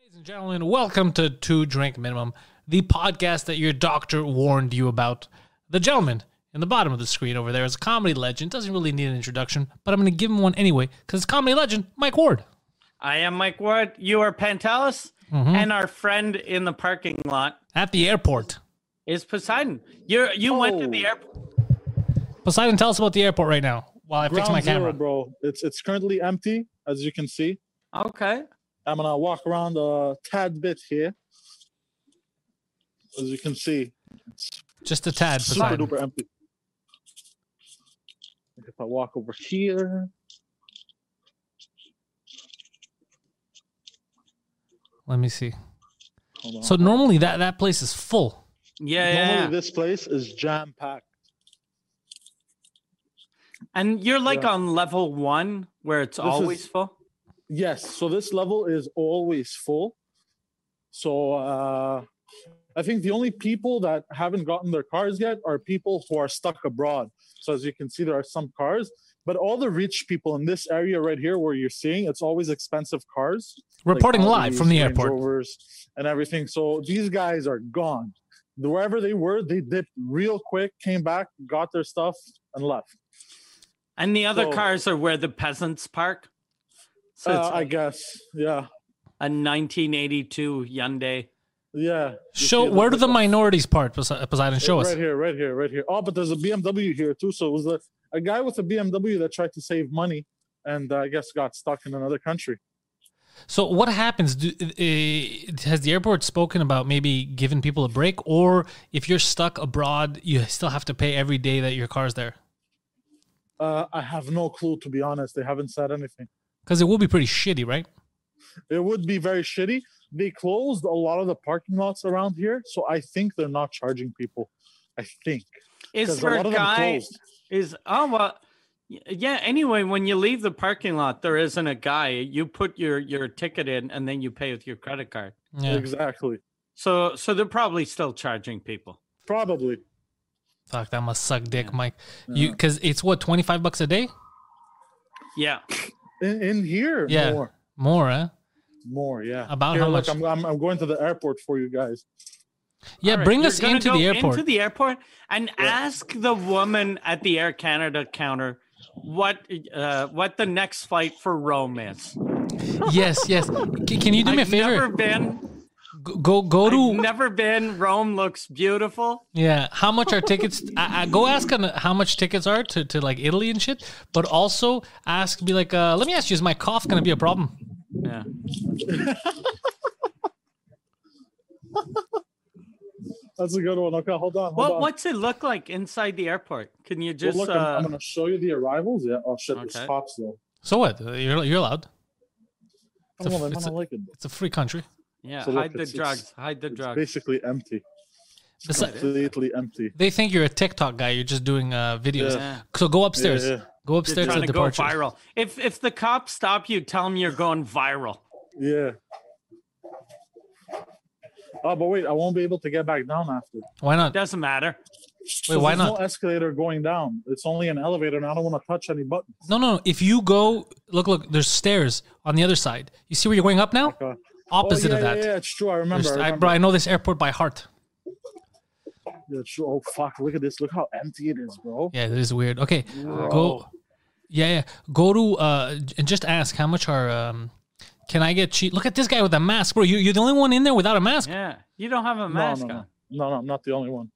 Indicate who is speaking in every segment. Speaker 1: Ladies and gentlemen, welcome to Two Drink Minimum, the podcast that your doctor warned you about. The gentleman in the bottom of the screen over there is a comedy legend. Doesn't really need an introduction, but I'm going to give him one anyway because it's comedy legend Mike Ward.
Speaker 2: I am Mike Ward. You are Pantelis, and our friend in the parking lot
Speaker 1: At the airport.
Speaker 2: is Poseidon. You you went to
Speaker 3: Oh.
Speaker 2: the airport.
Speaker 1: Poseidon, tell us about the airport right now while I fix my
Speaker 3: Ground
Speaker 1: camera.
Speaker 3: zero, bro. It's it's currently empty, as you can see.
Speaker 2: Okay.
Speaker 3: I'm gonna walk around a tad bit here. As you can see,
Speaker 1: Just a tad,
Speaker 3: super
Speaker 1: Poseidon.
Speaker 3: duper empty. If I walk over here,
Speaker 1: Let me see.
Speaker 3: hold on.
Speaker 1: So normally that, that place is full.
Speaker 2: Yeah,
Speaker 3: normally
Speaker 2: yeah, yeah.
Speaker 3: this place is jam packed.
Speaker 2: And you're like
Speaker 3: Yeah.
Speaker 2: on level one where it's
Speaker 3: This is-
Speaker 2: always full.
Speaker 3: Yes, so this level is always full. So uh, I think the only people that haven't gotten their cars yet are people who are stuck abroad. So as you can see, there are some cars, but all the rich people in this area right here, where you're seeing, it's always expensive cars. like
Speaker 1: Reporting live
Speaker 3: Audis,
Speaker 1: from the
Speaker 3: Range
Speaker 1: airport.
Speaker 3: Rovers, and everything. So these guys are gone. Wherever they were, they dipped real quick, came back, got their stuff, and left.
Speaker 2: And the other
Speaker 3: So-
Speaker 2: cars are where the peasants park. So it's
Speaker 3: Uh, I guess, yeah,
Speaker 2: a 1982 Hyundai.
Speaker 3: yeah. You see
Speaker 1: Show
Speaker 3: it
Speaker 1: where do
Speaker 3: over
Speaker 1: the
Speaker 3: there.
Speaker 1: minorities part, Pose- Poseidon? Show
Speaker 3: right
Speaker 1: us.
Speaker 3: here, right here, right here. Oh, but there's a BMW here too. So it was a, a guy with a BMW that tried to save money and uh, I guess got stuck in another country.
Speaker 1: So what happens? Do, uh, has the airport spoken about maybe giving people a break, or if you're stuck abroad, you still have to pay every day that your car's there?
Speaker 3: Uh, I have no clue, to be honest. They haven't said anything.
Speaker 1: Because it will be pretty shitty, right?
Speaker 3: It would be very shitty. They closed a lot of the parking lots around here. So I think they're not charging people. I think.
Speaker 2: Is
Speaker 3: 'Cause a
Speaker 2: there
Speaker 3: lot
Speaker 2: a
Speaker 3: of them
Speaker 2: guy?
Speaker 3: closed.
Speaker 2: Is oh well, y- yeah. Anyway, when you leave the parking lot, there isn't a guy. You put your your ticket in, and then you pay with your credit card.
Speaker 1: Yeah,
Speaker 3: Exactly.
Speaker 2: So so they're probably still charging people.
Speaker 3: Probably.
Speaker 1: fuck, that must suck, dick, Mike. You because it's what twenty five bucks a day
Speaker 2: Yeah.
Speaker 3: In, in here,
Speaker 1: Yeah.
Speaker 3: more.
Speaker 1: more, huh?
Speaker 3: More, yeah.
Speaker 1: About
Speaker 3: Here,
Speaker 1: how
Speaker 3: look,
Speaker 1: much-
Speaker 3: I'm, I'm, I'm going to the airport for you guys.
Speaker 1: Yeah,
Speaker 2: All right,
Speaker 1: bring
Speaker 2: you're
Speaker 1: us
Speaker 2: gonna
Speaker 1: into
Speaker 2: go
Speaker 1: the airport.
Speaker 2: Into the airport and ask the woman at the Air Canada counter what uh, what the next flight for Rome is.
Speaker 1: yes, yes. C- can you do me a
Speaker 2: I've
Speaker 1: favor?
Speaker 2: Never been.
Speaker 1: G- go, go to
Speaker 2: I've never been. Rome looks beautiful.
Speaker 1: Yeah, how much are tickets? I, I go ask on how much tickets are to, to like Italy and shit, but also ask be like, uh, let me ask you, is my cough gonna be a problem?
Speaker 2: Yeah.
Speaker 3: That's a good one. Okay, hold on. Hold
Speaker 2: What
Speaker 3: on.
Speaker 2: what's it look like inside the airport? Can you
Speaker 3: Well,
Speaker 2: just?
Speaker 3: look, I'm- I'm,
Speaker 2: uh,
Speaker 3: going to show you the arrivals. Yeah. Oh, shit. This
Speaker 2: Okay.
Speaker 3: pops, though.
Speaker 1: So what? You're you're allowed.
Speaker 3: Come
Speaker 1: a
Speaker 3: on,
Speaker 1: f-
Speaker 3: man, I
Speaker 1: it's
Speaker 3: don't
Speaker 1: a-
Speaker 3: like it.
Speaker 1: It's a free country.
Speaker 2: yeah.
Speaker 3: so look,
Speaker 2: hide the
Speaker 3: it's-
Speaker 2: drugs.
Speaker 3: it's-
Speaker 2: hide the
Speaker 3: It's
Speaker 2: drugs.
Speaker 3: basically empty.
Speaker 1: Besi-
Speaker 3: Completely empty.
Speaker 1: they think you're a TikTok guy. You're just doing uh, videos.
Speaker 2: Yeah.
Speaker 1: So go upstairs.
Speaker 3: Yeah, yeah.
Speaker 1: Go
Speaker 2: You're
Speaker 1: upstairs to
Speaker 2: trying
Speaker 1: the
Speaker 2: to go
Speaker 1: departure.
Speaker 2: viral. If if the cops stop you, tell them you're going viral.
Speaker 3: Yeah. Oh, but wait, I won't be able to get back down after.
Speaker 1: Why not?
Speaker 2: Doesn't matter.
Speaker 1: Wait, why
Speaker 3: there's
Speaker 1: not?
Speaker 3: no escalator going down. It's only an elevator, and I don't want to touch any buttons.
Speaker 1: No, no, no. If you go, look, look. There's stairs on the other side. You see where you're going up now?
Speaker 3: God.
Speaker 1: Opposite
Speaker 3: oh, yeah,
Speaker 1: of that.
Speaker 3: Yeah, yeah, it's true. I remember.
Speaker 1: There's-
Speaker 3: I
Speaker 1: I,
Speaker 3: remember.
Speaker 1: bro, I know this airport by heart.
Speaker 3: Yeah, it's true. Oh, fuck. Look at this. Look how empty it is, bro.
Speaker 1: Yeah, it is weird. Okay, go. Yeah, yeah. Go to uh j- and just ask how much are um. Can I get cheap? Look at this guy with a mask, bro. You you're the only one in there without a mask.
Speaker 2: Yeah. You don't have a
Speaker 3: No,
Speaker 2: mask
Speaker 3: no, no.
Speaker 2: on.
Speaker 3: No, no, I'm not the only one.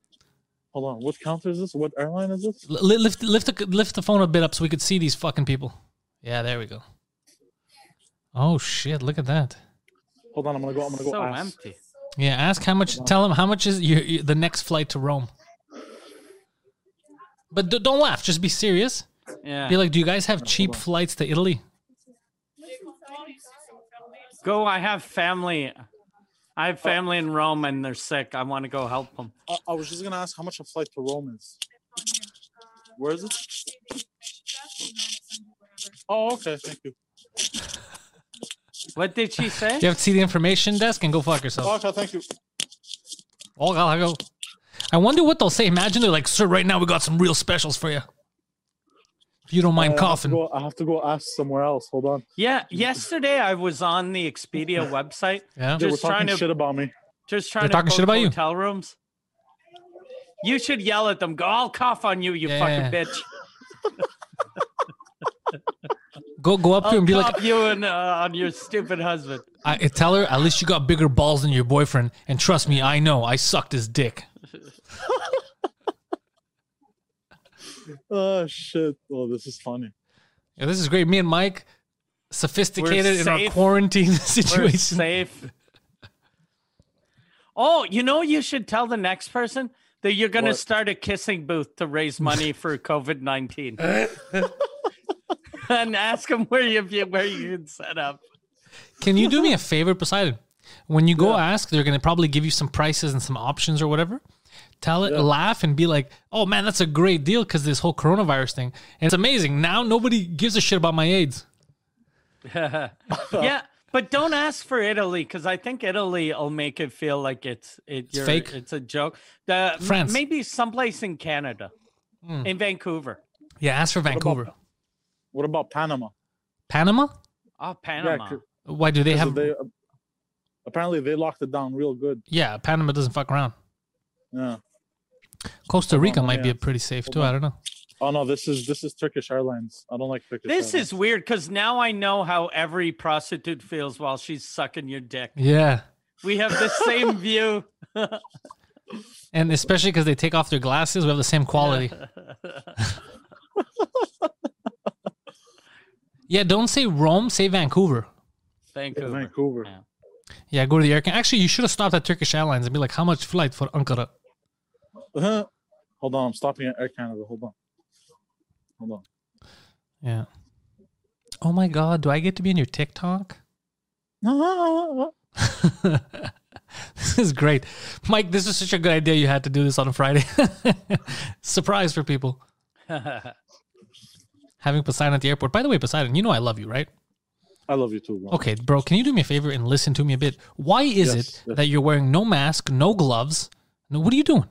Speaker 3: Hold on. What counter is this? What airline is this?
Speaker 1: L- li- lift lift the, lift the phone a bit up so we could see these fucking people. Yeah, there we go. Oh shit! Look at that.
Speaker 3: Hold on. I'm going to go. I'm going to go.
Speaker 2: So
Speaker 3: ask.
Speaker 2: empty.
Speaker 1: Yeah, ask how much. Tell him how much is your, your, the next flight to Rome. But d- don't laugh. Just be serious.
Speaker 2: Yeah.
Speaker 1: Be like, do you guys have cheap flights to Italy?
Speaker 2: go. I have family. I
Speaker 3: Oh.
Speaker 2: have family in Rome and they're sick. I want to go help them.
Speaker 3: I, I was just gonna ask how much a flight to Rome is. Where is it? Oh, okay. Thank you.
Speaker 2: What did she say?
Speaker 1: You have to see the information desk and go fuck yourself.
Speaker 3: Okay, thank you.
Speaker 1: Oh, God, I go. I wonder what they'll say. Imagine they're like, sir, right now we got some real specials for you. If you don't
Speaker 3: I
Speaker 2: Uh,
Speaker 1: mind
Speaker 3: have to
Speaker 1: coughing.
Speaker 3: go- I have to go ask somewhere else. Hold on.
Speaker 2: Yeah. Yesterday I was on the Expedia website.
Speaker 1: Yeah.
Speaker 3: They were
Speaker 2: Just trying
Speaker 3: talking
Speaker 2: to-
Speaker 3: shit about me.
Speaker 2: Just trying
Speaker 1: They're
Speaker 2: to
Speaker 1: talking
Speaker 2: book
Speaker 1: shit about you.
Speaker 2: hotel rooms. You should yell at them. Go, I'll cough on you, you
Speaker 1: Yeah.
Speaker 2: fucking bitch.
Speaker 1: Go go up to her
Speaker 2: I'll
Speaker 1: and be
Speaker 2: cough
Speaker 1: like,
Speaker 2: you and uh, on your stupid husband.
Speaker 1: I, I tell her, at least you got bigger balls than your boyfriend. And trust me, I know. I sucked his dick.
Speaker 3: Oh shit! Oh, this is funny.
Speaker 1: Yeah, this is great. Me and Mike, sophisticated in our
Speaker 2: safe.
Speaker 1: quarantine
Speaker 2: We're
Speaker 1: situation.
Speaker 2: safe. Oh, you know, you should tell the next person that you're going to
Speaker 3: What?
Speaker 2: start a kissing booth to raise money for COVID 19. and ask them where you where you can set up.
Speaker 1: Can you do me a favor, Poseidon? When you go ask, they're gonna probably give you some prices and some options or whatever. Tell it, laugh, and be like, "Oh man, that's a great deal because this whole coronavirus thing. And it's amazing. Now nobody gives a shit about my AIDS.
Speaker 2: yeah, but don't ask for Italy because I think Italy will make it feel like it's it, you're,
Speaker 1: fake.
Speaker 2: It's a joke. The, m-
Speaker 1: France. Hmm.
Speaker 2: maybe someplace in Canada, in Vancouver.
Speaker 1: Yeah, ask for Vancouver,
Speaker 3: What about Panama?
Speaker 1: Panama.
Speaker 2: Oh,
Speaker 3: Yeah,
Speaker 2: Panama.
Speaker 3: 'cause-
Speaker 1: Why do they
Speaker 3: 'cause
Speaker 1: have?
Speaker 3: they uh, apparently they locked it down real good.
Speaker 1: yeah, Panama doesn't fuck around.
Speaker 3: Yeah.
Speaker 1: Costa Rica
Speaker 3: on,
Speaker 1: might be
Speaker 3: yeah.
Speaker 1: a pretty safe too.
Speaker 3: Hold
Speaker 1: I don't know.
Speaker 3: Oh no, this is this is Turkish Airlines. I don't like Turkish.
Speaker 2: this
Speaker 3: Airlines.
Speaker 2: is weird because now I know how every prostitute feels while she's sucking your dick.
Speaker 1: Yeah,
Speaker 2: We have the same view.
Speaker 1: and especially because they take off their glasses, we have the same quality. yeah, don't say Rome, say Vancouver.
Speaker 2: Vancouver.
Speaker 3: Vancouver.
Speaker 2: Yeah.
Speaker 1: Yeah, go to the air. Can- Actually, you should have stopped at Turkish Airlines and be like, "How much flight for Ankara?"
Speaker 3: Uh-huh. Hold on, I'm stopping at Air Canada. Hold on. Hold on.
Speaker 1: Yeah. Oh my God, do I get to be in your TikTok? this is great, Mike. This is such a good idea. You had to do this on a Friday. Surprise for people. Having Poseidon at the airport. By the way, Poseidon, you know I love you, right?
Speaker 3: I love you too, bro.
Speaker 1: Okay, bro. Can you do me a favor and listen to me a bit? Why is
Speaker 3: Yes,
Speaker 1: it
Speaker 3: yes.
Speaker 1: that you're wearing no mask, no gloves? No, what are you doing?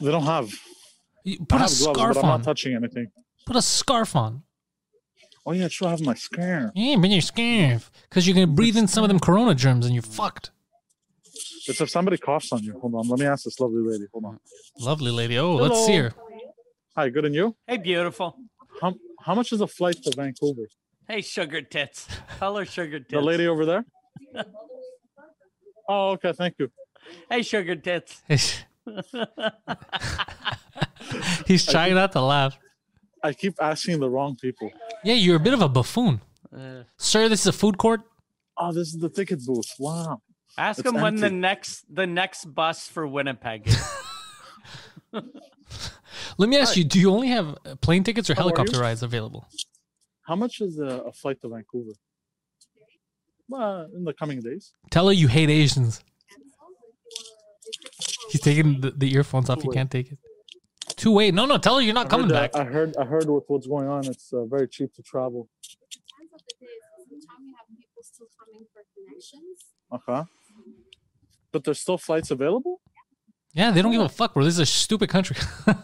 Speaker 3: They don't have.
Speaker 1: You
Speaker 3: I
Speaker 1: put a
Speaker 3: have gloves, but
Speaker 1: scarf
Speaker 3: I'm
Speaker 1: on.
Speaker 3: not touching anything.
Speaker 1: put a scarf on.
Speaker 3: Oh yeah, sure, I have my scarf.
Speaker 1: Yeah, but you're scared because you're gonna breathe in some of them corona germs and you're fucked.
Speaker 3: It's if somebody coughs on you. Hold on, let me ask this lovely lady. Hold on.
Speaker 1: Lovely lady. Oh, let's see
Speaker 3: Hello.
Speaker 1: her.
Speaker 3: Hi, good and you?
Speaker 2: Hey, beautiful.
Speaker 3: How how much is a flight to Vancouver?
Speaker 2: Hey, sugar tits. Tell her sugar tits.
Speaker 3: The lady over there? Oh, okay, thank you.
Speaker 2: Hey, sugar tits.
Speaker 1: He's trying not to laugh.
Speaker 3: I keep asking the wrong people.
Speaker 1: Yeah, you're a bit of a buffoon,
Speaker 2: Uh,
Speaker 1: sir. This is a food court.
Speaker 3: Oh, this is the ticket booth. Wow.
Speaker 2: ask
Speaker 3: It's
Speaker 2: him when the
Speaker 3: empty.
Speaker 2: next the next bus for Winnipeg. is.
Speaker 1: Let me ask you: Do you only have uh, plane tickets or
Speaker 3: are you?
Speaker 1: helicopter rides available?
Speaker 3: How much is a, a flight to Vancouver? Well, in the coming days.
Speaker 1: Tell her you hate Asians. He's taking the, the earphones off. You can't take it. Two way. No, no. Tell her you're not coming
Speaker 3: Heard that-
Speaker 1: back.
Speaker 3: I heard. I heard with what's going on, it's uh, very cheap to travel.
Speaker 4: times of the day, so sometimes we have people still coming for connections.
Speaker 3: Okay. Uh-huh. But there's still flights available.
Speaker 1: Yeah, they don't give a fuck, bro. This is a stupid country.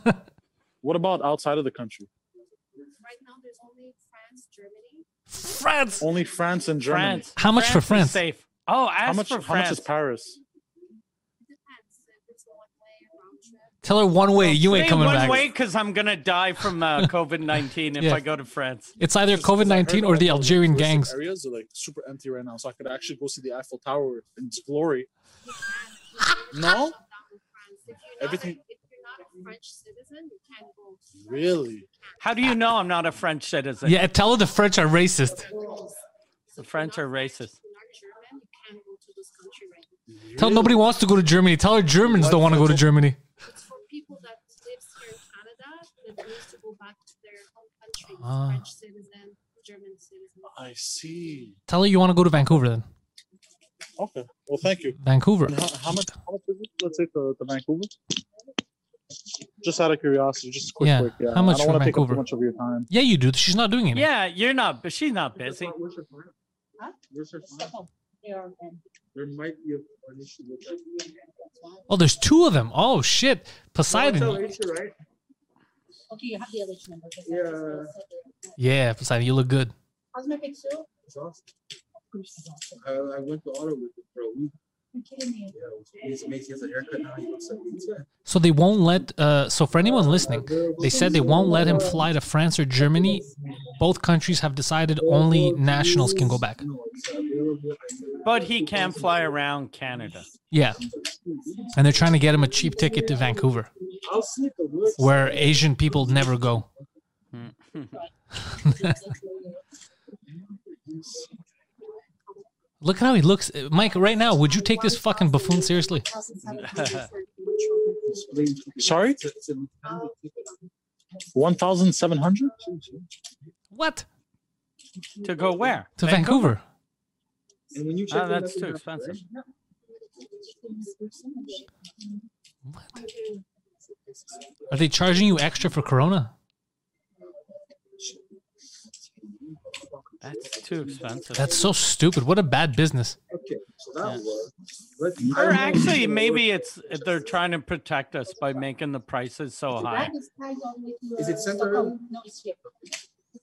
Speaker 3: What about outside of the country?
Speaker 4: Right now, there's only France, Germany.
Speaker 1: France.
Speaker 3: Only France and Germany.
Speaker 2: France.
Speaker 1: How much for
Speaker 2: is
Speaker 1: France?
Speaker 2: Safe. Oh, ask
Speaker 3: How much?
Speaker 2: for
Speaker 3: How much
Speaker 2: France.
Speaker 3: is Paris?
Speaker 4: It depends if it's a one way round trip.
Speaker 1: Tell her one way. You ain't
Speaker 2: Say
Speaker 1: coming
Speaker 2: one
Speaker 1: back.
Speaker 2: way because I'm gonna die from uh, COVID nineteen if
Speaker 1: Yeah.
Speaker 2: I go to France.
Speaker 1: It's either
Speaker 3: Just 'cause
Speaker 1: COVID
Speaker 3: I heard
Speaker 1: nineteen
Speaker 3: all
Speaker 1: or the
Speaker 3: those
Speaker 1: Algerian
Speaker 3: touristic
Speaker 1: gangs.
Speaker 3: Areas are like super empty right now, so I could actually go see the Eiffel Tower in its glory. No,
Speaker 4: Down in France. If you're, not
Speaker 3: Everything-
Speaker 4: a, if you're not a French citizen, you can't go.
Speaker 3: really?
Speaker 2: How do you know I'm not a French citizen?
Speaker 1: Yeah, tell her the French are racist.
Speaker 2: The French are racist.
Speaker 4: If you're not German, you can't go to this country right now.
Speaker 1: Tell nobody wants to go to Germany. Tell our Germans don't want to go to Germany.
Speaker 4: It's for people that lives here in Canada that needs to go back to their home country,
Speaker 1: Ah.
Speaker 4: French citizen, German citizen.
Speaker 3: I see.
Speaker 1: Tell her you want to go to Vancouver then.
Speaker 3: Okay. Well, thank you.
Speaker 1: Vancouver.
Speaker 3: And How, how much? How much is it? Let's say to, to Vancouver. Just out of curiosity, just quick,
Speaker 1: Yeah.
Speaker 3: quick. Yeah.
Speaker 1: How much
Speaker 3: I don't
Speaker 1: for
Speaker 3: wanna take up
Speaker 1: Vancouver?
Speaker 3: too much of your time.
Speaker 1: Yeah, you do. She's not doing it.
Speaker 2: Yeah, you're not, but she's not busy.
Speaker 1: Oh, there's two of them. Oh shit, Poseidon.
Speaker 5: Okay, you have the other number. Yeah.
Speaker 1: Yeah, Poseidon, you look good.
Speaker 5: How's my picture?
Speaker 6: I, I went to Ottawa with it for a week.
Speaker 5: You're kidding me.
Speaker 6: Yeah, it was amazing. He has a haircut now. He looks like pizza.
Speaker 1: So they won't let. Uh, so for anyone listening, they said they won't let him fly to France or Germany. Both countries have decided only nationals can go back.
Speaker 2: But he can fly around Canada.
Speaker 1: Yeah, and they're trying to get him a cheap ticket to Vancouver,
Speaker 6: I'll sneak a look.
Speaker 1: where Asian people never go. Look at how he looks, Uh, Mike. Right now, would you take this fucking buffoon seriously?
Speaker 3: Sorry. One thousand seven hundred.
Speaker 1: What
Speaker 2: To go where?
Speaker 1: to Vancouver?
Speaker 6: And when you check
Speaker 2: Oh,
Speaker 6: the
Speaker 2: that's
Speaker 6: message
Speaker 2: too
Speaker 6: app,
Speaker 2: expensive.
Speaker 6: right?
Speaker 1: What are they charging you extra for Corona?
Speaker 2: That's too expensive.
Speaker 1: That's so stupid. What a bad business.
Speaker 6: Okay, so that was. Let's, I
Speaker 2: or
Speaker 6: don't know.
Speaker 2: actually, maybe it's they're trying to protect us by making the prices so high.
Speaker 6: Is it center?
Speaker 4: Oh,
Speaker 5: No, it's here.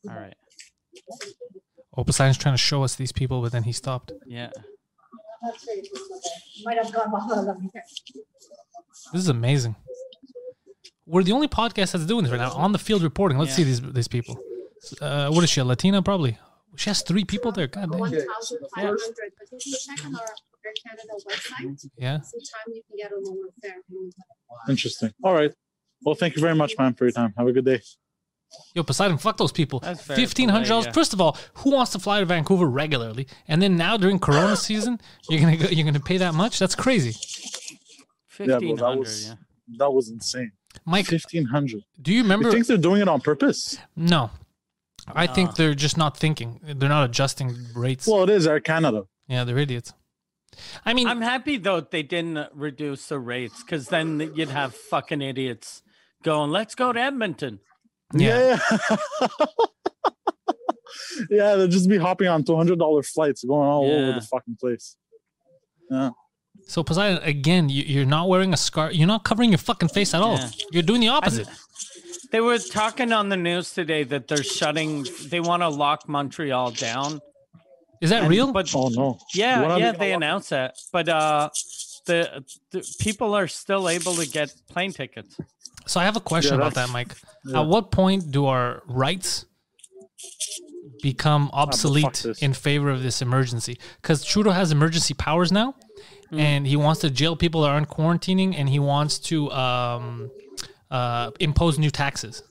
Speaker 2: All right.
Speaker 1: Oh, Poseidon's trying to show us these people, but then he stopped.
Speaker 2: Yeah.
Speaker 5: That's very good. Might have gone behind them.
Speaker 1: This is amazing. We're the only podcast that's doing this right now on the field reporting. Let's
Speaker 2: Yeah.
Speaker 1: see these these people. Uh, what is she? A Latina, probably. She has three people there. God damn.
Speaker 4: One
Speaker 6: Okay, so
Speaker 4: thousand
Speaker 6: the
Speaker 4: five
Speaker 6: first-
Speaker 4: hundred, but if you check on our Air Canada website,
Speaker 1: Yeah.
Speaker 4: sometime you can get a lower fare.
Speaker 3: Interesting. All right. Well, thank you very much, man, for your time. Have a good day.
Speaker 1: Yo, Poseidon, fuck those people.
Speaker 2: That's fair
Speaker 1: Fifteen hundred dollars.
Speaker 2: play, yeah.
Speaker 1: First of all, who wants to fly to Vancouver regularly? And then now during Corona season, you're gonna go, you're gonna pay that much? That's crazy.
Speaker 3: Yeah, bro,
Speaker 2: Fifteen
Speaker 3: that
Speaker 2: hundred.
Speaker 3: was
Speaker 2: Yeah.
Speaker 3: that was insane.
Speaker 1: Mike,
Speaker 3: Fifteen hundred.
Speaker 1: do you remember?
Speaker 3: You think they're doing it on purpose?
Speaker 1: No. I think they're just not thinking. They're not adjusting rates.
Speaker 3: Well, it is Air Canada.
Speaker 1: yeah, they're idiots. I mean,
Speaker 2: I'm happy though they didn't reduce the rates because then you'd have fucking idiots going, let's go to Edmonton.
Speaker 1: yeah,
Speaker 3: Yeah. yeah, they'll just be hopping on two hundred dollar flights going all over
Speaker 2: Yeah.
Speaker 3: the fucking place.
Speaker 1: So Poseidon, again, you, you're not wearing a scarf. You're not covering your fucking face at all.
Speaker 2: Yeah.
Speaker 1: You're doing the opposite.
Speaker 2: They were talking on the news today that they're shutting, they want to lock Montreal down.
Speaker 1: Is that
Speaker 2: And-
Speaker 1: real?
Speaker 2: But
Speaker 3: Oh no. What
Speaker 2: yeah,
Speaker 3: are
Speaker 2: yeah,
Speaker 3: they
Speaker 2: they announced that. But uh, the, the people are still able to get plane tickets.
Speaker 1: so I have a question
Speaker 3: Yeah,
Speaker 1: about that,
Speaker 3: that's-
Speaker 1: Mike.
Speaker 3: yeah.
Speaker 1: At what point do our rights become obsolete
Speaker 3: Ah, this.
Speaker 1: in favor of this emergency? Because Trudeau has emergency powers now,
Speaker 3: Mm.
Speaker 1: and he wants to jail people that aren't quarantining, and he wants to um, uh, impose new taxes.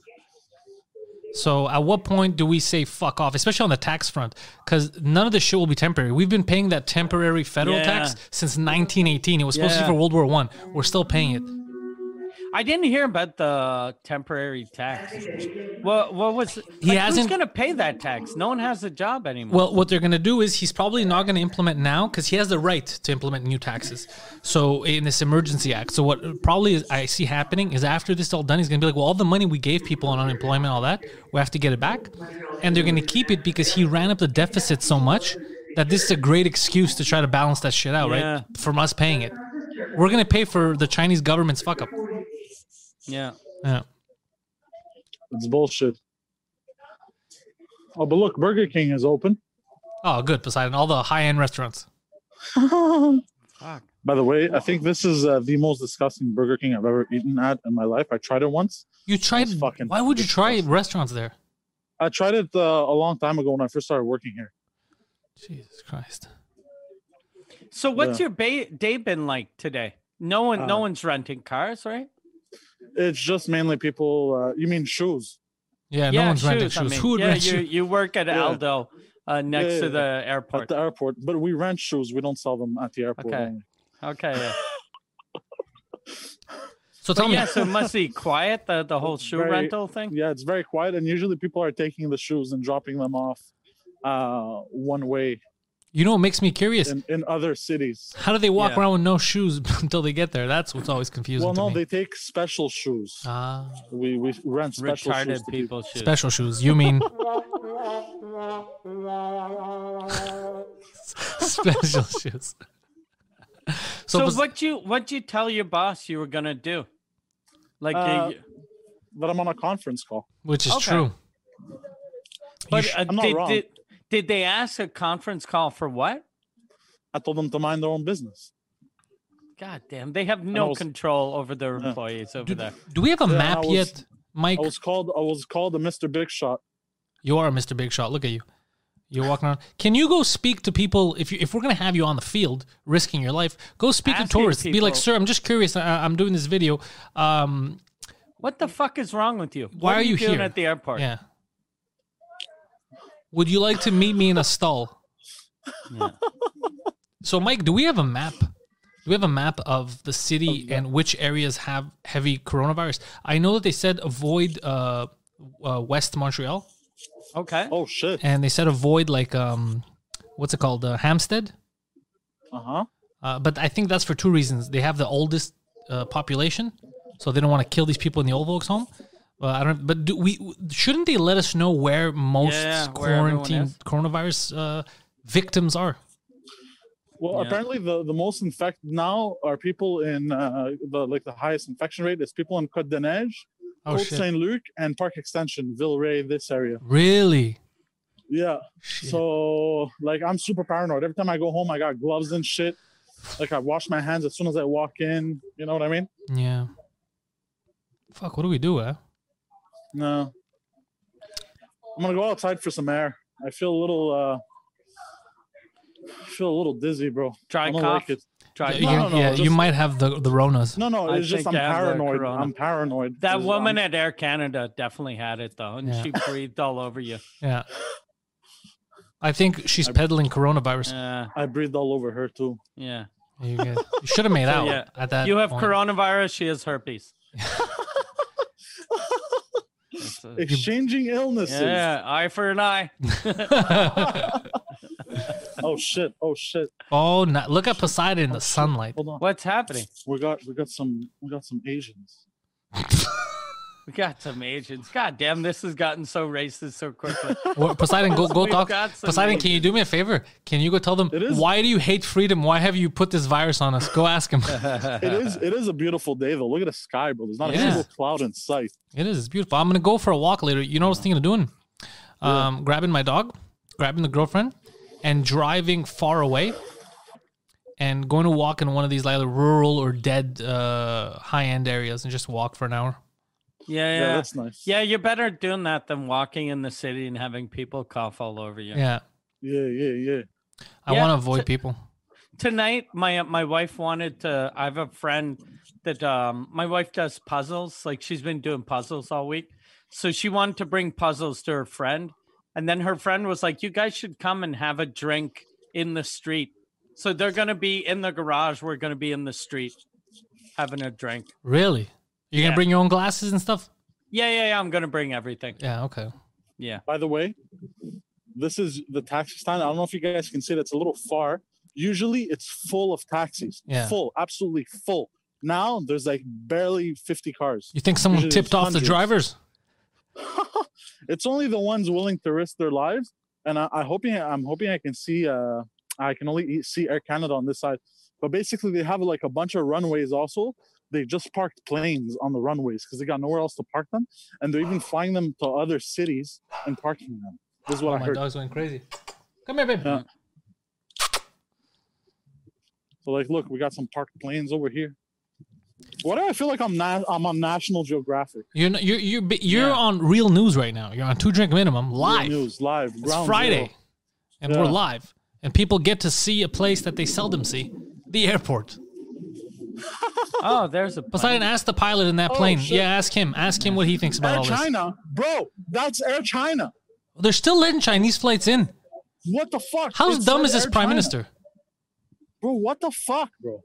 Speaker 1: So at what point do we say fuck off, especially on the tax front? Because none of this shit will be temporary. We've been paying that temporary federal
Speaker 2: Yeah.
Speaker 1: tax since 1918. It was supposed to
Speaker 2: Yeah.
Speaker 1: be for World War One. We're still paying it.
Speaker 2: I didn't hear about the temporary tax. What what was
Speaker 1: He
Speaker 2: like,
Speaker 1: hasn't-
Speaker 2: who's gonna pay that tax? No one has a job anymore.
Speaker 1: Well, what they're going to do is he's probably not going to implement now because he has the right to implement new taxes. So in this emergency act, so what probably is, I see happening is after this is all done, he's going to be like, well, all the money we gave people on unemployment, all that, we have to get it back, and they're going to keep it because he ran up the deficit so much that this is a great excuse to try to balance that shit out,
Speaker 2: Yeah.
Speaker 1: right? From us paying it, we're going to pay for the Chinese government's fuck up.
Speaker 2: yeah.
Speaker 1: Yeah.
Speaker 3: It's bullshit. Oh, but look, Burger King is open.
Speaker 1: Oh, good. Poseidon, all the high-end restaurants.
Speaker 2: Fuck.
Speaker 3: By the way, I think this is uh, the most disgusting Burger King I've ever eaten at in my life. I tried it once.
Speaker 1: You tried?
Speaker 3: That's fucking
Speaker 1: Why would you try restaurants there?
Speaker 3: I tried it uh, a long time ago when I first started working here.
Speaker 1: Jesus Christ.
Speaker 2: So what's
Speaker 3: Yeah. Uh.
Speaker 2: your ba- day been like today? No one no one's renting cars, right?
Speaker 3: It's just mainly people. Uh, you mean shoes?
Speaker 1: Yeah, no one's renting shoes.
Speaker 2: I mean,
Speaker 1: Who would
Speaker 2: yeah,
Speaker 1: rent
Speaker 2: you,
Speaker 1: shoes?
Speaker 2: you work at
Speaker 3: Yeah.
Speaker 2: Aldo uh, next
Speaker 3: Yeah,
Speaker 2: to
Speaker 3: yeah,
Speaker 2: the
Speaker 3: At
Speaker 2: airport.
Speaker 3: the airport, but we rent shoes. We don't sell them at the airport.
Speaker 2: Okay.
Speaker 3: Only.
Speaker 2: Okay. yeah.
Speaker 1: So
Speaker 2: But
Speaker 1: tell me,
Speaker 2: yeah, so it must be quiet, the, the whole shoe
Speaker 3: Very-
Speaker 2: rental thing.
Speaker 3: Yeah, it's very quiet, and usually people are taking the shoes and dropping them off uh, one way
Speaker 1: you know what makes me curious?
Speaker 3: in, in other cities.
Speaker 1: How do they walk
Speaker 2: Yeah.
Speaker 1: around with no shoes until they get there? That's what's always confusing.
Speaker 3: Well,
Speaker 1: to
Speaker 3: no,
Speaker 1: me.
Speaker 3: they take special shoes.
Speaker 1: Ah,
Speaker 3: we we rent special
Speaker 2: Uh, Retarded
Speaker 3: shoes. To people.
Speaker 2: people shoes.
Speaker 1: special shoes. You mean special shoes? So,
Speaker 2: So,
Speaker 1: bes-
Speaker 2: what you what you tell your boss you were gonna do? Like,
Speaker 3: Uh,
Speaker 2: you,
Speaker 3: But I'm on a conference call.
Speaker 1: which is
Speaker 2: okay.
Speaker 1: true. You
Speaker 2: but
Speaker 1: sh-
Speaker 2: uh,
Speaker 3: I'm not
Speaker 2: did,
Speaker 3: wrong.
Speaker 2: did did they ask a conference call for what?
Speaker 3: I told them to mind their own business.
Speaker 2: God damn, they have no
Speaker 3: was-
Speaker 2: control over their employees over there.
Speaker 1: do we have a
Speaker 3: Yeah,
Speaker 1: map
Speaker 3: I was-
Speaker 1: yet, Mike?
Speaker 3: I was called. I was called a Mr. Big Shot.
Speaker 1: You are Mr. Big Shot. Look at you. You're walking around. Can you go speak to people if you if we're gonna have you on the field, risking your life? Go speak
Speaker 2: Ask
Speaker 1: to
Speaker 2: these
Speaker 1: tourists. Be like,
Speaker 2: people-
Speaker 1: sir, I'm just curious. I, I'm doing this video. Um,
Speaker 2: What the fuck is wrong with you?
Speaker 1: Why
Speaker 2: what
Speaker 1: are you
Speaker 2: doing
Speaker 1: here?
Speaker 2: at the airport?
Speaker 1: yeah. Would you like to meet me in a stall?
Speaker 2: Yeah.
Speaker 1: So, Mike, do we have a map? Do we have a map of the city and which areas have heavy coronavirus? I know that they said avoid uh, uh, West Montreal,
Speaker 2: Okay.
Speaker 3: Oh shit.
Speaker 1: and they said avoid like um, what's it called, uh, Hampstead.
Speaker 3: Uh huh.
Speaker 1: Uh, but I think that's for two reasons. They have the oldest uh, population, so they don't want to kill these people in the old folks' home. Well, I don't. But do we shouldn't they let us know where most
Speaker 2: Yeah, where everyone
Speaker 1: quarantine
Speaker 2: is.
Speaker 1: coronavirus uh, victims are?
Speaker 3: Well,
Speaker 2: Yeah.
Speaker 3: apparently the, the most infect now are people in uh, the like the highest infection rate is people in Côte des Neiges,
Speaker 1: Oh
Speaker 3: Côte
Speaker 1: shit!
Speaker 3: Saint Luc, and Park Extension, Villeray, this area.
Speaker 1: Really?
Speaker 3: Yeah.
Speaker 1: Shit.
Speaker 3: So like I'm super paranoid. Every time I go home, I got gloves and shit. Like I wash my hands as soon as I walk in. You know what I mean?
Speaker 1: yeah. Fuck! What do we do, eh?
Speaker 3: No. I'm gonna go outside for some air. I feel a little uh I feel a little dizzy, bro.
Speaker 2: Dry
Speaker 3: I don't
Speaker 2: cough.
Speaker 3: like it.
Speaker 2: Try
Speaker 1: yeah,
Speaker 3: no,
Speaker 1: you-
Speaker 3: no, no,
Speaker 1: yeah, you
Speaker 3: just-
Speaker 1: might have the the Ronas.
Speaker 3: No, no,
Speaker 2: I
Speaker 3: it's just I'm
Speaker 2: think I have the
Speaker 3: paranoid.
Speaker 2: corona.
Speaker 3: I'm paranoid.
Speaker 2: That
Speaker 3: Is-
Speaker 2: woman
Speaker 3: I'm-
Speaker 2: at Air Canada definitely had it though, and
Speaker 1: Yeah.
Speaker 2: she breathed all over you.
Speaker 1: Yeah. I think she's peddling coronavirus.
Speaker 2: Uh,
Speaker 3: I breathed all over her too.
Speaker 2: yeah.
Speaker 1: You, guys- you should have made out
Speaker 2: yeah.
Speaker 1: at that.
Speaker 2: You have
Speaker 1: point.
Speaker 2: coronavirus. She has herpes. It's a-
Speaker 3: Exchanging illnesses.
Speaker 2: yeah, eye for an eye.
Speaker 3: Oh shit. Oh shit.
Speaker 1: oh, no. look at Poseidon in the sunlight.
Speaker 3: Hold on.
Speaker 2: What's happening?
Speaker 3: We got we got some we got some Asians.
Speaker 2: We got some Asians. God damn, this has gotten so racist so quickly.
Speaker 1: Well, Poseidon, go, go
Speaker 2: We've
Speaker 1: talk.
Speaker 2: got some
Speaker 1: Poseidon, can you do me a favor? Can you go tell them
Speaker 3: It is-
Speaker 1: why do you hate freedom? Why have you put this virus on us? Go ask him.
Speaker 2: Uh-huh.
Speaker 3: It is it is a beautiful day though. Look at the sky, bro. There's not
Speaker 1: Yeah.
Speaker 3: a single cloud in sight.
Speaker 1: it is it's beautiful. I'm gonna go for a walk later. You know what I was thinking of doing? Um, grabbing my dog, grabbing the girlfriend, and driving far away, and going to walk in one of these either rural or dead uh, high-end areas, and just walk for an hour.
Speaker 2: yeah,
Speaker 3: Yeah,
Speaker 2: yeah.
Speaker 3: that's nice.
Speaker 2: Yeah, you're better at doing that than walking in the city and having people cough all over you.
Speaker 1: Yeah,
Speaker 3: Yeah, yeah, yeah.
Speaker 1: I
Speaker 2: Yeah,
Speaker 1: want to avoid people.
Speaker 2: Tonight, my my wife wanted to. I have a friend that um, my wife does puzzles. Like she's been doing puzzles all week, so she wanted to bring puzzles to her friend, and then her friend was like, "You guys should come and have a drink in the street." So they're gonna be in the garage. We're gonna be in the street having a drink.
Speaker 1: Really? You're
Speaker 2: Yeah.
Speaker 1: gonna bring your own glasses and stuff?
Speaker 2: Yeah, yeah, yeah. I'm gonna bring everything.
Speaker 1: Yeah. Okay.
Speaker 2: Yeah.
Speaker 3: By the way, this is the taxi stand. I don't know if you guys can see it. It's a little far. Usually it's full of taxis.
Speaker 1: Yeah.
Speaker 3: Full, absolutely full. Now there's like barely 50 cars.
Speaker 1: You think someone
Speaker 3: Usually it's
Speaker 1: tipped off the
Speaker 3: hundreds.
Speaker 1: drivers?
Speaker 3: It's only the ones willing to risk their lives. And I, I hoping I'm hoping I can see uh I can only e- see Air Canada on this side. But basically they have like a bunch of runways also. They just parked planes on the runways because they got nowhere else to park them. And they're even flying them to other cities and parking them. This is what
Speaker 1: Oh,
Speaker 3: I
Speaker 1: my
Speaker 3: heard.
Speaker 1: dog's going crazy. Come here, babe.
Speaker 3: Yeah. So like, look, we got some parked planes over here. Why do I feel like I'm na- I'm on National Geographic?
Speaker 1: You're not, you're you're bi- you're
Speaker 2: Yeah.
Speaker 1: on real news right now. You're on two drink minimum live.
Speaker 3: news live.
Speaker 1: It's
Speaker 3: ground
Speaker 1: Friday,
Speaker 3: zero.
Speaker 1: and we're
Speaker 3: Yeah.
Speaker 1: live, and people get to see a place that they seldom see, the airport.
Speaker 2: Oh, there's a.
Speaker 1: Poseidon, ask the pilot in that
Speaker 3: Oh,
Speaker 1: plane.
Speaker 3: shit.
Speaker 1: Yeah, ask him. Ask him what he thinks about
Speaker 3: Air
Speaker 1: all this.
Speaker 3: China, bro. That's Air China.
Speaker 1: They're still letting Chinese flights in.
Speaker 3: What the fuck?
Speaker 1: How
Speaker 3: It
Speaker 1: dumb
Speaker 3: said
Speaker 1: is this
Speaker 3: Air
Speaker 1: prime
Speaker 3: China.
Speaker 1: minister?
Speaker 3: bro, what the fuck, bro?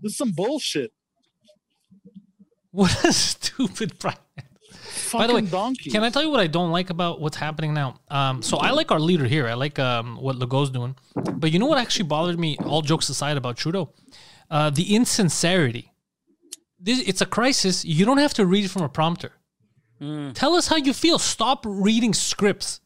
Speaker 3: This is some bullshit.
Speaker 1: What a stupid brand.
Speaker 3: Fucking
Speaker 1: the way,
Speaker 3: donkey.
Speaker 1: Can I tell you what I don't like about what's happening now? Um, so I like our leader here. I like um, what Legault's doing. But you know what actually bothered me, all jokes aside, about Trudeau? Uh, the insincerity. This, it's a crisis. You don't have to read from a prompter. Tell us how you feel. Stop reading scripts.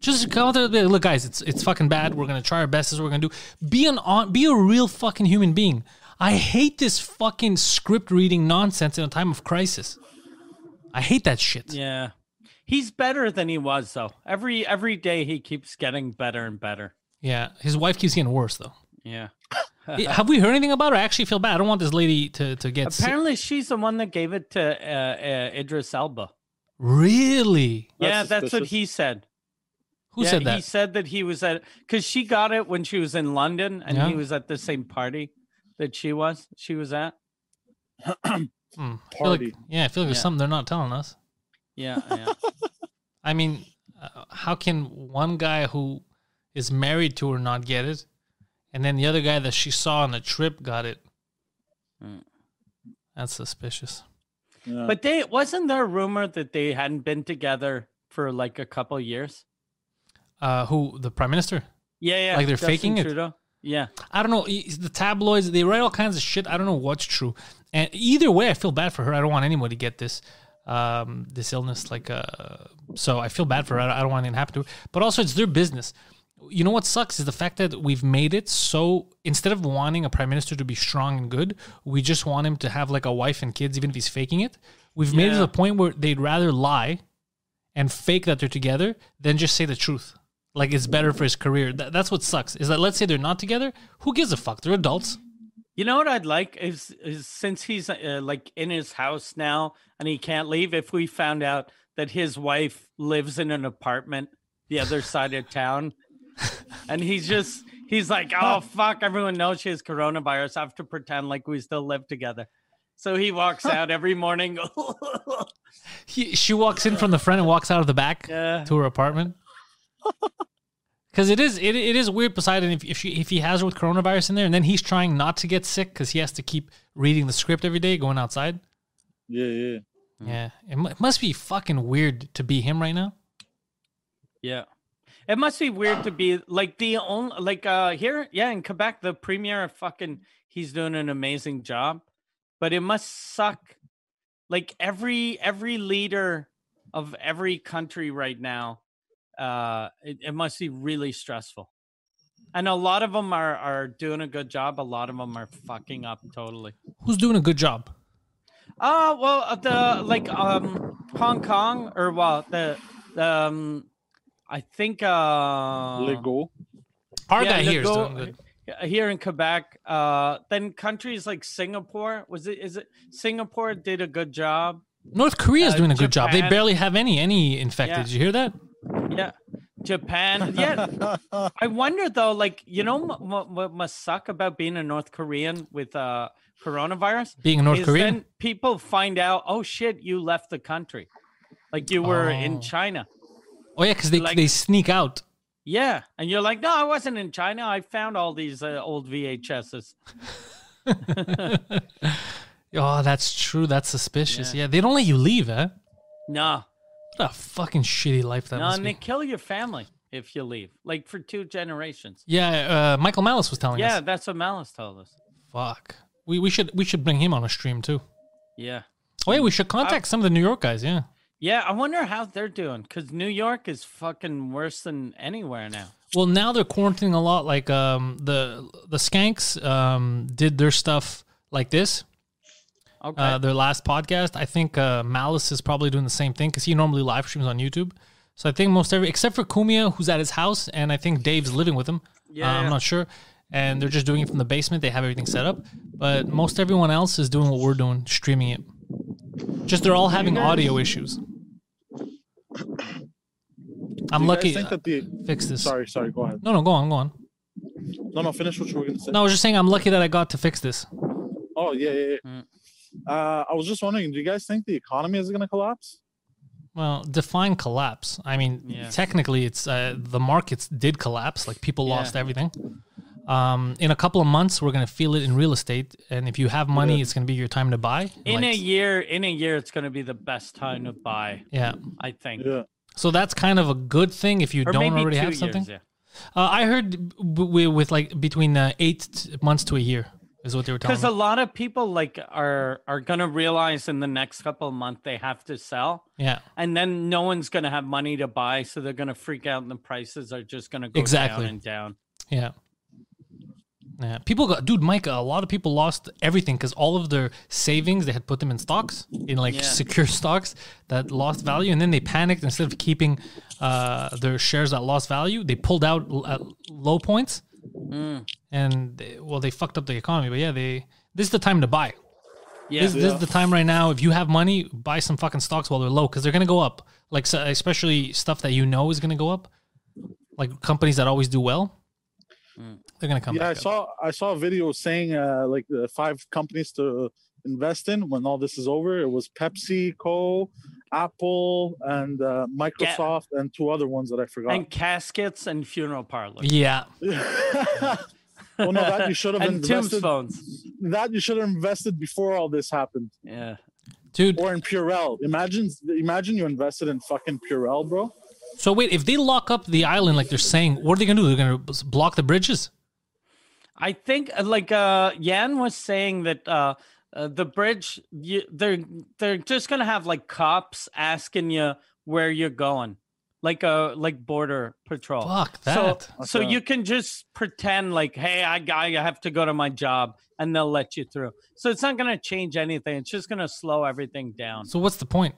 Speaker 1: Just come out there. and be like, Look, guys, it's it's fucking bad. We're gonna try our best. This is what we're gonna do. Be an on. Be a real fucking human being. I hate this fucking script reading nonsense in a time of crisis. I hate that shit.
Speaker 2: Yeah. He's better than he was though. Every every day he keeps getting better and better.
Speaker 1: Yeah, his wife keeps getting worse though.
Speaker 2: Yeah.
Speaker 1: Have we heard anything about her? I actually feel bad. I don't want this lady to to get sick.
Speaker 2: Apparently she's the one that gave it to uh, uh, Idris Elba.
Speaker 1: Really?
Speaker 2: yeah,
Speaker 3: That's
Speaker 2: that's what
Speaker 3: suspicious.
Speaker 2: he said.
Speaker 1: Who
Speaker 2: Yeah,
Speaker 1: said
Speaker 2: He
Speaker 1: that?
Speaker 2: said that he was at because she got it when she was in London and
Speaker 1: Yeah.
Speaker 2: he was at the same party that she was. She was at.
Speaker 1: Hmm. I feel like-
Speaker 3: Party.
Speaker 1: yeah, I feel like there's
Speaker 2: Yeah.
Speaker 1: something they're not telling us.
Speaker 2: Yeah, yeah.
Speaker 1: I mean, uh, how can one guy who is married to her not get it, and then the other guy that she saw on a trip got it?
Speaker 2: Hmm.
Speaker 1: That's suspicious.
Speaker 3: Yeah.
Speaker 2: but they wasn't there a rumor that they hadn't been together for like a couple years.
Speaker 1: Uh, who the prime minister?
Speaker 2: Yeah, yeah.
Speaker 1: Like they're
Speaker 2: Justin
Speaker 1: faking it?
Speaker 2: Trudeau. Yeah.
Speaker 1: I don't know. e- The tabloids they write all kinds of shit. I don't know what's true. And either way, I feel bad for her. I don't want anybody to get this um, this illness. Like, uh, so I feel bad for her. I don't want anything to happen to her. But also, it's their business. You know what sucks is the fact that we've made it so. Instead of wanting a prime minister to be strong and good, we just want him to have like a wife and kids, even if he's faking it. We've made it to
Speaker 2: Yeah.
Speaker 1: the point where they'd rather lie and fake that they're together than just say the truth. Like it's better for his career. That, that's what sucks. Is that let's say they're not together, who gives a fuck? They're adults.
Speaker 2: You know what I'd like is, is since he's uh, like in his house now and he can't leave, if we found out that his wife lives in an apartment the other side of town and he's just, he's like, oh, fuck, everyone knows she has coronavirus. I have to pretend like we still live together. So he walks out every morning.
Speaker 1: He, she walks in from the front and walks out of the back
Speaker 2: Yeah.
Speaker 1: to her apartment. Because it is it, it is weird. Poseidon, if if, she, if he has her with coronavirus in there, and then he's trying not to get sick because he has to keep reading the script every day, going outside.
Speaker 3: yeah, yeah.
Speaker 2: Mm.
Speaker 1: Yeah, it, mu- it must be fucking weird to be him right now.
Speaker 2: Yeah. It must be weird to be like the only like uh here, yeah, in Quebec, the premier of fucking he's doing an amazing job. But it must suck. Like every every leader of every country right now, uh it, it must be really stressful. And a lot of them are are doing a good job, a lot of them are fucking up totally.
Speaker 1: Who's doing a good job?
Speaker 2: Oh well, uh, the like um Hong Kong or well the the um I think uh
Speaker 3: Let go.
Speaker 1: Our
Speaker 2: yeah,
Speaker 1: guy here is
Speaker 2: Legault-
Speaker 1: doing good.
Speaker 2: uh, here in Quebec. Uh, then countries like Singapore was it is it Singapore did a good job.
Speaker 1: North Korea is
Speaker 2: uh,
Speaker 1: doing a good job. They
Speaker 2: Japan-
Speaker 1: barely have any any infected.
Speaker 2: Yeah.
Speaker 1: Did you hear that?
Speaker 2: Yeah, Japan. Yeah, I wonder though. Like you know, m- m- what must suck about being a North Korean with uh coronavirus
Speaker 1: Being a North
Speaker 2: is
Speaker 1: Korean.
Speaker 2: then people find out. Oh shit, you left the country, like you were
Speaker 1: Oh.
Speaker 2: in China.
Speaker 1: Oh yeah, because they
Speaker 2: Like-
Speaker 1: they sneak out.
Speaker 2: Yeah, and you're like, no, I wasn't in China. I found all these uh, old VHSs.
Speaker 1: Oh, that's true. That's suspicious. Yeah, they don't let you leave, eh?
Speaker 2: No,
Speaker 1: What a fucking shitty life that
Speaker 2: no,
Speaker 1: must
Speaker 2: and they
Speaker 1: be.
Speaker 2: kill your family if you leave, like for two generations.
Speaker 1: Yeah, uh, Michael Malice was telling
Speaker 2: Yeah,
Speaker 1: us.
Speaker 2: that's what Malice told us.
Speaker 1: Fuck. We we should we should bring him on a stream too.
Speaker 2: Yeah,
Speaker 1: Oh yeah, we should contact some of the New York guys. Yeah.
Speaker 2: yeah. I wonder how they're doing because New York is fucking worse than anywhere now.
Speaker 1: Well, now they're quarantining a lot. Like um, the the Skanks um, did their stuff like this.
Speaker 2: Okay.
Speaker 1: Uh, their last podcast, I think uh, Malice is probably doing the same thing because he normally live streams on YouTube. So I think most every except for Kumia, who's at his house, and I think Dave's living with him.
Speaker 2: Yeah,
Speaker 1: Uh, I'm
Speaker 2: yeah.
Speaker 1: not sure. And they're just doing it from the basement. They have everything set up, but most everyone else is doing what we're doing, streaming it. Just they're all having audio issues. I'm
Speaker 3: You guys
Speaker 1: lucky.
Speaker 3: Think that the,
Speaker 1: fix this.
Speaker 3: sorry, sorry. Go ahead.
Speaker 1: No, no, go on, go on.
Speaker 3: No, no. Finish what you were gonna say.
Speaker 1: No, I was just saying I'm lucky that I got to fix this.
Speaker 3: Oh yeah, yeah. yeah.
Speaker 2: Mm.
Speaker 3: Uh, I was just wondering, do you guys think the economy is gonna collapse?
Speaker 1: Well, define collapse. I mean,
Speaker 2: Yeah.
Speaker 1: technically, it's uh, the markets did collapse. Like people
Speaker 2: Yeah.
Speaker 1: lost everything. Um, in a couple of months, we're gonna feel it in real estate, and if you have money, it's gonna be your time to buy.
Speaker 2: In a
Speaker 1: Like,
Speaker 2: year, in a year, it's going to be the best time to buy.
Speaker 1: yeah.
Speaker 2: I think.
Speaker 1: oh
Speaker 3: Yeah.
Speaker 1: So that's kind of a good thing if you
Speaker 2: Or
Speaker 1: don't
Speaker 2: maybe
Speaker 1: already
Speaker 2: two
Speaker 1: have something.
Speaker 2: Years,
Speaker 1: Uh, I heard b- w- with like between uh, eight t- months to a year is what they were telling
Speaker 2: Because
Speaker 1: me.
Speaker 2: a lot of people like are are going to realize in the next couple of months they have to sell,
Speaker 1: yeah,
Speaker 2: and then no one's going to have money to buy, so they're going to freak out, and the prices are just going to go
Speaker 1: Exactly.
Speaker 2: down and down.
Speaker 1: yeah, yeah. People got dude, Micah. A lot of people lost everything because all of their savings they had put them in stocks in like
Speaker 2: Yeah.
Speaker 1: secure stocks that lost value, and then they panicked. Instead of keeping uh, their shares that lost value, they pulled out l- at low points,
Speaker 2: Mm,
Speaker 1: and they, well, they fucked up the economy. But yeah, they this is the time to buy.
Speaker 2: Yeah,
Speaker 1: This, this is the time right now. If you have money, buy some fucking stocks while they're low because they're gonna go up. Like so, especially stuff that you know is gonna go up, like companies that always do well.
Speaker 2: Mm.
Speaker 1: They're gonna come
Speaker 3: yeah, I
Speaker 1: back. up.
Speaker 3: saw I saw a video saying uh, like the five companies to invest in when all this is over. It was PepsiCo, Apple, and uh, Microsoft, and two other ones that I forgot.
Speaker 2: and caskets and funeral parlors.
Speaker 1: Yeah,
Speaker 3: well, Oh, no, that you should have
Speaker 2: and
Speaker 3: invested.
Speaker 2: tombstones.
Speaker 3: That you should have invested before all this happened,
Speaker 2: Yeah.
Speaker 1: dude.
Speaker 3: or in Purell. Imagine, imagine you invested in fucking Purell, bro.
Speaker 1: So wait, if they lock up the island like they're saying, what are they gonna do? They're gonna b- block the bridges.
Speaker 2: I think uh, like uh Yan was saying that uh, uh the bridge you, they're they're just gonna have like cops asking you where you're going. Like uh like border patrol.
Speaker 1: Fuck
Speaker 2: So,
Speaker 1: that.
Speaker 2: so
Speaker 3: Okay.
Speaker 2: you can just pretend like, hey, I g- I have to go to my job, and they'll let you through. So it's not gonna change anything. It's just gonna slow everything down.
Speaker 1: So, what's the point?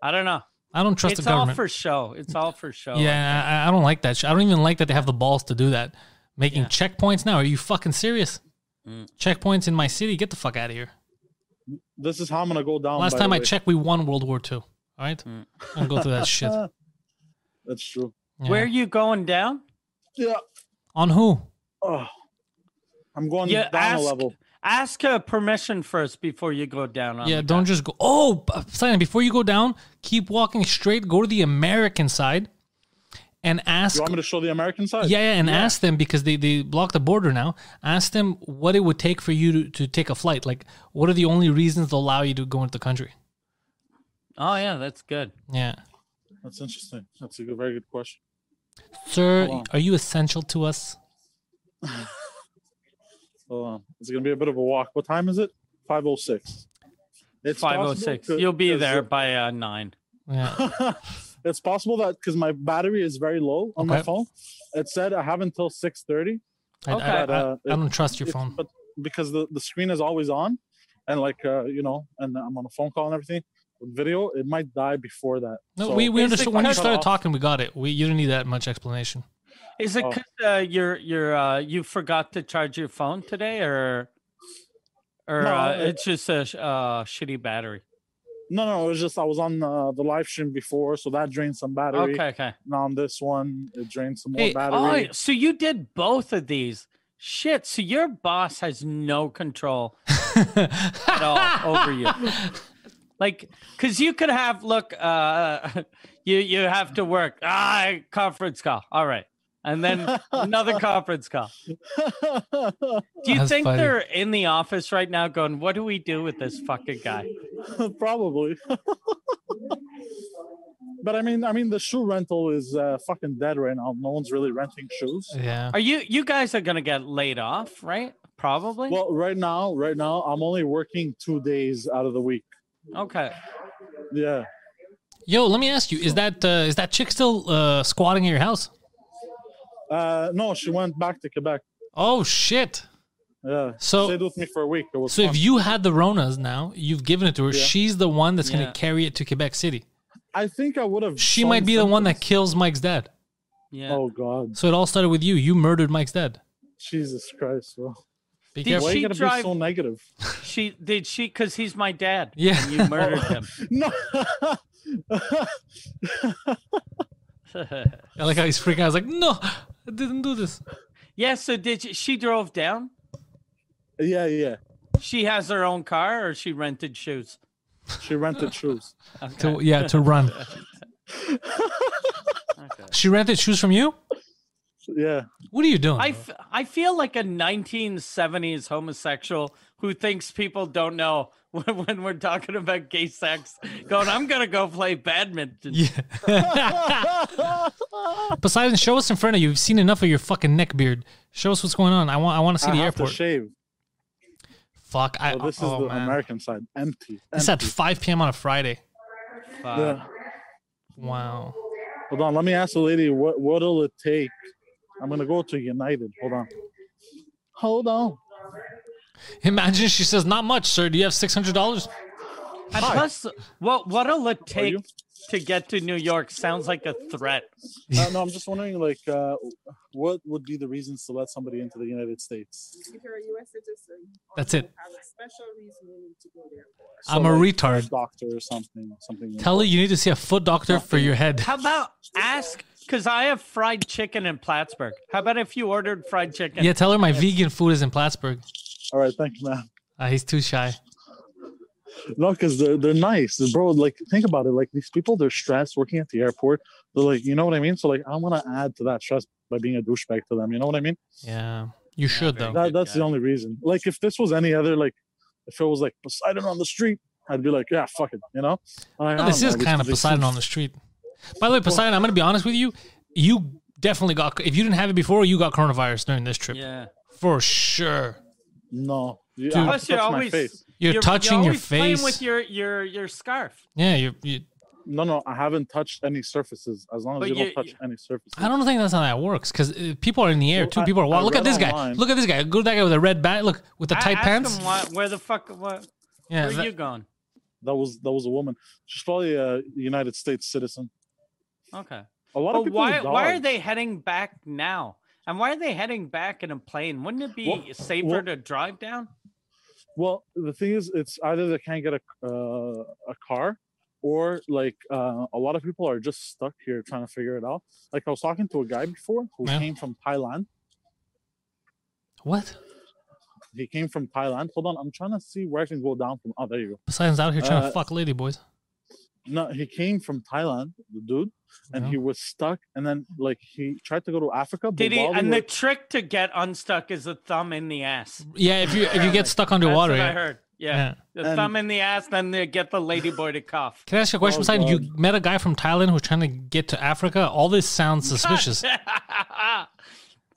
Speaker 2: I don't know.
Speaker 1: I don't trust
Speaker 2: It's
Speaker 1: the
Speaker 2: all
Speaker 1: government.
Speaker 2: for show. It's all for show.
Speaker 1: yeah, I, I don't like that. shit. I don't even like that they have the balls to do that. Making checkpoints now? Are you fucking serious?
Speaker 2: Mm.
Speaker 1: Checkpoints in my city? Get the fuck out of here.
Speaker 3: This is how I'm gonna go down.
Speaker 1: Last
Speaker 3: by
Speaker 1: time
Speaker 3: the
Speaker 1: I
Speaker 3: way.
Speaker 1: checked, we won World War II. All right,
Speaker 2: Hmm.
Speaker 1: I'm gonna go through that shit.
Speaker 3: Uh, that's true.
Speaker 1: Yeah.
Speaker 2: Where are you going down?
Speaker 3: Yeah.
Speaker 1: On who?
Speaker 3: Oh, I'm going
Speaker 2: Yeah,
Speaker 3: down a
Speaker 2: ask-
Speaker 3: level.
Speaker 2: Ask her permission first before you go down. On
Speaker 1: yeah,
Speaker 2: the
Speaker 1: don't just go. Oh, b- Simon, before you go down, keep walking straight. Go to the American side, and ask.
Speaker 3: You want me to show the American side?
Speaker 1: Yeah, yeah, and ask them because they they block the border now. Ask them what it would take for you to, to take a flight. Like, what are the only reasons they'll allow you to go into the country?
Speaker 2: Oh yeah, that's good.
Speaker 1: Yeah,
Speaker 3: That's interesting. That's a good, very good question.
Speaker 1: sir,
Speaker 3: Hold on.
Speaker 1: are you essential to us?
Speaker 3: Hold on. It's going to be a bit of a walk. What time is it? 5.06. It's
Speaker 2: Five oh
Speaker 3: possible
Speaker 2: six.
Speaker 3: to-
Speaker 2: You'll be
Speaker 3: 'cause
Speaker 2: there by uh, nine.
Speaker 1: Yeah,
Speaker 3: It's possible that because my battery is very low on my
Speaker 1: Okay.
Speaker 3: phone. It said I have until 6.30
Speaker 1: I, I-
Speaker 2: Okay.
Speaker 1: I,
Speaker 3: But, uh,
Speaker 1: I don't trust your
Speaker 3: It's-
Speaker 1: phone.
Speaker 3: but because the, the screen is always on and like, uh, you know, and I'm on a phone call and everything. With video, it might die before that.
Speaker 1: No,
Speaker 3: So-
Speaker 1: we, we
Speaker 2: Is it
Speaker 1: understood when you
Speaker 3: cut
Speaker 1: started
Speaker 3: off?
Speaker 1: talking. We got it. We you didn't need that much explanation.
Speaker 2: Is it
Speaker 3: Oh.
Speaker 2: because uh, you're you're uh, you forgot to charge your phone today, or or
Speaker 3: No,
Speaker 2: uh,
Speaker 3: it-
Speaker 2: it's just a sh- uh, shitty battery?
Speaker 3: No, no, it was just I was on uh, the live stream before, so that drained some battery.
Speaker 2: Okay, okay.
Speaker 3: Now on this one, it drained some more
Speaker 1: Hey,
Speaker 3: battery.
Speaker 2: Oh, so you did both of these. Shit. So your boss has no control at all over you. Like, cause you could have look, uh, you you have to work. Ah, conference call. All right, and then another conference call. Do you
Speaker 1: That's
Speaker 2: think
Speaker 1: funny.
Speaker 2: they're in the office right now, going, "What do we do with this fucking guy?"
Speaker 3: Probably. but I mean, I mean, the shoe rental is uh, fucking dead right now. No one's really renting shoes.
Speaker 1: Yeah.
Speaker 2: Are you you guys are gonna get laid off, right? Probably.
Speaker 3: Well, right now, right now, I'm only working two days out of the week.
Speaker 2: okay.
Speaker 3: Yeah.
Speaker 1: Yo, let me ask you: Is that uh, is that chick still uh, squatting at your house?
Speaker 3: Uh, no, she went back to Quebec.
Speaker 1: Oh shit!
Speaker 3: Yeah.
Speaker 1: So-
Speaker 3: stayed with me for a week. It was
Speaker 1: So
Speaker 3: fun.
Speaker 1: if you had the Ronas now, you've given it to her.
Speaker 3: Yeah.
Speaker 1: She's the one that's
Speaker 2: Yeah.
Speaker 1: gonna carry it to Quebec City.
Speaker 3: I think I would have.
Speaker 1: She
Speaker 3: shown
Speaker 1: might be the one that
Speaker 3: symptoms.
Speaker 1: kills Mike's dad.
Speaker 2: Yeah.
Speaker 3: Oh God,
Speaker 1: So it all started with you. You murdered Mike's dad.
Speaker 3: Jesus Christ, bro!
Speaker 1: Be
Speaker 2: Did
Speaker 1: careful.
Speaker 3: Why are
Speaker 2: she
Speaker 3: you gonna be
Speaker 2: drive-
Speaker 3: so negative?
Speaker 2: She did she because he's my dad.
Speaker 1: Yeah.
Speaker 2: And you murdered him.
Speaker 3: No.
Speaker 1: I like how he's freaking out. I was like, no, I didn't do this.
Speaker 2: yeah. So did she, she drove down?
Speaker 3: yeah, yeah.
Speaker 2: She has her own car, or she rented shoes.
Speaker 3: She rented shoes.
Speaker 1: To, yeah, to run. She rented shoes from you?
Speaker 3: yeah.
Speaker 1: What are you doing?
Speaker 2: I,
Speaker 1: bro?
Speaker 2: f- I feel like a 1970s homosexual who thinks people don't know when, when we're talking about gay sex, going, I'm going to go play badminton.
Speaker 1: yeah. Poseidon, show us in front of you. We've seen enough of your fucking neck beard. Show us what's going on. I want. I want to see
Speaker 3: I
Speaker 1: the
Speaker 3: have to
Speaker 1: airport.
Speaker 3: shave.
Speaker 1: Fuck. I,
Speaker 3: Well, this is
Speaker 1: oh,
Speaker 3: the
Speaker 1: man.
Speaker 3: American side. Empty.
Speaker 1: It's at
Speaker 3: empty.
Speaker 1: 5 p.m. on a Friday.
Speaker 2: Fuck.
Speaker 3: Yeah.
Speaker 1: Wow.
Speaker 3: Hold on. Let me ask the lady. What What'll it take? I'm gonna go to United. Hold on. Hold on.
Speaker 1: Imagine she says, "Not much, sir. Do you have six hundred dollars?"
Speaker 2: And plus, what, what'll it
Speaker 3: Are
Speaker 2: take
Speaker 3: you?
Speaker 2: to get to New York sounds like a threat.
Speaker 3: Uh, no, I'm just wondering, like, uh, what would be the reasons to let somebody into the United States?
Speaker 7: If you're a U.S. citizen, or
Speaker 1: That's
Speaker 7: you
Speaker 1: it.
Speaker 7: Have a special reason to go there.
Speaker 3: So,
Speaker 1: I'm a
Speaker 3: like,
Speaker 1: retard.
Speaker 3: Doctor or something. Something. like-
Speaker 1: Tell her you need to see a foot doctor for your head.
Speaker 2: How about ask? Because I have fried chicken in Plattsburgh. How about if you ordered fried chicken?
Speaker 1: Yeah, tell her my vegan food is in Plattsburgh.
Speaker 3: All right. Thank you, man.
Speaker 1: Uh, he's too shy.
Speaker 3: No, because they're they're nice, bro. Like, think about it. Like these people, they're stressed working at the airport. They're like, you know what I mean. So like, I want to add to that stress by being a douchebag to them. You know what I mean?
Speaker 1: Yeah, you should though.
Speaker 3: That, that's the only reason. Like, if this was any other, like, if it was like Poseidon on the street, I'd be like, yeah, fuck it, you know. I
Speaker 1: No,
Speaker 3: am,
Speaker 1: this is
Speaker 3: like,
Speaker 1: kind of
Speaker 3: they
Speaker 1: Poseidon
Speaker 3: seem-
Speaker 1: on the street. By the way, Poseidon, I'm gonna be honest with you. You definitely got. If you didn't have it before, you got coronavirus during this trip
Speaker 2: Yeah.
Speaker 1: for sure.
Speaker 3: No, you,
Speaker 1: Dude.
Speaker 3: I
Speaker 2: Plus,
Speaker 3: have to
Speaker 2: you're
Speaker 3: touch my
Speaker 2: always
Speaker 3: face.
Speaker 1: You're, touching your
Speaker 2: always Playing
Speaker 1: face.
Speaker 2: with your your your scarf.
Speaker 1: yeah, you you.
Speaker 3: No, no, I haven't touched any surfaces. As long
Speaker 2: But
Speaker 3: as you,
Speaker 2: you-
Speaker 3: don't touch any surfaces.
Speaker 1: I don't think that's how that works because people are in the air
Speaker 3: Well,
Speaker 1: too.
Speaker 3: I-
Speaker 1: People are
Speaker 3: I
Speaker 1: walking. Look at
Speaker 3: read
Speaker 1: this guy.
Speaker 3: online-
Speaker 1: Look at this guy. Go to that guy with a red bat. Look with the
Speaker 2: I-
Speaker 1: tight
Speaker 2: ask
Speaker 1: pants.
Speaker 2: him why- where the fuck? What,
Speaker 1: Yeah,
Speaker 2: where
Speaker 1: that-
Speaker 2: you going?
Speaker 3: That was that was a woman. She's probably a United States citizen.
Speaker 2: Okay.
Speaker 3: A lot of
Speaker 2: But
Speaker 3: people.
Speaker 2: why why are
Speaker 3: dodge.
Speaker 2: they heading back now? And why are they heading back in a plane? Wouldn't it be
Speaker 3: Well-
Speaker 2: safer
Speaker 3: well-
Speaker 2: to drive down?
Speaker 3: Well, the thing is, it's either they can't get a uh, a car, or like uh, a lot of people are just stuck here trying to figure it out. Like I was talking to a guy before who
Speaker 1: Yeah.
Speaker 3: came from Thailand.
Speaker 1: What?
Speaker 3: He came from Thailand. Hold on, I'm trying to see where I can go down from. Oh, there you go.
Speaker 1: Poseidon's out here trying to
Speaker 3: Uh,
Speaker 1: fuck lady boys.
Speaker 3: No, he came from Thailand, the dude, and
Speaker 1: Yeah.
Speaker 3: he was stuck. And then like he tried to go to Africa.
Speaker 2: Did he?
Speaker 3: Bali
Speaker 2: And the
Speaker 3: was-
Speaker 2: trick to get unstuck is a thumb in the ass.
Speaker 1: Yeah, if you if you
Speaker 2: Apparently.
Speaker 1: get stuck underwater.
Speaker 2: That's what
Speaker 1: yeah.
Speaker 2: I heard. Yeah,
Speaker 1: Yeah.
Speaker 2: the
Speaker 3: And-
Speaker 2: thumb in the ass, then they get the ladyboy to cough.
Speaker 1: Can I ask you a question,
Speaker 3: Oh,
Speaker 1: Poseidon? You met a guy from Thailand who was trying to get to Africa. All this sounds suspicious.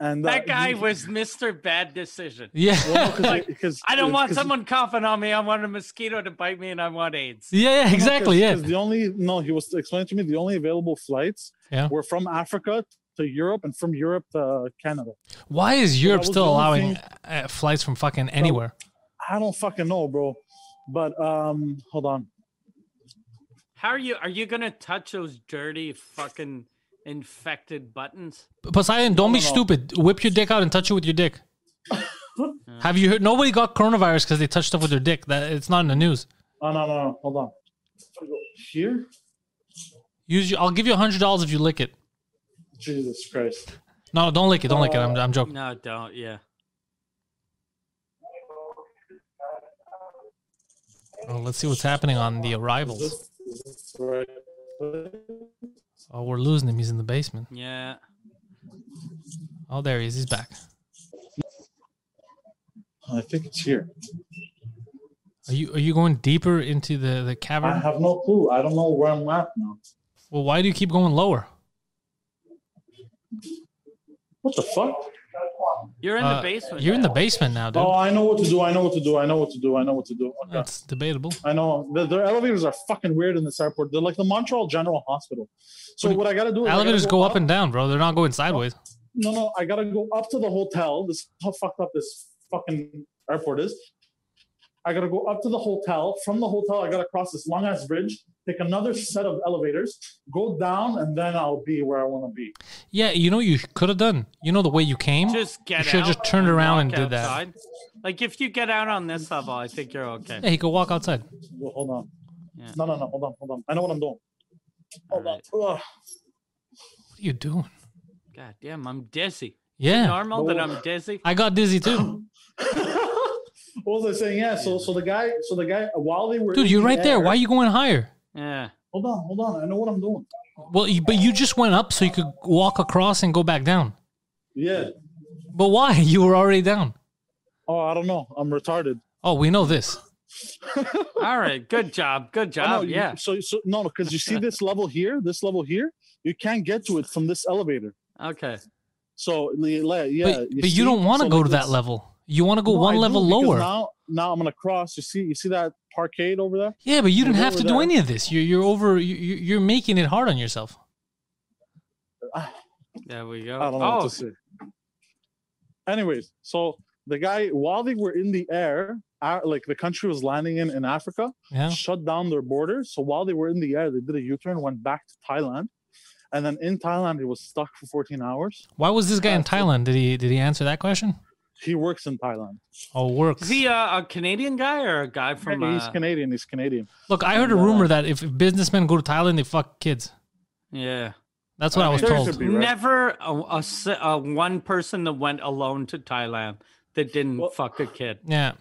Speaker 3: and
Speaker 2: that
Speaker 3: uh,
Speaker 2: guy
Speaker 3: he-
Speaker 2: was Mr. Bad Decision.
Speaker 1: Yeah.
Speaker 3: Well, no, 'cause
Speaker 2: like,
Speaker 3: it- 'cause-
Speaker 2: I don't want
Speaker 3: 'cause-
Speaker 2: someone coughing on me. I want a mosquito to bite me, and I want AIDS.
Speaker 1: yeah, yeah,
Speaker 3: No, 'cause-
Speaker 1: exactly. Yeah.
Speaker 3: 'cause The only no, he was explaining to me the only available flights
Speaker 1: Yeah.
Speaker 3: were from Africa to Europe and from Europe to Canada.
Speaker 1: Why is Europe
Speaker 3: was
Speaker 1: still
Speaker 3: the only
Speaker 1: allowing
Speaker 3: thing-
Speaker 1: uh, flights from fucking
Speaker 2: Oh,
Speaker 1: anywhere?
Speaker 3: I don't fucking know, bro. But um, hold on.
Speaker 2: How are you? Are you gonna touch those dirty fucking infected buttons?
Speaker 1: Poseidon, don't
Speaker 3: No,
Speaker 1: be
Speaker 3: no, no.
Speaker 1: stupid. Whip your dick out and touch it with your dick. Have you heard? Nobody got coronavirus because they touched stuff with their dick. That it's not in the news.
Speaker 3: Oh no, no, no. Hold on. Here,
Speaker 1: Use your, I'll give you hundred dollars if you lick it.
Speaker 3: Jesus Christ.
Speaker 1: No, don't lick it. Don't lick it. I'm, I'm joking.
Speaker 2: No, don't. Yeah.
Speaker 1: Oh, let's see what's happening on the arrivals.
Speaker 3: Is this- is this right?
Speaker 1: Oh, we're losing him. He's in the basement.
Speaker 2: Yeah.
Speaker 1: Oh, there he is. He's back.
Speaker 3: I think it's here.
Speaker 1: Are you are you going deeper into the the
Speaker 3: I
Speaker 1: cavern?
Speaker 3: have no clue. I don't know where I'm at now.
Speaker 1: Well, why do you keep going lower?
Speaker 3: What the fuck?
Speaker 2: You're in
Speaker 1: Uh,
Speaker 2: the basement.
Speaker 1: You're in the basement now, dude.
Speaker 3: Oh, I know what to do. I know what to do. I know what to do. I know what to do. Okay.
Speaker 1: That's debatable.
Speaker 3: I know the, their elevators are fucking weird in this airport. They're like the Montreal General Hospital. So
Speaker 1: What-
Speaker 3: what I gotta do? Is I gotta
Speaker 1: Elevators go up
Speaker 3: up
Speaker 1: and down, bro. They're not going sideways.
Speaker 3: no, no, I gotta go up to the hotel. This is how fucked up this fucking airport is. I gotta go up to the hotel. From the hotel, I gotta cross this long ass bridge, take another set of elevators, go down, and then I'll be where I wanna be.
Speaker 1: Yeah, you know what you could have done. You know the way you came.
Speaker 2: Just get
Speaker 1: You should've
Speaker 2: out.
Speaker 1: just turned around and
Speaker 2: walk
Speaker 1: did that.
Speaker 2: outside. Like if you get out on this level, I think you're okay.
Speaker 1: yeah, he could walk outside.
Speaker 3: Well, hold on.
Speaker 2: Yeah.
Speaker 3: No, no, no, hold on, hold on. I know what I'm doing. Hold
Speaker 2: Alright.
Speaker 3: on. Ugh.
Speaker 1: What are you doing?
Speaker 2: God damn, I'm dizzy.
Speaker 1: Yeah,
Speaker 2: Normal that I'm dizzy.
Speaker 1: I got dizzy too,
Speaker 3: what was I saying? Yeah, so so the guy, so the guy, while they were
Speaker 1: dude.
Speaker 3: in
Speaker 1: You're
Speaker 3: the
Speaker 1: right there.
Speaker 3: air-
Speaker 1: Why are you going higher?
Speaker 2: Yeah.
Speaker 3: Hold on, hold on. I know what I'm doing.
Speaker 1: Well, you, but you just went up so you could walk across and go back down.
Speaker 3: Yeah.
Speaker 1: But why? You were already down.
Speaker 3: Oh, I don't know. I'm retarded.
Speaker 1: Oh, we know this.
Speaker 2: All right. Good job. Good
Speaker 3: I know,
Speaker 2: job.
Speaker 3: you-
Speaker 2: yeah.
Speaker 3: So, so no, because you see this level here, this level here, you can't get to it from this elevator.
Speaker 2: Okay.
Speaker 3: So, li- li- yeah.
Speaker 1: but but you
Speaker 3: see?
Speaker 1: don't want to
Speaker 3: So,
Speaker 1: go
Speaker 3: like,
Speaker 1: to that
Speaker 3: it's-
Speaker 1: level. You want to go
Speaker 3: No,
Speaker 1: one
Speaker 3: I do,
Speaker 1: level
Speaker 3: because
Speaker 1: lower.
Speaker 3: Now, now I'm gonna cross. You see, you see that parkade over there?
Speaker 1: yeah, but you didn't
Speaker 3: go
Speaker 1: have to
Speaker 3: over
Speaker 1: do
Speaker 3: there.
Speaker 1: any of this. You're you're over. you- you- You're making it hard on yourself.
Speaker 2: There we go.
Speaker 3: I don't know what
Speaker 2: oh,
Speaker 3: to say. Anyways, so the guy, while they were in the air, uh, like the country was landing in in Africa,
Speaker 1: Yeah.
Speaker 3: shut down their borders. So while they were in the air, they did a U-turn, went back to Thailand, and then in Thailand, he was stuck for 14 hours.
Speaker 1: Why was this guy in Thailand? Did he did he answer that question?
Speaker 3: He works in Thailand.
Speaker 1: Oh, works.
Speaker 2: is he uh, a Canadian guy or a guy from?
Speaker 3: he's
Speaker 2: uh,
Speaker 3: Canadian. He's Canadian.
Speaker 1: Look, I heard a rumor that if businessmen go to Thailand, they fuck kids.
Speaker 2: yeah.
Speaker 1: That's what I,
Speaker 3: I
Speaker 1: was
Speaker 3: mean, Uh, there
Speaker 1: told.
Speaker 3: should be, right?
Speaker 2: Never a, a s- a one person that went alone to Thailand that didn't fuck a kid.
Speaker 1: Yeah.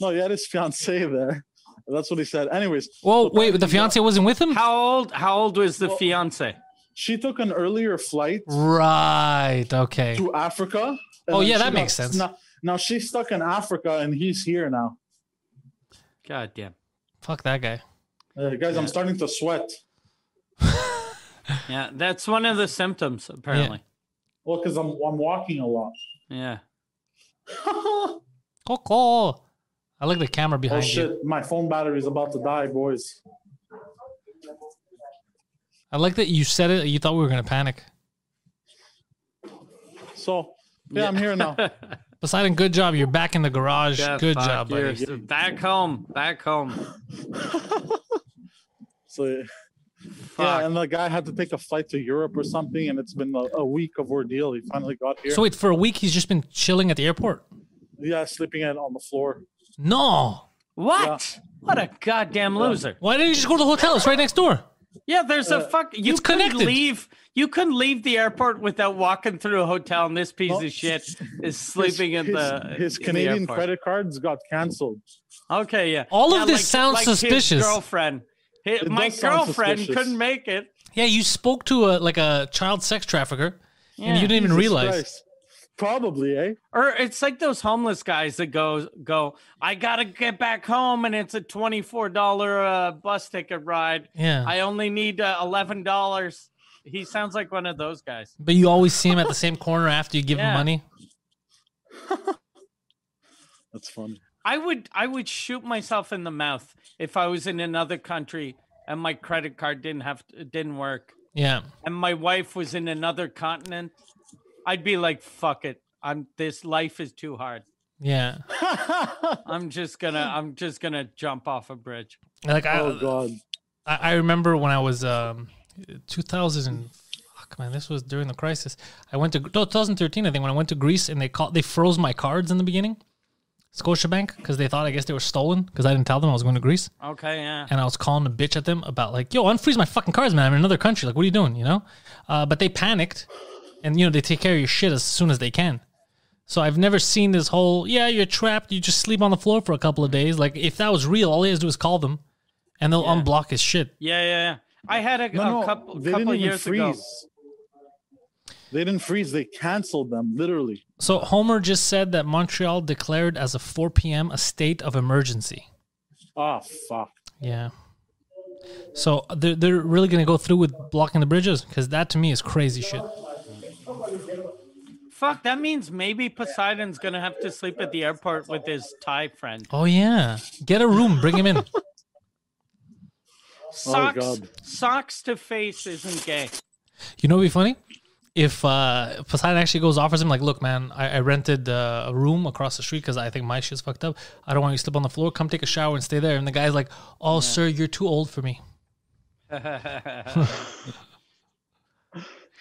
Speaker 3: no, he had his fiancee there. That's what he said. Anyways,
Speaker 1: Well,
Speaker 3: so
Speaker 1: wait, the
Speaker 3: Cardi B-
Speaker 1: fiance wasn't with him.
Speaker 2: How old? How old was the
Speaker 3: Well-
Speaker 2: fiance?
Speaker 3: She took an earlier flight
Speaker 1: Right. Okay.
Speaker 3: to Africa. and
Speaker 1: Oh,
Speaker 3: then
Speaker 1: yeah,
Speaker 3: she
Speaker 1: that makes sense.
Speaker 3: Now, now she's stuck in Africa, and he's here now.
Speaker 2: God damn.
Speaker 1: Fuck that guy.
Speaker 3: Uh, guys, I'm starting to sweat.
Speaker 2: Yeah, that's one of the symptoms apparently.
Speaker 3: Well, because I'm I'm walking a lot.
Speaker 2: Yeah.
Speaker 1: Coco. I like the camera
Speaker 3: Oh
Speaker 1: behind you.
Speaker 3: shit, my phone battery is about to die, boys.
Speaker 1: I like that you said it. You thought we were gonna panic.
Speaker 3: So yeah, I'm here now.
Speaker 1: Poseidon, good job. You're back in the garage.
Speaker 2: Yeah,
Speaker 1: good
Speaker 2: fuck
Speaker 1: job, buddy.
Speaker 2: you. Back home. Back home.
Speaker 3: So yeah,
Speaker 2: Fuck.
Speaker 3: and the guy had to take a flight to Europe or something, and it's been a, a week of ordeal. He finally got here.
Speaker 1: So wait, for a week he's just been chilling at the airport.
Speaker 3: yeah, sleeping in on the floor.
Speaker 1: No.
Speaker 2: What? What a goddamn loser.
Speaker 1: Why didn't you just go to the hotel? It's right next door.
Speaker 2: Yeah, there's a fuck. You
Speaker 1: Uh, it's
Speaker 2: couldn't
Speaker 1: connected.
Speaker 2: leave. You couldn't leave the airport without walking through a hotel, and this piece of shit is sleeping
Speaker 3: his,
Speaker 2: in the
Speaker 3: his
Speaker 2: in the
Speaker 3: Canadian
Speaker 2: airport.
Speaker 3: credit cards got canceled.
Speaker 2: Okay, yeah.
Speaker 1: All of
Speaker 2: Yeah,
Speaker 1: this
Speaker 2: like-
Speaker 1: sounds
Speaker 2: like his
Speaker 1: suspicious.
Speaker 2: girlfriend. Hi-
Speaker 3: It
Speaker 2: my
Speaker 3: does sound
Speaker 2: girlfriend
Speaker 3: suspicious.
Speaker 2: couldn't make it.
Speaker 1: Yeah, you spoke to a like a child sex trafficker, and you
Speaker 2: Yeah.
Speaker 1: didn't even
Speaker 3: Jesus
Speaker 1: realize.
Speaker 3: Christ. Probably, eh?
Speaker 2: Or it's like those homeless guys that go go. I gotta get back home, and it's a twenty four dollar uh, bus ticket ride.
Speaker 1: Yeah,
Speaker 2: I only need uh, eleven dollars. He sounds like one of those guys.
Speaker 1: but you always see him at the same corner after you give him
Speaker 2: Yeah.
Speaker 1: money.
Speaker 3: That's funny.
Speaker 2: I would I would shoot myself in the mouth if I was in another country and my credit card didn't have didn't work
Speaker 1: Yeah,
Speaker 2: and my wife was in another continent. I'd be like, fuck it. I'm this life is too hard.
Speaker 1: yeah.
Speaker 2: I'm just gonna I'm just gonna jump off a bridge.
Speaker 1: Like
Speaker 2: Uh,
Speaker 1: I,
Speaker 3: Oh god.
Speaker 1: I, I remember when I was um, 2000. And, fuck man, this was during the crisis. I went to no, 2013. I think when I went to Greece and they called, they froze my cards in the beginning. Scotiabank, because they thought I guess they were stolen because I didn't tell them I was going to Greece.
Speaker 2: Okay, yeah.
Speaker 1: and I was calling a bitch at them about like, yo, unfreeze my fucking cards, man. I'm in another country. Like, what are you doing? You know? Uh, but they panicked, and you know they take care of your shit as soon as they can. So I've never seen this whole yeah, you're trapped. You just sleep on the floor for a couple of days. Like if that was real, all he has to do is call them, and they'll unblock his shit.
Speaker 2: Yeah, yeah, yeah. I had a,
Speaker 3: No,
Speaker 2: a
Speaker 3: no,
Speaker 2: couple
Speaker 3: they
Speaker 2: couple
Speaker 3: didn't even
Speaker 2: years
Speaker 3: freeze.
Speaker 2: ago.
Speaker 3: They didn't freeze. They canceled them literally.
Speaker 1: So Homer just said that Montreal declared as of 4 p.m. a state of emergency.
Speaker 3: Ah, fuck.
Speaker 1: Yeah. So they're they're really gonna go through with blocking the bridges because that to me is crazy shit.
Speaker 2: Fuck, that means maybe Poseidon's gonna have to sleep at the airport with his Thai friend.
Speaker 1: Oh yeah, get a room, bring him in.
Speaker 2: Socks
Speaker 3: Oh, God.
Speaker 2: socks to face isn't gay.
Speaker 1: You know what would be funny? If uh, Poseidon actually goes offers him like, look, man, I, I rented uh, a room across the street because I think my shit's fucked up. I don't want you to slip on the floor. Come take a shower and stay there. And the guy's like, oh, sir, you're too old for me.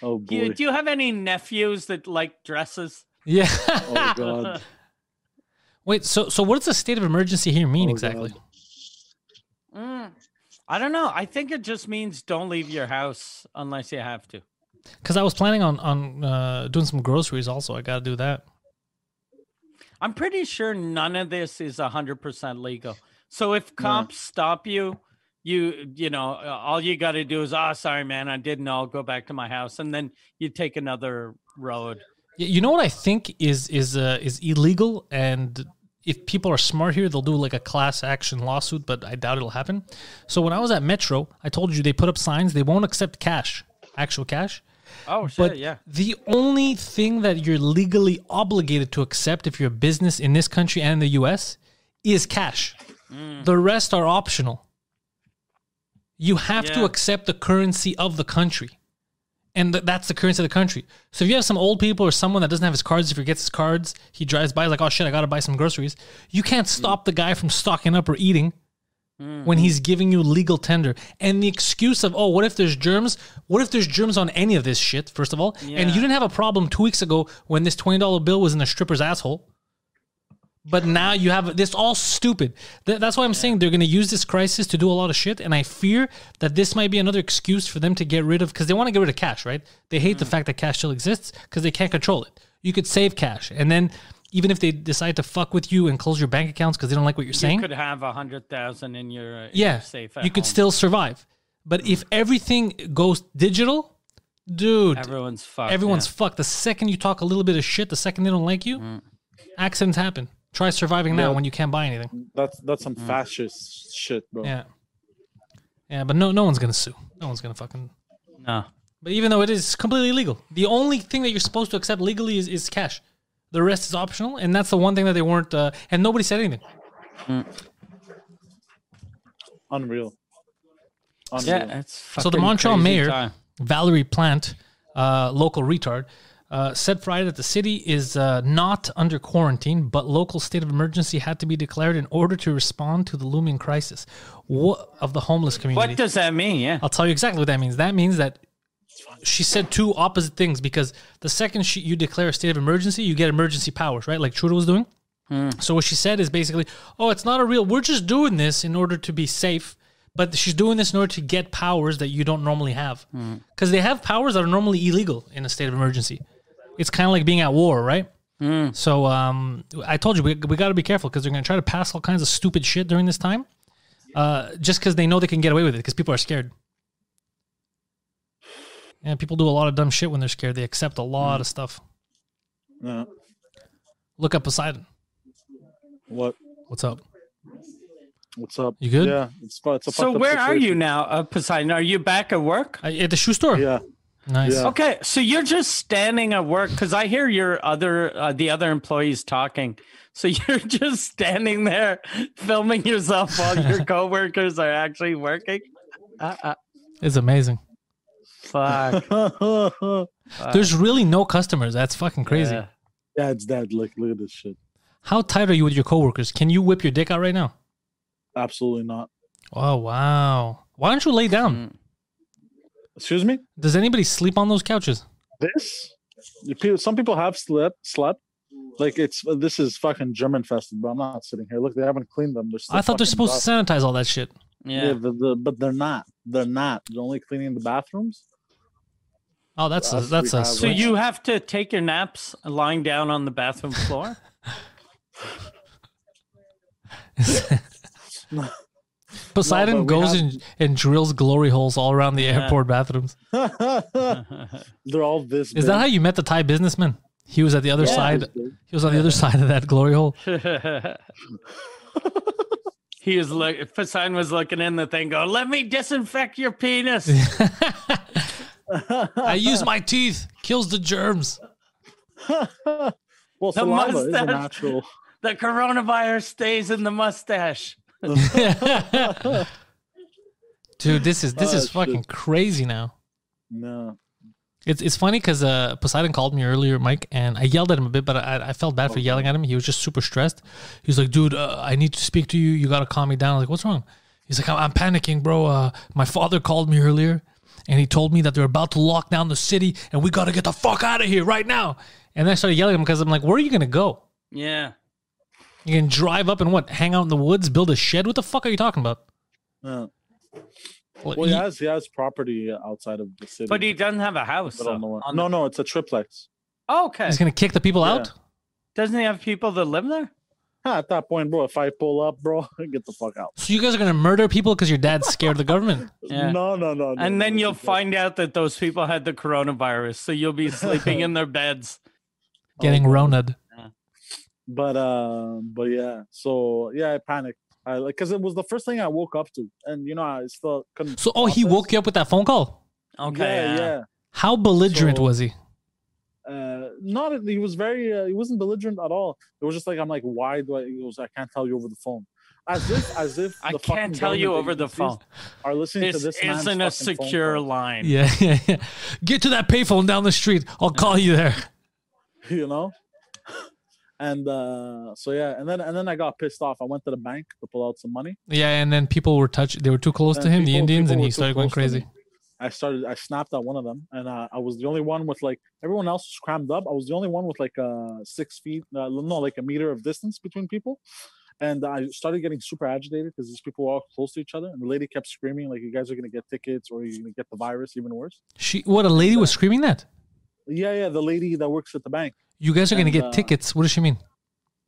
Speaker 3: Oh
Speaker 2: Do
Speaker 3: boy.
Speaker 2: you, do you have any nephews that like dresses?
Speaker 1: Yeah.
Speaker 3: oh god.
Speaker 1: Wait. So, so what does the state of emergency here mean
Speaker 3: Oh,
Speaker 1: exactly?
Speaker 3: God.
Speaker 2: Mm, I don't know. I think it just means don't leave your house unless you have to.
Speaker 1: Because I was planning on on uh, doing some groceries also. I gotta do that.
Speaker 2: I'm pretty sure none of this is 100% legal. So if cops stop you you you know uh, all you got to do is ah sorry man i didn't i'll go back to my house and then you take another road
Speaker 1: Y- You know what I think is is uh, is illegal, and if people are smart here, they'll do like a class action lawsuit. But I doubt it'll happen. So when I was at Metro, I told you they put up signs they won't accept cash, actual cash.
Speaker 2: oh shit
Speaker 1: But
Speaker 2: yeah
Speaker 1: the only thing that you're legally obligated to accept if you're a business in this country and in the U.S. is cash. The rest are optional. You have to
Speaker 2: Yeah.
Speaker 1: accept the currency of the country and th- that's the currency of the country. So if you have some old people or someone that doesn't have his cards, if he gets his cards, he drives by he's like, oh shit, I gotta buy some groceries. You can't stop the guy from stocking up or eating when he's giving you legal tender. And the excuse of, oh, what if there's germs? What if there's germs on any of this shit? First of all, and
Speaker 2: Yeah.
Speaker 1: you didn't have a problem two weeks ago when this twenty dollar bill was in a stripper's asshole. But now you have this all stupid. Th- that's why I'm saying they're going to use this crisis to do a lot of shit, and I fear that this might be another excuse for them to get rid of because they want to get rid of cash, right? They hate the
Speaker 2: Mm.
Speaker 1: fact that cash still exists because they can't control it. You could save cash, and then even if they decide to fuck with you and close your bank accounts because they don't like what you're saying,
Speaker 2: you could have a hundred thousand in your uh, in
Speaker 1: yeah,
Speaker 2: your safe at
Speaker 1: you could
Speaker 2: home. Mm-hmm.
Speaker 1: still survive. But if everything goes digital, dude,
Speaker 2: everyone's fucked
Speaker 1: everyone's
Speaker 2: yeah. Mm.
Speaker 1: fucked. The second you talk a little bit of shit, the second they don't like you, accidents happen. Try surviving now
Speaker 3: Yeah.
Speaker 1: when you can't buy anything.
Speaker 3: That's that's some fascist shit, bro.
Speaker 1: Yeah. Yeah, but no, no one's gonna sue. No one's gonna fucking.
Speaker 2: no
Speaker 1: But even though it is completely illegal, the only thing that you're supposed to accept legally is, is cash. The rest is optional, and that's the one thing that they weren't. Uh, and nobody said anything.
Speaker 3: Unreal. Unreal.
Speaker 2: yeah it's
Speaker 1: So the
Speaker 2: fucking
Speaker 1: Montreal
Speaker 2: crazy
Speaker 1: mayor,
Speaker 2: time.
Speaker 1: Valerie Plant, uh, local retard, uh, said Friday that the city is uh, not under quarantine, but local state of emergency had to be declared in order to respond to the looming crisis what, of the homeless community.
Speaker 2: what does that mean yeah
Speaker 1: I'll tell you exactly what that means. That means that she said two opposite things because the second she, you declare a state of emergency, you get emergency powers, right? Like Trudeau was doing. So what she said is basically, oh, it's not a real. We're just doing this in order to be safe, but she's doing this in order to get powers that you don't normally have because they have powers that are normally illegal in a state of emergency. It's kind of like being at war, right? So um, I told you we, we got to be careful because they're going to try to pass all kinds of stupid shit during this time, uh, just because they know they can get away with it because people are scared. And people do a lot of dumb shit when they're scared. They accept a lot of stuff.
Speaker 3: Yeah.
Speaker 1: Look up Poseidon.
Speaker 3: What?
Speaker 1: What's up?
Speaker 3: What's up?
Speaker 1: You good?
Speaker 3: Yeah. It's, it's a
Speaker 2: so
Speaker 3: fucked up
Speaker 2: where are you
Speaker 3: situation.
Speaker 2: now uh, poseidon are you back at work
Speaker 1: Uh, at the shoe store.
Speaker 3: Yeah.
Speaker 1: Nice.
Speaker 3: Yeah.
Speaker 2: okay so you're just standing at work because i hear your other uh, the other employees talking so you're just standing there filming yourself while your coworkers are actually working uh, uh,
Speaker 1: It's amazing.
Speaker 2: fuck Fuck.
Speaker 1: There's really no customers. That's fucking crazy.
Speaker 2: Yeah.
Speaker 3: yeah, it's dead. Like, look at this shit.
Speaker 1: How tight are you with your coworkers? Can you whip your dick out right now?
Speaker 3: Absolutely not.
Speaker 1: Oh wow. Why don't you lay down?
Speaker 3: Excuse me.
Speaker 1: Does anybody sleep on those couches?
Speaker 3: This. You pe- Some people have slept. Slept. Like it's this is fucking German fested, but I'm not sitting here. Look, they haven't cleaned them. They're still
Speaker 1: I thought they're
Speaker 3: fucking
Speaker 1: supposed
Speaker 3: dust.
Speaker 1: to sanitize all that shit.
Speaker 3: Yeah,
Speaker 2: yeah
Speaker 3: the, the, but they're not. They're not. They're only cleaning the bathrooms.
Speaker 1: Oh, that's a,
Speaker 3: Us, we
Speaker 1: that's a
Speaker 3: have
Speaker 2: so
Speaker 1: switch.
Speaker 2: you have to take your naps lying down on the bathroom floor
Speaker 1: Poseidon
Speaker 3: No, but we
Speaker 1: goes
Speaker 3: have-
Speaker 1: and, and drills glory holes all around the airport bathrooms.
Speaker 3: they're all this.
Speaker 1: Is that how you met the Thai businessman? He was at the other side. He was on the other side of that glory hole.
Speaker 2: he was look poseidon was looking in the thing going let me disinfect your penis
Speaker 1: I use my teeth. Kills the germs.
Speaker 3: Well,
Speaker 2: The
Speaker 3: saliva is a
Speaker 2: mustache.
Speaker 3: natural.
Speaker 2: the coronavirus stays in the mustache
Speaker 1: Dude, this is this
Speaker 3: Oh,
Speaker 1: is
Speaker 3: shit.
Speaker 1: fucking crazy now.
Speaker 3: No.
Speaker 1: It's it's funny because uh, Poseidon called me earlier, Mike, and I yelled at him a bit, but I, I felt bad for yelling at him. He was just super stressed. He was like, "Dude, uh, I need to speak to you. You gotta calm me down." I was like, "What's wrong?" He's like, "I'm, I'm panicking, bro. Uh, my father called me earlier, and he told me that they're about to lock down the city, and we gotta get the fuck out of here right now." And I started yelling at him because I'm like, "Where are you gonna go?
Speaker 2: yeah
Speaker 1: You can drive up and what? Hang out in the woods, build a shed? What the fuck are you talking about?"
Speaker 3: Yeah.
Speaker 1: Well,
Speaker 3: Well,
Speaker 1: he-
Speaker 3: he has he has property outside of the city.
Speaker 2: But he doesn't have a house.
Speaker 3: I don't know
Speaker 2: though,
Speaker 3: what-
Speaker 2: on
Speaker 3: no,
Speaker 2: the-
Speaker 3: no, it's a triplex.
Speaker 2: Oh, okay.
Speaker 1: he's gonna kick the people
Speaker 3: Yeah.
Speaker 1: out.
Speaker 2: Doesn't he have people that live there?
Speaker 3: At that point, bro, if I pull up, bro, get the fuck out.
Speaker 1: So you guys are gonna murder people because your dad's scared of the government.
Speaker 2: Yeah.
Speaker 3: No, no, no. no,
Speaker 2: And
Speaker 3: no,
Speaker 2: then
Speaker 3: no,
Speaker 2: you'll
Speaker 3: no.
Speaker 2: find out that those people had the coronavirus. So you'll be sleeping in their beds.
Speaker 3: Oh,
Speaker 1: Getting rona'd.
Speaker 3: But uh, but yeah. So yeah, I panicked. I like because it was the first thing I woke up to, and you know I still couldn't.
Speaker 1: So oh, he woke you up with that phone call.
Speaker 2: Okay.
Speaker 3: Yeah,
Speaker 2: Yeah.
Speaker 3: yeah.
Speaker 1: How belligerent
Speaker 3: So-
Speaker 1: was he?
Speaker 3: Uh, not he was very uh, he wasn't belligerent at all. It was just like I'm like, why do I? He goes, I can't tell you over the phone. As if, as if
Speaker 2: I
Speaker 3: the
Speaker 2: can't
Speaker 3: fucking
Speaker 2: tell you
Speaker 3: government
Speaker 2: over the
Speaker 3: agencies
Speaker 2: phone.
Speaker 3: Are listening
Speaker 2: This,
Speaker 3: to this man's
Speaker 2: isn't a
Speaker 3: fucking phone
Speaker 2: secure
Speaker 3: call,
Speaker 2: line.
Speaker 1: Yeah, yeah, yeah. Get to that payphone down the street. I'll call you there.
Speaker 3: you know. And uh, so yeah, and then and then I got pissed off. I went to the bank to pull out some money.
Speaker 1: Yeah, and then people were touched. They were too close to
Speaker 3: And
Speaker 1: him, the
Speaker 3: people-
Speaker 1: Indians,
Speaker 3: people
Speaker 1: and
Speaker 3: were
Speaker 1: he
Speaker 3: too
Speaker 1: started going
Speaker 3: close to
Speaker 1: crazy.
Speaker 3: me. I started, I snapped at one of them, and uh, I was the only one with like everyone else was crammed up. I was the only one with like uh, six feet, uh, no, like a meter of distance between people. And I started getting super agitated because these people were all close to each other, and the lady kept screaming like, "You guys are gonna get tickets, or you're gonna get the virus, even worse."
Speaker 1: She, what a lady was screaming that.
Speaker 3: Yeah, yeah, the lady that works at the bank.
Speaker 1: You guys are gonna
Speaker 3: And,
Speaker 1: get
Speaker 3: uh,
Speaker 1: tickets. What does she mean?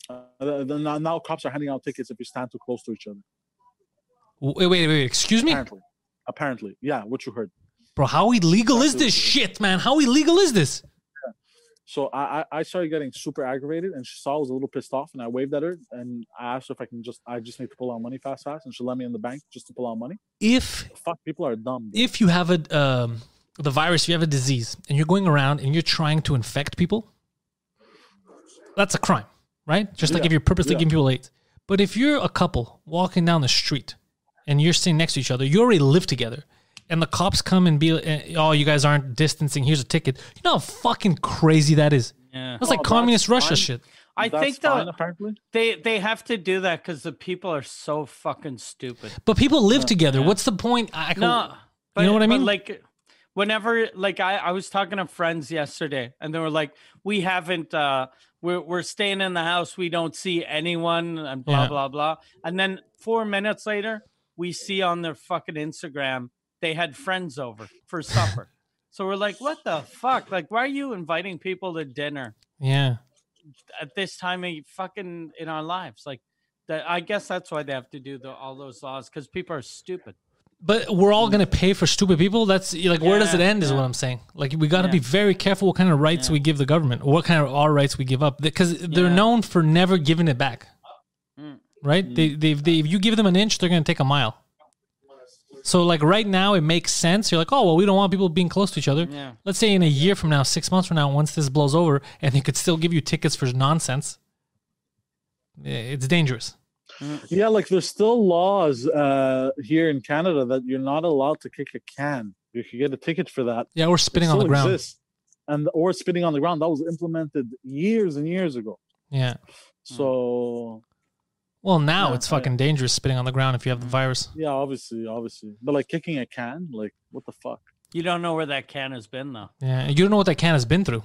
Speaker 3: Uh, the, the, now, now cops are handing out tickets if you stand too close to each other.
Speaker 1: Wait, wait, wait. Excuse me,
Speaker 3: Apparently, apparently, yeah, what you heard.
Speaker 1: bro. How illegal is this shit, man? How illegal is this?
Speaker 3: So I, I I started getting super aggravated, and she saw I was a little pissed off, and I waved at her, and I asked her if I can just I just need to pull out money fast, fast, and she let me in the bank just to pull out money.
Speaker 1: If
Speaker 3: Fuck, people are dumb. bro.
Speaker 1: if you have a um, the virus, you have a disease, and you're going around and you're trying to infect people, that's a crime, right? Just like
Speaker 3: Yeah,
Speaker 1: if you're purposely
Speaker 3: yeah.
Speaker 1: giving people AIDS. But if you're a couple walking down the street and you're sitting next to each other, you already live together, and the cops come and be, eh, oh, you guys aren't distancing. Here's a ticket. You know how fucking crazy that is.
Speaker 2: Yeah.
Speaker 1: That's
Speaker 3: Oh,
Speaker 1: like communist
Speaker 3: that's
Speaker 1: Russia
Speaker 3: fine.
Speaker 1: shit.
Speaker 2: I
Speaker 3: That's
Speaker 2: think
Speaker 3: fine,
Speaker 2: the,
Speaker 3: apparently.
Speaker 2: they they have to do that because the people are so fucking stupid.
Speaker 1: But people live together. What's the point? I, I
Speaker 2: No, but,
Speaker 1: know what I
Speaker 2: but,
Speaker 1: mean?
Speaker 2: Like, whenever, like, I, I was talking to friends yesterday, and they were like, "We haven't, uh, we're we're staying in the house. We don't see anyone, and blah
Speaker 1: Yeah.
Speaker 2: blah blah." And then four minutes later, we see on their fucking Instagram they had friends over for supper. so we're like, "What the fuck? Like, why are you inviting people to dinner
Speaker 1: yeah.
Speaker 2: at this time of fucking in our lives?" Like. That, I guess that's why they have to do the, all those laws because people are stupid.
Speaker 1: But we're all gonna pay for stupid people. That's like, where does it
Speaker 2: Yeah,
Speaker 1: end? Is
Speaker 2: yeah.
Speaker 1: what I'm saying. Like, we gotta
Speaker 2: Yeah.
Speaker 1: be very careful what kind of rights
Speaker 2: Yeah.
Speaker 1: we give the government, or what kind of our rights we give up, because they're
Speaker 2: Yeah.
Speaker 1: known for never giving it back.
Speaker 2: Mm.
Speaker 1: Right? They, they, they, if you give them an inch, they're gonna take a mile. So, like right now, it makes sense. You're like, oh well, we don't want people being close to each other.
Speaker 2: Yeah.
Speaker 1: Let's say in a year from now, six months from now, once this blows over, and they could still give you tickets for nonsense. It's dangerous.
Speaker 3: Yeah, like there's still laws uh, here in Canada that you're not allowed to kick a can. You could get a ticket for that.
Speaker 1: Yeah, or
Speaker 3: It
Speaker 1: spitting on the
Speaker 3: still
Speaker 1: ground.
Speaker 3: exists. and or spitting on the ground that was implemented years and years ago.
Speaker 1: Yeah. Hmm.
Speaker 3: So
Speaker 1: Well, now
Speaker 3: Yeah,
Speaker 1: it's
Speaker 3: I-
Speaker 1: fucking dangerous spitting on the ground if you have the virus.
Speaker 3: yeah, obviously, obviously, but like kicking a can, like what the fuck?
Speaker 2: You don't know where that can has been though.
Speaker 1: Yeah, you don't know what that can has been through.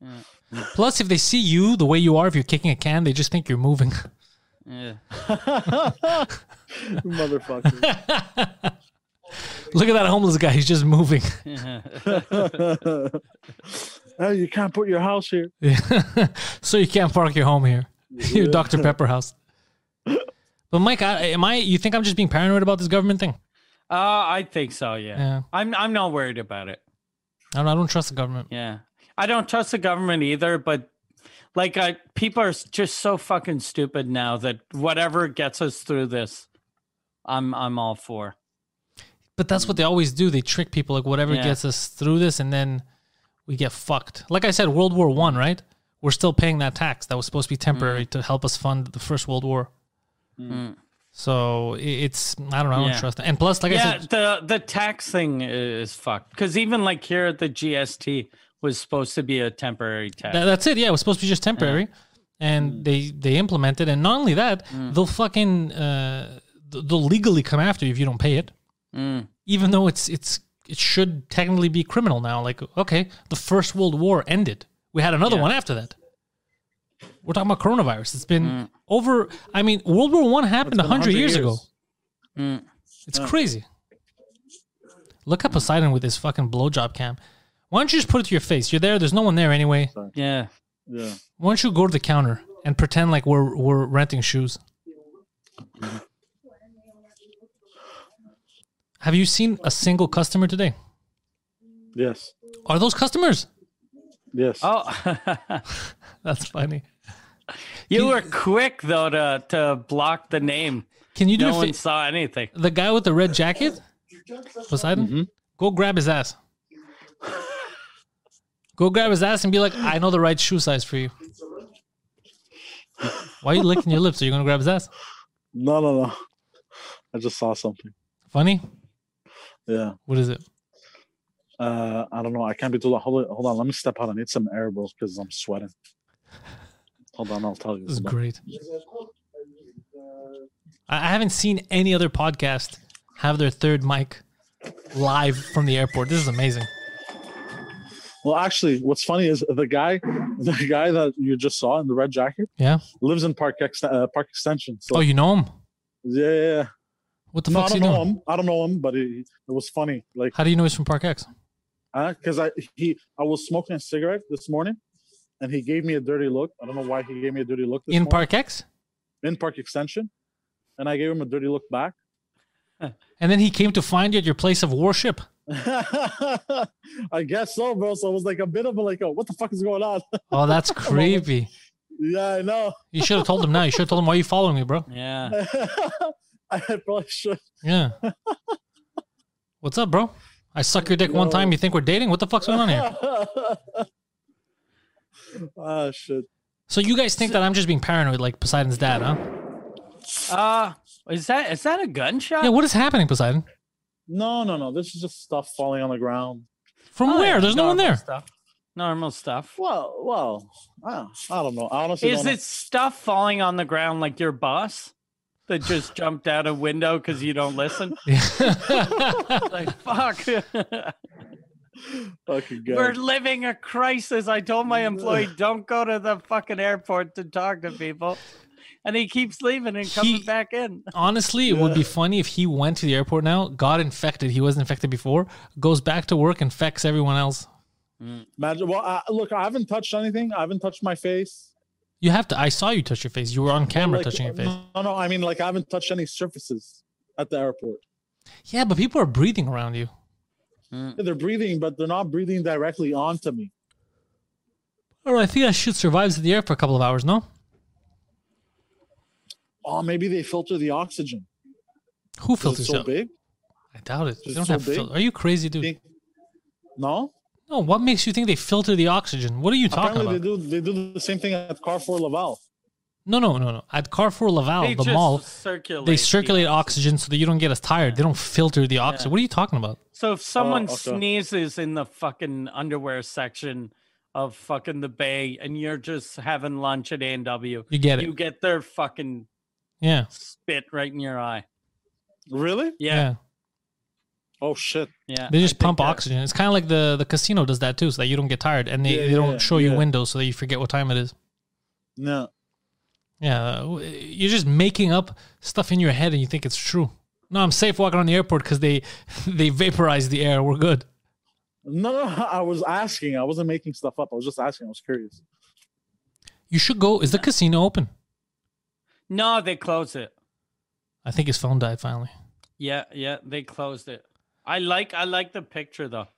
Speaker 2: Yeah.
Speaker 1: Plus, if they see you the way you are, if you're kicking a can, they just think you're moving.
Speaker 2: Yeah.
Speaker 3: Motherfucker.
Speaker 1: Look at that homeless guy; he's just moving.
Speaker 3: oh, you can't put your house here.
Speaker 1: Yeah. so you can't park your home here, your Dr. Pepper house. But Mike, I, am I? You think I'm just being paranoid about this government thing?
Speaker 2: Uh, I think so. Yeah.
Speaker 1: Yeah,
Speaker 2: I'm. I'm not worried about it.
Speaker 1: I don't. I don't trust the government.
Speaker 2: Yeah. I don't trust the government either, but like, I people are s- just so fucking stupid now that whatever gets us through this, I'm. I'm all for.
Speaker 1: But that's what they always do. They trick people. Like whatever
Speaker 2: Yeah.
Speaker 1: gets us through this, and then we get fucked. Like I said, World War One, right? We're still paying that tax that was supposed to be temporary to help us fund the first World War.
Speaker 2: Mm.
Speaker 1: So i- it's I don't know. I don't
Speaker 2: Yeah.
Speaker 1: trust. it. And plus, like
Speaker 2: yeah.
Speaker 1: I said,
Speaker 2: The the tax thing is fucked because even like here at the GST was supposed to be a temporary tax.
Speaker 1: tha- that's it. Yeah, it was supposed to be just temporary, and they they implement it. And not only that, they'll fucking uh, th- they'll legally come after you if you don't pay it,
Speaker 2: Mm.
Speaker 1: even though it's it's it should technically be criminal now. Like okay, the first World War ended. We had another
Speaker 2: Yeah.
Speaker 1: one after that. We're talking about coronavirus. It's been over. I mean, World War One happened
Speaker 3: It's been
Speaker 1: hundred years, ago.
Speaker 2: Mm.
Speaker 1: It's crazy. Look at Poseidon with his fucking blowjob cam. Why don't you just put it to your face? You're there. There's no one there anyway.
Speaker 2: Yeah.
Speaker 3: Yeah.
Speaker 1: Why don't you go to the counter and pretend like we're we're renting shoes. Have you seen a single customer today?
Speaker 3: Yes.
Speaker 1: Are those customers?
Speaker 3: Yes.
Speaker 2: Oh,
Speaker 1: That's funny.
Speaker 2: you
Speaker 1: Can-
Speaker 2: were quick though to to block the name.
Speaker 1: Can you do
Speaker 2: no
Speaker 1: a fa-
Speaker 2: one saw anything.
Speaker 1: the guy with the red jacket? Poseidon? Go grab his ass. Go grab his ass and be like, I know the right shoe size for you. Why are you licking your lips? Are you gonna grab his ass?
Speaker 3: No, no, no. I just saw something.
Speaker 1: Funny?
Speaker 3: Yeah.
Speaker 1: What is it?
Speaker 3: Uh, I don't know. I can't be too loud. Hold on. Hold on. Let me step out. I need some air, bro, because I'm sweating. Hold on. I'll tell you.
Speaker 1: This is
Speaker 3: Hold on.
Speaker 1: great. I I haven't seen any other podcast have their third mic live from the airport. This is amazing.
Speaker 3: Well, actually, what's funny is the guy, the guy that you just saw in the red jacket,
Speaker 1: Yeah.
Speaker 3: lives in Park Ex- uh, Park Extension. So
Speaker 1: Oh, you know him?
Speaker 3: yeah, yeah, yeah.
Speaker 1: What the
Speaker 3: No, I
Speaker 1: fuck's he
Speaker 3: don't know
Speaker 1: doing?
Speaker 3: him. I don't know him, but he, it was funny. Like,
Speaker 1: How do you know he's from Park X?
Speaker 3: because Uh, I he I was smoking a cigarette this morning, and he gave me a dirty look. I don't know why he gave me a dirty look. This
Speaker 1: In
Speaker 3: morning.
Speaker 1: Park X?
Speaker 3: in Park Extension, and I gave him a dirty look back.
Speaker 1: And then he came to find you at your place of worship.
Speaker 3: I guess so, bro. So it was like a bit of a like, a, what the fuck is going on?
Speaker 1: Oh, that's creepy.
Speaker 3: yeah, I know.
Speaker 1: You should have told him now. You should have told him why are you following me, bro.
Speaker 2: Yeah.
Speaker 3: I probably should.
Speaker 1: Yeah. What's up, bro? I suck your dick one time. You think we're dating? What the fuck's going on here?
Speaker 3: Ah, shit.
Speaker 1: So you guys think that I'm just being paranoid, like Poseidon's dad, huh?
Speaker 2: Uh is that is that a gunshot?
Speaker 1: Yeah. What is happening, Poseidon?
Speaker 3: No, no, no. This is just stuff falling on the ground.
Speaker 1: From
Speaker 2: Oh,
Speaker 1: where? There's no one
Speaker 2: normal
Speaker 1: there.
Speaker 2: Stuff. Normal stuff.
Speaker 3: Well, well, I don't, I don't know. I honestly
Speaker 2: Is
Speaker 3: don't know.
Speaker 2: it stuff falling on the ground like your boss that just jumped out a window because you don't listen?
Speaker 1: Yeah.
Speaker 2: Like fuck.
Speaker 3: fucking good?
Speaker 2: We're living a crisis. I told my employee, don't go to the fucking airport to talk to people. And he keeps leaving and coming
Speaker 1: He-
Speaker 2: back in.
Speaker 1: Honestly, it would be funny if he went to the airport now, got infected. He wasn't infected before. Goes back to work, infects everyone else.
Speaker 3: Imagine. Well, I, look, I haven't touched anything. I haven't touched my face.
Speaker 1: You have to. I saw you touch your face. You were on camera
Speaker 3: Like, um,
Speaker 1: touching your face.
Speaker 3: No, no. I mean, like, I haven't touched any surfaces at the airport.
Speaker 1: Yeah, but people are breathing around you.
Speaker 3: Yeah, they're breathing, but they're not breathing directly onto me.
Speaker 1: Or I think I should survive to the air for a couple of hours. No,
Speaker 3: Oh, maybe they filter the oxygen.
Speaker 1: who
Speaker 3: Is it
Speaker 1: filters
Speaker 3: so
Speaker 1: out?
Speaker 3: big?
Speaker 1: I doubt it. They
Speaker 3: Is it
Speaker 1: don't
Speaker 3: so
Speaker 1: have
Speaker 3: big?
Speaker 1: fil- Are you crazy, dude?
Speaker 3: Think- No.
Speaker 1: No. What makes you think they filter the oxygen? What are you talking
Speaker 3: Apparently,
Speaker 1: about?
Speaker 3: they do. They do the same thing at Carrefour Laval.
Speaker 1: No, no, no, no. At Carrefour Laval,
Speaker 2: They
Speaker 1: Oh, the
Speaker 2: just
Speaker 1: mall,
Speaker 2: circulate.
Speaker 1: they
Speaker 2: the
Speaker 1: circulate oxygen so that you don't get as tired. They don't filter the oxygen.
Speaker 2: Yeah.
Speaker 1: What are you talking about?
Speaker 2: So if someone
Speaker 3: okay.
Speaker 2: sneezes in the fucking underwear section of fucking the bay and you're just having lunch at A&W,
Speaker 1: You get it.
Speaker 2: you get their fucking
Speaker 1: yeah.
Speaker 2: spit right in your eye.
Speaker 3: Really?
Speaker 2: Yeah.
Speaker 3: Oh shit!
Speaker 2: Yeah.
Speaker 1: They
Speaker 2: I
Speaker 1: just
Speaker 2: think uh,
Speaker 1: pump
Speaker 2: that-
Speaker 1: oxygen. It's kind of like the, the casino does that too, so that you don't get tired, and they,
Speaker 3: Yeah,
Speaker 1: they don't
Speaker 3: yeah,
Speaker 1: show you
Speaker 3: yeah.
Speaker 1: windows so that you forget what time it is.
Speaker 3: No.
Speaker 1: Yeah, w- you're just making up stuff in your head, and you think it's true. No, I'm safe walking on the airport because they they vaporize the air. We're good.
Speaker 3: No, no, I was asking. I wasn't making stuff up. I was just asking. I was curious.
Speaker 1: You should go. Is the casino open?
Speaker 2: No, they close it.
Speaker 1: I think his phone died finally.
Speaker 2: Yeah, yeah, they closed it. I like I like the picture though.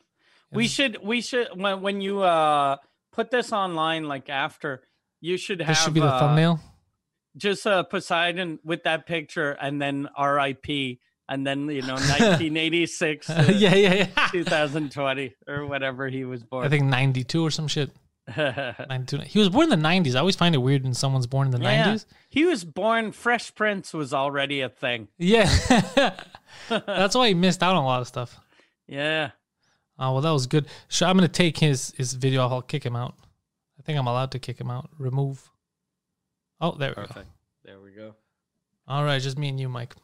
Speaker 2: We should we should when when you uh put this online like after you should have
Speaker 1: This should be the
Speaker 2: uh,
Speaker 1: thumbnail.
Speaker 2: Just uh Poseidon with that picture and then R.I.P. and then you know 1986 to
Speaker 1: yeah, yeah, yeah.
Speaker 2: 2020 or whatever he was born.
Speaker 1: I think 92 or some shit. 92. He was born in the 90s. I always find it weird when someone's born in the
Speaker 2: Yeah.
Speaker 1: 90s.
Speaker 2: he was born. Fresh Prince was already a thing.
Speaker 1: Yeah. That's why he missed out on a lot of stuff.
Speaker 2: Yeah.
Speaker 1: Oh, well, that was good. So I'm going to take his, his video off. I'll kick him out. I think I'm allowed to kick him out. Remove. Oh, there we go.
Speaker 2: There we go.
Speaker 1: All right, just me and you, Mike.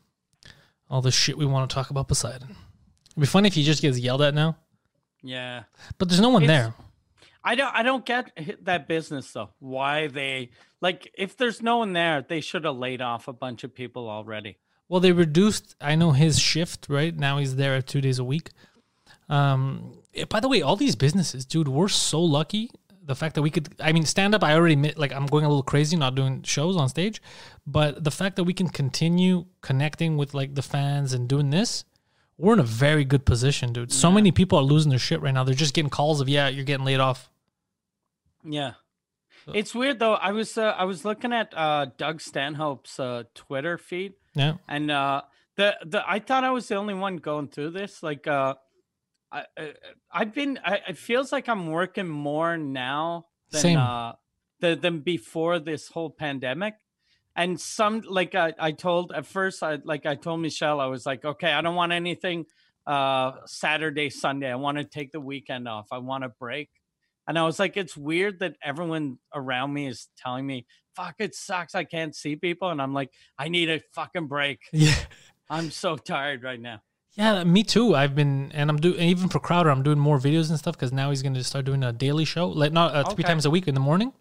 Speaker 1: All the shit we want to talk about Poseidon. It'd be funny if he just gets yelled at now,
Speaker 2: Yeah.
Speaker 1: but there's no one
Speaker 2: It's-
Speaker 1: there.
Speaker 2: I don't I don't get h- that business though. Why they like if there's no one there, they should have laid off a bunch of people already.
Speaker 1: Well, they reduced. I know his shift right now. He's there two days a week. Um, eh, by the way, all these businesses, dude, we're so lucky the fact that we could i mean stand up i already mi- like i'm going a little crazy not doing shows on stage but the fact that we can continue connecting with like the fans and doing this we're in a very good position dude so many people are losing their shit right now they're just getting calls of yeah you're getting laid off
Speaker 2: Yeah. It's weird though. I was uh, I was looking at uh, Doug Stanhope's uh, Twitter feed,
Speaker 1: yeah
Speaker 2: and uh, the the I thought I was the only one going through this. Like, uh, I, I I've been. I, it feels like I'm working more now than
Speaker 1: Same.
Speaker 2: uh, than, than before this whole pandemic. And some like I, I told at first, I like I told Michelle, I was like, okay, I don't want anything uh, Saturday, Sunday. I want to take the weekend off. I want a break. And I was like, it's weird that everyone around me is telling me, fuck, it sucks. I can't see people. And I'm like, I need a fucking break.
Speaker 1: yeah
Speaker 2: I'm so tired right now.
Speaker 1: yeah me too i've been and i'm doing even for crowder i'm doing more videos and stuff because now he's going to start doing a daily show like not uh, three
Speaker 2: Okay.
Speaker 1: times a week in the morning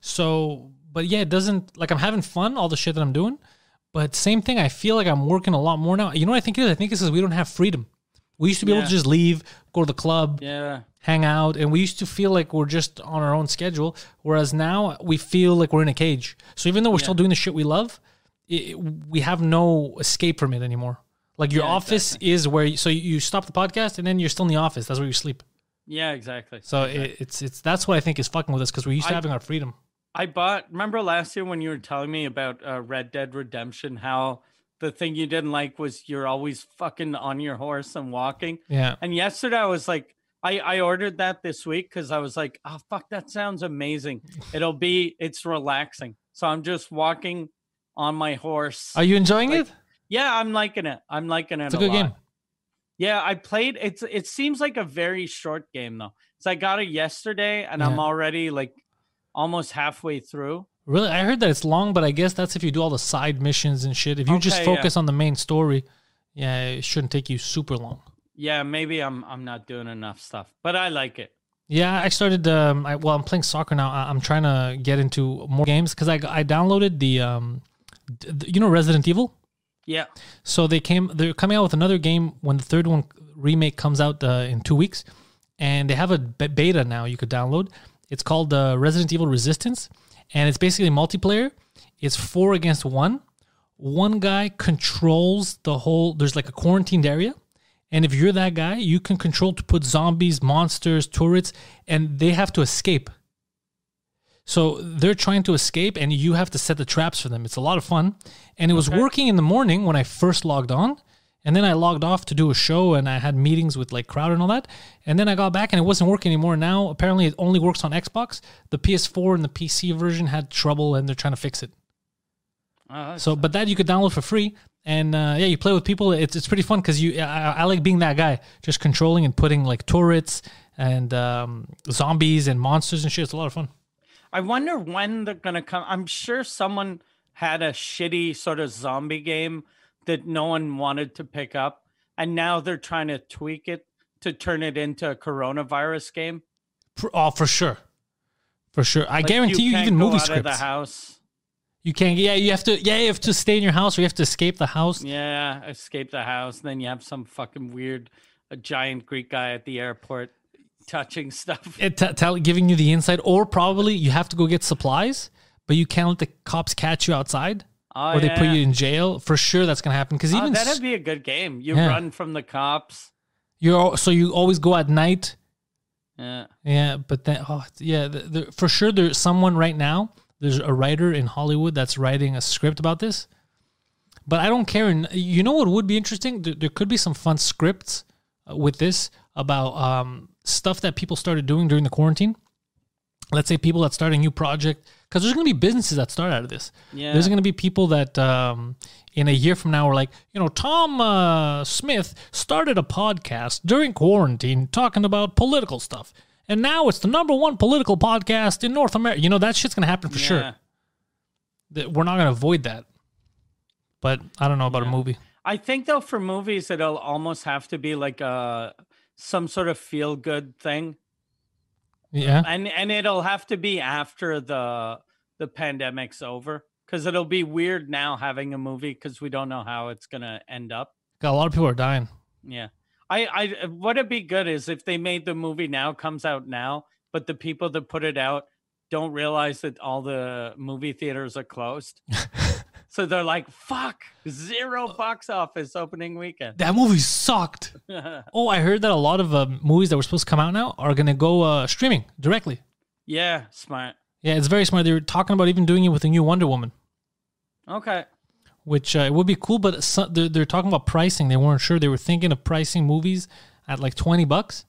Speaker 1: so but yeah it doesn't like i'm having fun all the shit that i'm doing but same thing i feel like i'm working a lot more now you know what i think it is i think it's because we don't have freedom we used to be able
Speaker 2: Yeah.
Speaker 1: to just leave go to the club
Speaker 2: Yeah.
Speaker 1: hang out and we used to feel like we're just on our own schedule whereas now we feel like we're in a cage so even though we're still doing the shit we love it, we have no escape from it anymore like your
Speaker 2: Yeah,
Speaker 1: office is where you, so you stop the podcast and then you're still in the office that's where you sleep
Speaker 2: Yeah, exactly.
Speaker 1: so it, it's it's that's what i think is fucking with us because we're used to
Speaker 2: I-
Speaker 1: having our freedom
Speaker 2: I bought, remember last year when you were telling me about uh, Red Dead Redemption, how the thing you didn't like was you're always fucking on your horse and walking.
Speaker 1: yeah
Speaker 2: And yesterday I was like, I, I ordered that this week because I was like, oh fuck, that sounds amazing. It'll be it's relaxing. So I'm just walking on my horse.
Speaker 1: are you enjoying
Speaker 2: Like,
Speaker 1: it
Speaker 2: yeah, I'm liking it. I'm liking it.
Speaker 1: it's a good
Speaker 2: lot.
Speaker 1: game
Speaker 2: Yeah, I played it's it seems like a very short game though. So I got it yesterday and I'm
Speaker 1: Yeah.
Speaker 2: already like almost halfway through.
Speaker 1: really i heard that it's long but i guess that's if you do all the side missions and shit if you just
Speaker 2: Okay, yeah.
Speaker 1: focus on the main story yeah it shouldn't take you super long
Speaker 2: Yeah, maybe I'm I'm not doing enough stuff, but I like it.
Speaker 1: Yeah, I started. Um, I, well, I'm playing soccer now. I, I'm trying to get into more games because I, I downloaded the um, d- d- you know Resident Evil.
Speaker 2: Yeah.
Speaker 1: So they came. They're coming out with another game when the third one remake comes out uh, in two weeks, and they have a b- beta now you could download. It's called uh, Resident Evil Resistance, and it's basically multiplayer. It's four against one. One guy controls the whole. There's like a quarantined area, and if you're that guy, you can control to put zombies, monsters, turrets, and they have to escape. So they're trying to escape, and you have to set the traps for them. It's a lot of fun. And it was working in the morning when I first logged on. And then I logged off to do a show, and I had meetings with like Crowder and all that. And then I got back, and it wasn't working anymore. Now apparently it only works on Xbox. The PS4 and the PC version had trouble, and they're trying to fix it.
Speaker 2: Uh,
Speaker 1: So, but that you could download for free, and uh, yeah, you play with people. It's it's pretty fun because you. I, I- I like being that guy, just controlling and putting like turrets and um, zombies and monsters and shit. It's a lot of fun.
Speaker 2: I wonder when they're gonna come. I'm sure someone had a shitty sort of zombie game that no one wanted to pick up, and now they're trying to tweak it to turn it into a coronavirus game.
Speaker 1: For, oh, for sure, for sure. I
Speaker 2: Like,
Speaker 1: guarantee you,
Speaker 2: can't
Speaker 1: even
Speaker 2: go
Speaker 1: movie
Speaker 2: out of the
Speaker 1: scripts.
Speaker 2: house.
Speaker 1: You can't. Yeah, you have to. Yeah, you have to stay in your house, or you have to escape the house.
Speaker 2: Yeah, escape the house, and then you have some fucking weird, a giant Greek guy at the airport touching stuff.
Speaker 1: It t- tell, giving you the insight, or probably you have to go get supplies, but you can't let the cops catch you outside,
Speaker 2: Oh,
Speaker 1: or they put
Speaker 2: yeah.
Speaker 1: you in jail. For sure, that's gonna happen. Because
Speaker 2: Oh,
Speaker 1: even s-
Speaker 2: that'd be a good game. You
Speaker 1: Yeah.
Speaker 2: run from the cops.
Speaker 1: you're al- so you always go at night.
Speaker 2: Yeah.
Speaker 1: Yeah, but then oh it's- yeah, the, the, for sure there's someone right now. There's a writer in Hollywood that's writing a script about this. But I don't care. And You know what would be interesting? There, there could be some fun scripts uh, with this about um, stuff that people started doing during the quarantine. Let's say people that start a new project, because there's going to be businesses that start out of this.
Speaker 2: Yeah.
Speaker 1: There's going to be people that um, in a year from now are like, you know, Tom uh, Smith started a podcast during quarantine talking about political stuff. And now it's the number one political podcast in North America. You know, that shit's going to happen for
Speaker 2: Yeah.
Speaker 1: sure. That We're not going to avoid that. But I don't know about a movie.
Speaker 2: I think though for movies it'll almost have to be like a some sort of feel good thing,
Speaker 1: Yeah.
Speaker 2: and and it'll have to be after the the pandemic's over because it'll be weird now having a movie because we don't know how it's gonna end up.
Speaker 1: God, a lot of people are dying.
Speaker 2: uh, Yeah, I I what would be good is if they made the movie now comes out now but the people that put it out don't realize that all the movie theaters are closed. so they're like, fuck, zero box office opening weekend.
Speaker 1: That movie sucked. Oh, I heard that a lot of uh, movies that were supposed to come out now are gonna go uh, streaming directly.
Speaker 2: yeah, smart.
Speaker 1: Yeah, it's very smart. They were talking about even doing it with the new Wonder Woman,
Speaker 2: Okay.
Speaker 1: which uh, it would be cool. But so- they're, they're talking about pricing. They weren't sure. They were thinking of pricing movies at like twenty bucks,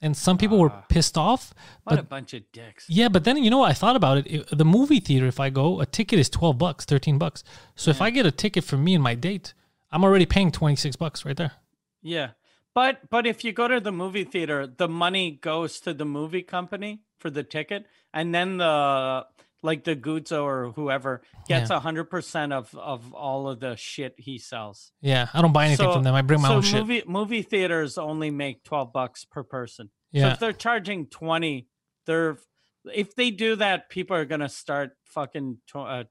Speaker 1: and some people
Speaker 2: Ah.
Speaker 1: were pissed off.
Speaker 2: What
Speaker 1: But
Speaker 2: a bunch of dicks.
Speaker 1: yeah, but then you know what? I thought about it. It- The movie theater, if I go, a ticket is twelve bucks, thirteen bucks. So if I get a ticket for me and my date, I'm already paying twenty six bucks right there.
Speaker 2: Yeah. But but if you go to the movie theater, the money goes to the movie company for the ticket and then the like the Guzzo or whoever gets a 100% of of all of the shit he sells.
Speaker 1: Yeah, I don't buy anything from them. I bring my
Speaker 2: so
Speaker 1: own shit.
Speaker 2: movie, Movie theaters only make 12 bucks per person. So
Speaker 1: Yeah.
Speaker 2: if they're charging 20, they're if they do that, people are going to start fucking to, uh,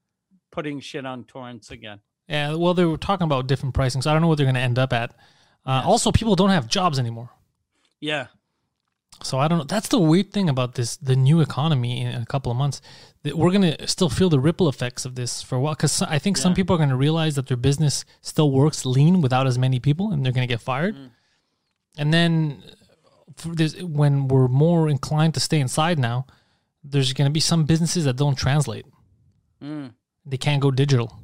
Speaker 2: putting shit on torrents again.
Speaker 1: Yeah, well, they were talking about different pricing, so I don't know what they're going to end up at. Uh, Also, people don't have jobs anymore,
Speaker 2: Yeah.
Speaker 1: so I don't know. That's the weird thing about this, the new economy in a couple of months. That we're going to still feel the ripple effects of this for a while, because I think some people are going to realize that their business still works lean without as many people, and they're going to get fired. And then, for this, when we're more inclined to stay inside now, there's going to be some businesses that don't translate.
Speaker 2: Mm.
Speaker 1: They can't go digital.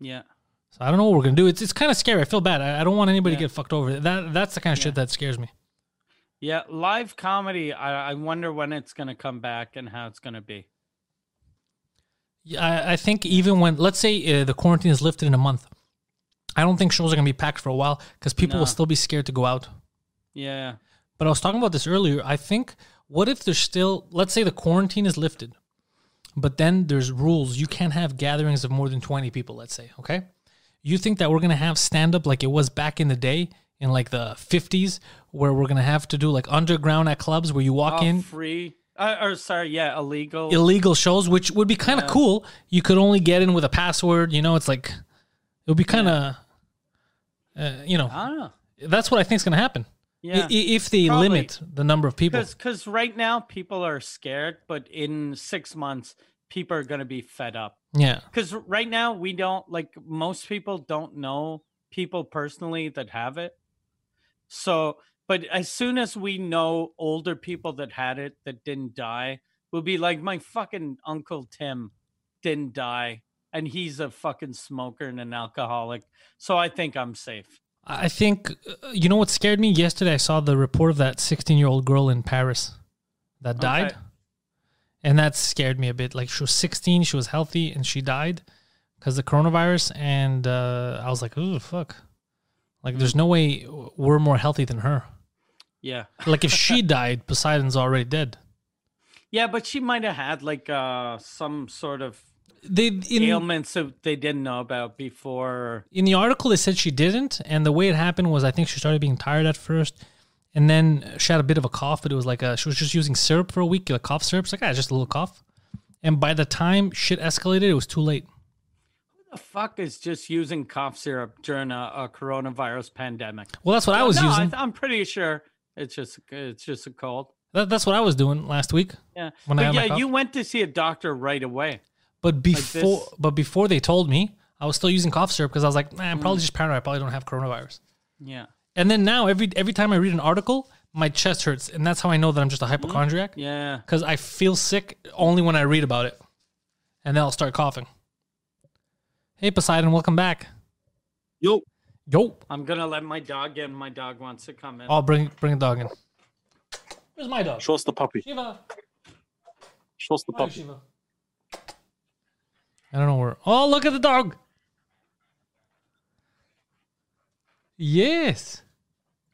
Speaker 2: Yeah.
Speaker 1: So I don't know what we're gonna do. It's it's kind of scary. I feel bad. I, I don't want anybody to get fucked over. That that's the kind of shit that scares me.
Speaker 2: Yeah, live comedy. I, I wonder when it's going to come back and how it's going to be.
Speaker 1: Yeah, I, I think even when let's say uh, the quarantine is lifted in a month, I don't think shows are gonna be packed for a while because people
Speaker 2: No.
Speaker 1: will still be scared to go out.
Speaker 2: Yeah,
Speaker 1: But I was talking about this earlier. I think what if there's still let's say the quarantine is lifted, but then there's rules. You can't have gatherings of more than twenty people. Let's say okay. You think that we're gonna have stand up like it was back in the day in like the fifties, where we're gonna have to do like underground at clubs where you walk
Speaker 2: Oh,
Speaker 1: in,
Speaker 2: free. Uh, or sorry, yeah, illegal.
Speaker 1: illegal shows, which would be kind of cool. You could only get in with a password. You know, it's like it would be kind of, uh, you know,
Speaker 2: I don't know.
Speaker 1: that's what I think is going to happen. I-
Speaker 2: Ah, Yeah,
Speaker 1: i- if they
Speaker 2: probably.
Speaker 1: limit the number of people,
Speaker 2: because because right now people are scared, but in six months people are going to be fed up.
Speaker 1: yeah,
Speaker 2: Because right now we don't like most people don't know people personally that have it. So, but as soon as we know older people that had it that didn't die, we'll be like, my fucking uncle Tim didn't die, and he's a fucking smoker and an alcoholic. So I think I'm safe.
Speaker 1: I I think uh, you know what scared me yesterday. I saw the report of that sixteen-year-old girl in Paris that died,
Speaker 2: Okay.
Speaker 1: and that scared me a bit. Like she was sixteen, she was healthy, and she died because the coronavirus. And uh, I was like, "Ooh, fuck!" Like, there's
Speaker 2: Mm.
Speaker 1: no way w- we're more healthy than her.
Speaker 2: Yeah,
Speaker 1: like if she died, Poseidon's already dead.
Speaker 2: yeah, but she might have had like uh some sort of
Speaker 1: They in,
Speaker 2: ailments that they didn't know about before.
Speaker 1: in the article they said she didn't, and the way it happened was I think she started being tired at first, and then she had a bit of a cough, but it was like a, she was just using syrup for a week, like cough syrup. It's like ah, just a little cough, and by the time shit escalated, it was too late.
Speaker 2: The fuck is just using cough syrup during a, a coronavirus pandemic?
Speaker 1: Well, that's what I was
Speaker 2: no, I
Speaker 1: using.
Speaker 2: th- I'm pretty sure it's just it's just a cold.
Speaker 1: that, that's what I was doing last week.
Speaker 2: Yeah,
Speaker 1: When I
Speaker 2: but
Speaker 1: had my
Speaker 2: yeah,
Speaker 1: cough.
Speaker 2: you went to see a doctor right away.
Speaker 1: But
Speaker 2: this.
Speaker 1: before, but before they told me, I was still using cough syrup because I was like, nah, I'm
Speaker 2: Mm.
Speaker 1: probably just paranoid. I probably don't have coronavirus.
Speaker 2: Yeah,
Speaker 1: And then now every every time I read an article, my chest hurts, and that's how I know that I'm just a hypochondriac.
Speaker 2: yeah,
Speaker 1: because I feel sick only when I read about it, and then I'll start coughing. Hey Poseidon, welcome back.
Speaker 3: Yo,
Speaker 1: Yo,
Speaker 2: I'm gonna let my dog in. My dog wants to come in.
Speaker 1: I'll bring bring a dog in. Where's my dog?
Speaker 3: show us the puppy.
Speaker 1: Shiva.
Speaker 3: Show us the
Speaker 1: Where is
Speaker 3: puppy.
Speaker 1: Shiva? I don't know where. Oh, look at the dog. Yes.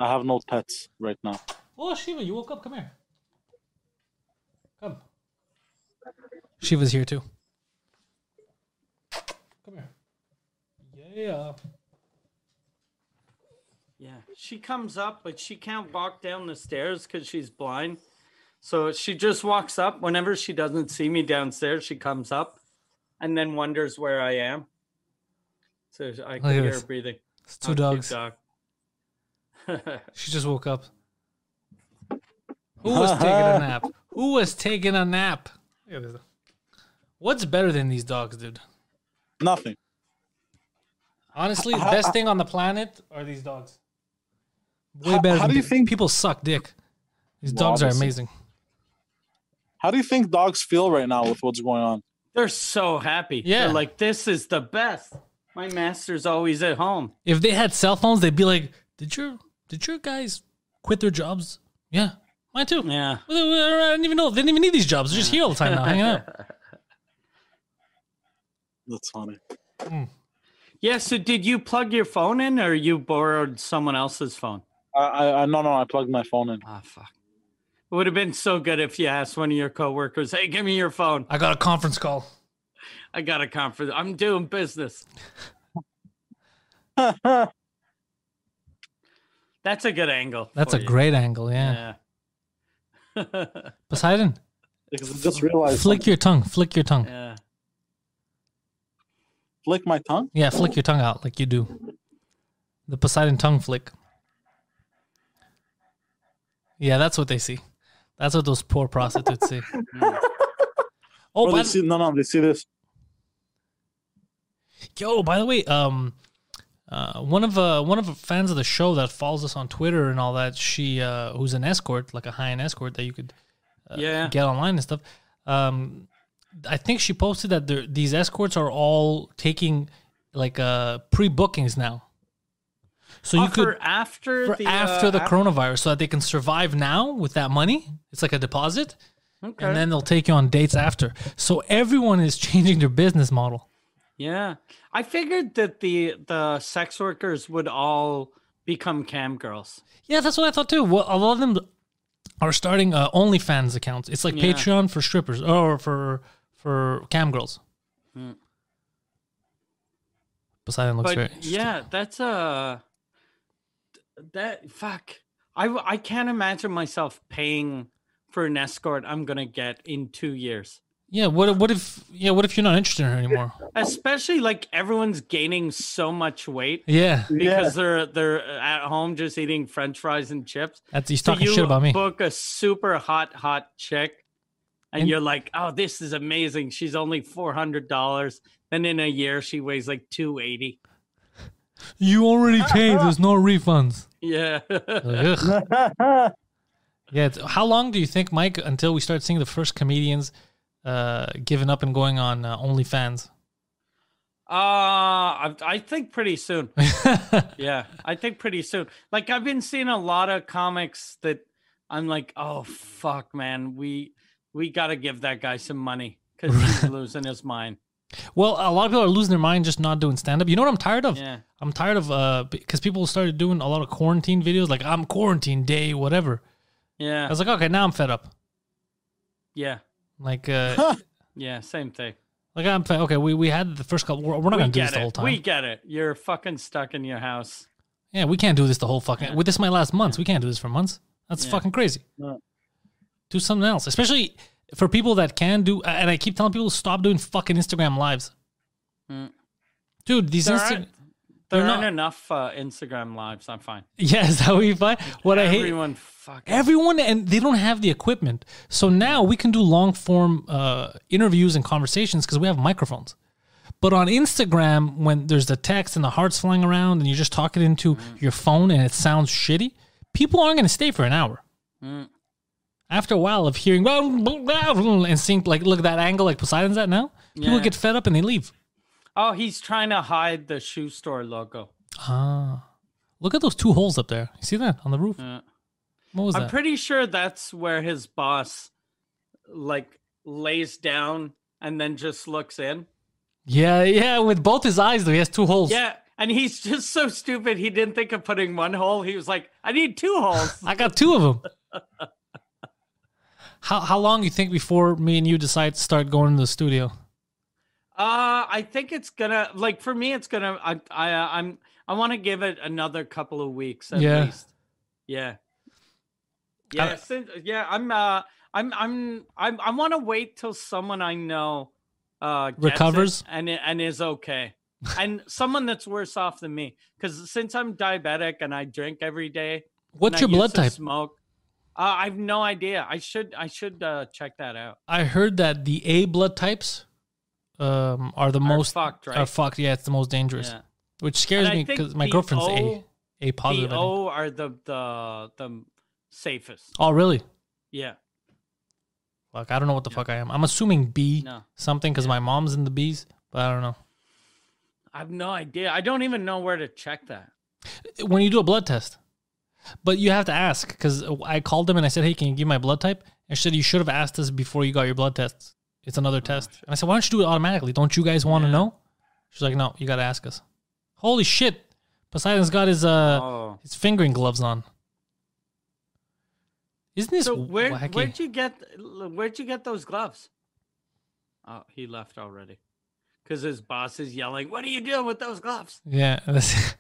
Speaker 3: I have no pets right now.
Speaker 1: Oh, Shiva, you woke up. Come here. Come. Shiva's here too. Come here. Yeah.
Speaker 2: Yeah, she comes up, but she can't walk down the stairs because she's blind. So she just walks up. Whenever she doesn't see me downstairs, she comes up, and then wonders where I am. So I can
Speaker 1: at
Speaker 2: hear
Speaker 1: this.
Speaker 2: her breathing.
Speaker 1: It's two
Speaker 2: Oh, cute
Speaker 1: dogs.
Speaker 2: dog.
Speaker 1: She just woke up. Who was taking a nap? Who Who was taking a nap? Look at this. What's better than these dogs, dude?
Speaker 3: Nothing.
Speaker 1: Honestly, the best thing on the planet are these dogs. Way better.
Speaker 3: how
Speaker 1: than
Speaker 3: do you
Speaker 1: pe-
Speaker 3: think-
Speaker 1: people suck dick? These
Speaker 3: Well,
Speaker 1: dogs are
Speaker 3: obviously.
Speaker 1: amazing.
Speaker 3: How do you think dogs feel right now with what's going on?
Speaker 2: They're so happy.
Speaker 1: Yeah.
Speaker 2: They're like, this is the best. My master's always at home.
Speaker 1: If they had cell phones, they'd be like, "Did your did your guys quit their jobs? Yeah, mine too.
Speaker 2: Yeah.
Speaker 1: Well, they- well, I didn't even know. They didn't even need these jobs. They're just here all the time now, hanging out.
Speaker 3: That's funny.
Speaker 2: Yeah. So did you plug your phone in or you borrowed someone else's phone?
Speaker 3: I, I, I no, no, I plugged my phone in.
Speaker 2: Ah, fuck. It would have been so good if you asked one of your coworkers, hey, give me your phone.
Speaker 1: I got a conference call.
Speaker 2: I got a conference. I'm doing business. That's a good angle.
Speaker 1: That's
Speaker 2: for
Speaker 1: a
Speaker 2: you.
Speaker 1: great angle. Oh, Yeah,
Speaker 2: Yeah.
Speaker 1: Poseidon,
Speaker 3: Because I just realized.
Speaker 1: flick your tongue. Flick your tongue.
Speaker 2: yeah.
Speaker 3: flick my tongue.
Speaker 1: Yeah, flick your tongue out like you do. The Poseidon tongue flick. Yeah, that's what they see. That's what those poor prostitutes see. oh,
Speaker 3: Oh,
Speaker 1: by
Speaker 3: they
Speaker 1: the-
Speaker 3: see, no, no, they see this.
Speaker 1: yo, by the way, um, uh, one of uh, one of the fans of the show that follows us on Twitter and all that, she uh, who's an escort, like a high end escort that you could
Speaker 2: yeah.
Speaker 1: get online and stuff. Um, I think she posted that there, these escorts are all taking like uh, pre bookings now. So you
Speaker 2: Oh,
Speaker 1: could
Speaker 2: for after
Speaker 1: for
Speaker 2: the
Speaker 1: after
Speaker 2: uh,
Speaker 1: the
Speaker 2: af-
Speaker 1: coronavirus so that they can survive now with that money. It's like a deposit,
Speaker 2: Okay.
Speaker 1: and then they'll take you on dates after. So everyone is changing their business model.
Speaker 2: Yeah. I figured that the the sex workers would all become cam girls.
Speaker 1: Yeah, that's what I thought too. Well, a lot of them are starting uh, OnlyFans accounts. It's like
Speaker 2: Yeah.
Speaker 1: Patreon for strippers oh, or for for cam girls. Poseidon looks very
Speaker 2: Hmm. But
Speaker 1: interested.
Speaker 2: yeah, that's uh that fuck. I w- I can't imagine myself paying for an escort I'm going to get in 2 years.
Speaker 1: yeah. What what if yeah? What if you're not interested in her anymore?
Speaker 2: Especially like everyone's gaining so much weight
Speaker 1: Yeah,
Speaker 2: because they're they're uh, at home just eating french fries and chips.
Speaker 1: that's he's
Speaker 2: So
Speaker 1: talking
Speaker 2: you
Speaker 1: shit about me.
Speaker 2: book a super hot, hot chick, and,
Speaker 1: And-
Speaker 2: you're like, "Oh, this is amazing." She's only four hundred dollars. Then in a year, she weighs like two eighty.
Speaker 1: You already paid. There's no refunds.
Speaker 2: Yeah, Uh,
Speaker 1: Ugh. yeah. It's, how long do you think, Mike, until we start seeing the first comedians uh, giving up and going on uh, OnlyFans?
Speaker 2: uh, I, I think pretty soon. yeah, I think pretty soon. Like I've been seeing a lot of comics that I'm like, "Oh fuck, man, we we got to give that guy some money because he's losing his mind."
Speaker 1: well, a lot of people are losing their mind just not doing stand up. You know what I'm tired of?
Speaker 2: Yeah.
Speaker 1: I'm tired of uh because people started doing a lot of quarantine videos, like I'm quarantine day, whatever. I
Speaker 2: Yeah,
Speaker 1: was like, okay, now I'm fed up.
Speaker 2: yeah,
Speaker 1: Like, uh,
Speaker 2: yeah. Same thing.
Speaker 1: like I'm fed. Okay, we, we had the first couple. We're, we're not
Speaker 2: we
Speaker 1: gonna do
Speaker 2: get
Speaker 1: this the
Speaker 2: it.
Speaker 1: whole time.
Speaker 2: We get it. You're fucking stuck in your house.
Speaker 1: yeah, we can't do this the whole fucking. Well, this is my last month. We can't do this for months. That's fucking crazy.
Speaker 3: Yeah.
Speaker 1: Do something else, especially for people that can do. And I keep telling people, stop doing fucking Instagram lives.
Speaker 2: Mm.
Speaker 1: Dude, these
Speaker 2: There
Speaker 1: Insta-
Speaker 2: aren't,
Speaker 1: They're
Speaker 2: there aren't
Speaker 1: not-
Speaker 2: enough uh, Instagram lives. I'm fine.
Speaker 1: yeah, is that what you find? What I hate.
Speaker 2: Everyone fucking.
Speaker 1: everyone and they don't have the equipment so now we can do long form uh, interviews and conversations because we have microphones but on instagram when there's the text and the hearts flying around and you're just talking into
Speaker 2: Mm.
Speaker 1: your phone and it sounds shitty people aren't going to stay for an hour
Speaker 2: Mm.
Speaker 1: after a while of hearing and seeing like look at that angle like poseidon's at now people
Speaker 2: Yeah.
Speaker 1: get fed up and they leave
Speaker 2: oh, he's trying to hide the shoe store logo.
Speaker 1: ah look at those two holes up there you see that on the roof
Speaker 2: Yeah.
Speaker 1: what was
Speaker 2: Mm. Uh, I'm
Speaker 1: that
Speaker 2: pretty sure that's where his boss, like, lays down and then just looks in.
Speaker 1: yeah yeah with both his eyes though he has two holes
Speaker 2: Yeah, and he's just so stupid. He didn't think of putting one hole. He was like, "I need two holes."
Speaker 1: I got two of them. how how long you think before me and you decide to start going to the studio?
Speaker 2: Uh, I think it's gonna like for me, it's gonna. I I uh, I'm I want to give it another couple of weeks at
Speaker 1: Yeah.
Speaker 2: least. Yeah. Yeah. since, yeah. I'm. Uh. I'm. I'm. I'm. I want to wait till someone I know uh gets it
Speaker 1: Recovers?
Speaker 2: and i- and is okay, and someone that's worse off than me. Because since I'm diabetic and I drink every day, and
Speaker 1: What's
Speaker 2: I
Speaker 1: your
Speaker 2: used
Speaker 1: blood
Speaker 2: to
Speaker 1: type?
Speaker 2: Smoke. Uh, I have no idea. I should I should uh, check that out.
Speaker 1: I heard that the A blood types um, are the
Speaker 2: Are
Speaker 1: most
Speaker 2: fucked, right?
Speaker 1: are fucked. Yeah, it's the most dangerous,
Speaker 2: Yeah.
Speaker 1: which scares
Speaker 2: And I
Speaker 1: me
Speaker 2: think
Speaker 1: because my
Speaker 2: the
Speaker 1: girlfriend's
Speaker 2: O-
Speaker 1: A A positive. I
Speaker 2: the
Speaker 1: think.
Speaker 2: O are the the the safest.
Speaker 1: oh, really?
Speaker 2: Yeah.
Speaker 1: Fuck, I don't know what the fuck I am. I'm assuming B
Speaker 2: No.
Speaker 1: something because my mom's in the B's, but I don't know.
Speaker 2: I have no idea. I don't even know where to check that.
Speaker 1: when you do a blood test. But you have to ask because I called them and I said, "Hey, can you give my blood type?" And she said, "You should have asked this before you got your blood tests. It's another test." And I said, "Why don't you do it automatically? Don't you guys want to
Speaker 2: Oh, Yeah.
Speaker 1: know?" She's like, "No, you got to ask us." Holy shit! Poseidon's got his uh
Speaker 2: oh.
Speaker 1: his fingering gloves on. Isn't this
Speaker 2: So where
Speaker 1: wacky?
Speaker 2: where'd you get where'd you get those gloves? Oh, he left already. Cuz his boss is yelling, "What are you doing with those gloves?"
Speaker 1: yeah. that's-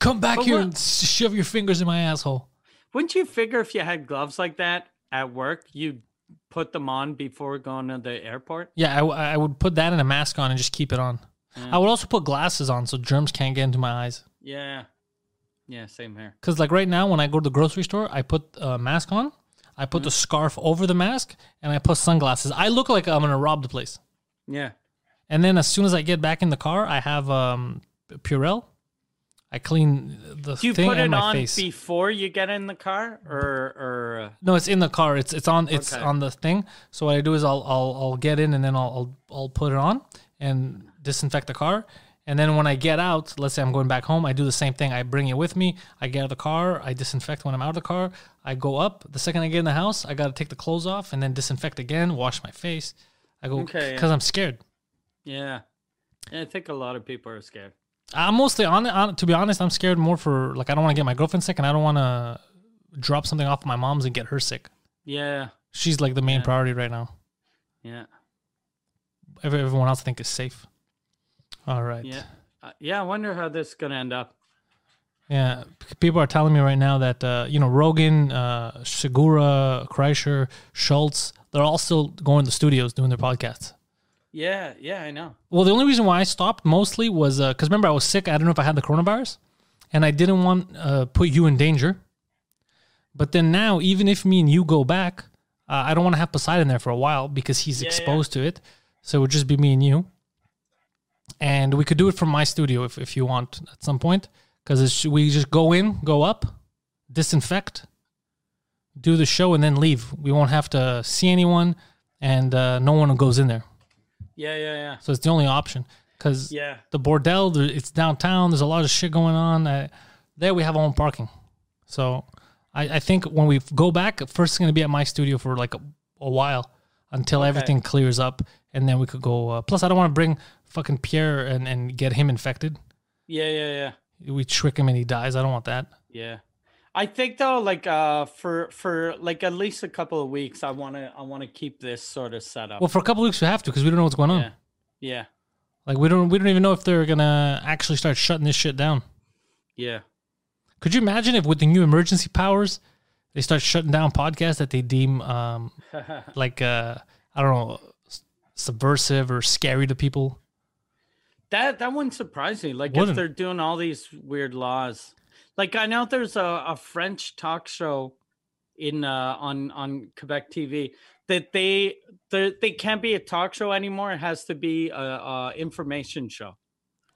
Speaker 1: Come back
Speaker 2: But
Speaker 1: here
Speaker 2: what-
Speaker 1: and s- shove your fingers in my asshole.
Speaker 2: Wouldn't you figure if you had gloves like that at work, you'd put them on before going to the airport?
Speaker 1: Yeah, I, w- I would put that and a mask on and just keep it on.
Speaker 2: Yeah.
Speaker 1: I would also put glasses on so germs can't get into my eyes.
Speaker 2: yeah. Yeah, same here.
Speaker 1: Because like right now, when I go to the grocery store, I put a mask on, I put the
Speaker 2: Mm.
Speaker 1: scarf over the mask, and I put sunglasses. I look like I'm gonna rob the place.
Speaker 2: Yeah.
Speaker 1: And then as soon as I get back in the car, I have um Purell. I clean the
Speaker 2: Do you
Speaker 1: thing
Speaker 2: put
Speaker 1: and
Speaker 2: it
Speaker 1: my
Speaker 2: on
Speaker 1: face.
Speaker 2: before you get in the car or or uh,
Speaker 1: no, it's in the car. It's it's on it's
Speaker 2: Okay.
Speaker 1: on the thing. So what I do is I'll I'll, I'll get in and then I'll, I'll I'll put it on and disinfect the car. And then when I get out, let's say I'm going back home, I do the same thing. I bring it with me. I get out of the car. I disinfect when I'm out of the car. I go up. The second I get in the house, I got to take the clothes off and then disinfect again, wash my face. I go because
Speaker 2: Okay, yeah.
Speaker 1: I'm scared.
Speaker 2: yeah. Yeah, I think a lot of people are scared.
Speaker 1: I'm mostly on, on to be honest, I'm scared more for like I don't want to get my girlfriend sick and I don't want to drop something off my mom's and get her sick.
Speaker 2: Yeah.
Speaker 1: She's like the main
Speaker 2: Yeah.
Speaker 1: priority right now.
Speaker 2: Yeah.
Speaker 1: Every, everyone else I think is safe. All right.
Speaker 2: Yeah. Uh, yeah, I wonder how this is going to end up.
Speaker 1: Yeah, p- people are telling me right now that uh, you know Rogan, uh, Segura, Kreischer, Schultz, they're all still going to the studios doing their podcasts.
Speaker 2: Yeah, yeah, I know.
Speaker 1: Well, the only reason why I stopped mostly was because remember I was sick. I don't know if I had the coronavirus, and I didn't want uh, put you in danger. But then now, even if me and you go back, uh, I don't want to have Poseidon there for a while because he's
Speaker 2: Yeah, yeah.
Speaker 1: exposed to it. So it would just be me and you. And we could do it from my studio if, if you want at some point because we just go in, go up, disinfect, do the show, and then leave. We won't have to see anyone, and uh, no one goes in there.
Speaker 2: Yeah, yeah, yeah.
Speaker 1: So it's the only option because
Speaker 2: Yeah.
Speaker 1: the bordel, there- it's downtown. There's a lot of shit going on. Uh, there we have our own parking. So I, I think when we go back, first it's going to be at my studio for like a, a while until everything clears up. And then we could go. Uh, plus, I don't want to bring fucking Pierre and, and get him infected.
Speaker 2: Yeah, yeah, yeah.
Speaker 1: We trick him and he dies. I don't want that.
Speaker 2: Yeah. I think though like uh for for like at least a couple of weeks I want to I want to keep this sort of setup.
Speaker 1: Well, for a couple weeks we have to because we don't know what's going on.
Speaker 2: Uh, yeah. Yeah.
Speaker 1: Like we don't we don't even know if they're gonna actually start shutting this shit down.
Speaker 2: Yeah.
Speaker 1: Could you imagine if with the new emergency powers, they start shutting down podcasts that they deem um, like uh, I don't know s- subversive or scary to people?
Speaker 2: That that wouldn't surprise me. Like
Speaker 1: Wouldn't.
Speaker 2: if they're doing all these weird laws. Like I know there's a, a French talk show in uh, on on Quebec TV that they they they can't be a talk show anymore. It has to be a, a information show.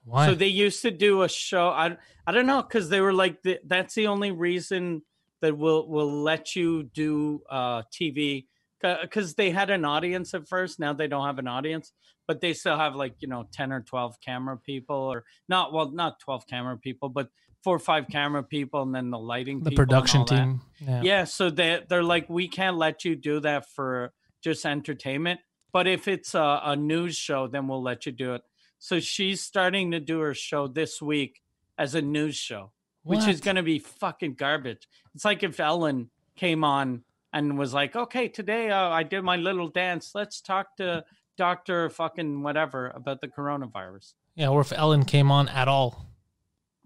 Speaker 1: Why?
Speaker 2: So they used to do a show. I I don't know because they were like the, that's the only reason that will will let you do uh, TV because they had an audience at first. Now they don't have an audience, but they still have like you know ten or twelve camera people or not. Well, not twelve camera people, but four or five camera people, and then the lighting,
Speaker 1: the
Speaker 2: people and
Speaker 1: production
Speaker 2: all that.
Speaker 1: team. Yeah.
Speaker 2: Yeah, so they they're like, we can't let you do that for just entertainment. But if it's a, a news show, then we'll let you do it. So she's starting to do her show this week as a news show, which is
Speaker 1: What?
Speaker 2: going to be fucking garbage. It's like if Ellen came on and was like, okay, today uh, I did my little dance. Let's talk to Doctor fucking whatever about the coronavirus.
Speaker 1: yeah. Or if Ellen came on at all,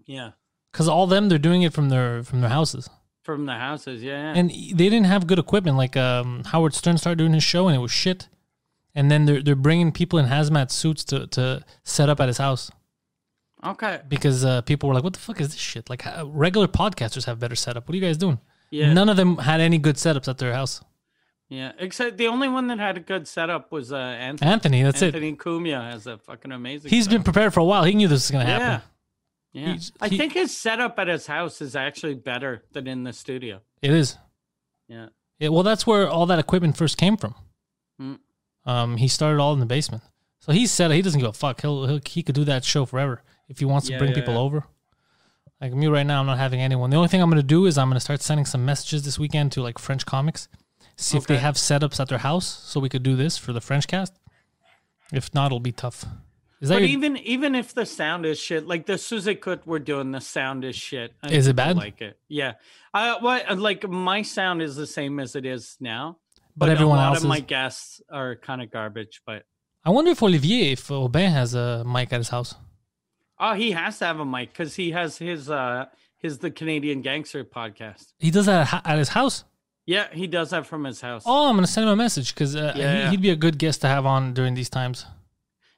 Speaker 2: Yeah,
Speaker 1: because all them they're doing it from their from their houses,
Speaker 2: from the houses. Yeah,
Speaker 1: and they didn't have good equipment. Like um, Howard Stern started doing his show and it was shit, and then they're they're bringing people in hazmat suits to to set up at his house.
Speaker 2: okay.
Speaker 1: uh, because uh, people were like, "What the fuck is this shit?" Like, how- regular podcasters have better setup. What are you guys doing?
Speaker 2: Yeah.
Speaker 1: None of them had any good setups at their house.
Speaker 2: Yeah. Except the only one that had a good setup was uh, Anthony.
Speaker 1: Anthony, that's
Speaker 2: Anthony Cumia has a fucking
Speaker 1: it.
Speaker 2: amazing.
Speaker 1: He's been
Speaker 2: setup.
Speaker 1: prepared for a while. He knew this was going to happen.
Speaker 2: Yeah. Yeah.
Speaker 1: He's-
Speaker 2: I
Speaker 1: he-
Speaker 2: think his setup at his house is actually better than in the studio.
Speaker 1: It is.
Speaker 2: Yeah.
Speaker 1: Yeah, well, that's where all that equipment first came from.
Speaker 2: Mm.
Speaker 1: Um, he started all in the basement, so he said he doesn't give a fuck. He'll, he'll he could do that show forever if he wants
Speaker 2: Yeah,
Speaker 1: to bring
Speaker 2: yeah,
Speaker 1: people
Speaker 2: yeah.
Speaker 1: over. Like me right now, I'm not having anyone. The only thing I'm gonna do is I'm gonna start sending some messages this weekend to like French comics, see if they
Speaker 2: Okay.
Speaker 1: have setups at their house, so we could do this for the French cast. If not, it'll be tough. Is that
Speaker 2: But
Speaker 1: your-
Speaker 2: even even if the sound is shit, like the Suzukut we're doing, the sound is shit. I
Speaker 1: Is it
Speaker 2: people
Speaker 1: bad?
Speaker 2: Like it, yeah. Uh, what like my sound is the same as it is now.
Speaker 1: but everyone
Speaker 2: a lot
Speaker 1: else?
Speaker 2: of
Speaker 1: is-
Speaker 2: my guests are kind of garbage. But
Speaker 1: I wonder if Olivier, if Aubin has a mic at his house.
Speaker 2: oh, he has to have a mic because he has his uh his the Canadian Gangster podcast.
Speaker 1: He does that at ho- at his house.
Speaker 2: Yeah, he does that from his house.
Speaker 1: Oh, I'm gonna send him a message because uh,
Speaker 2: Yeah,
Speaker 1: he,
Speaker 2: yeah.
Speaker 1: would be a good guest to have on during these times.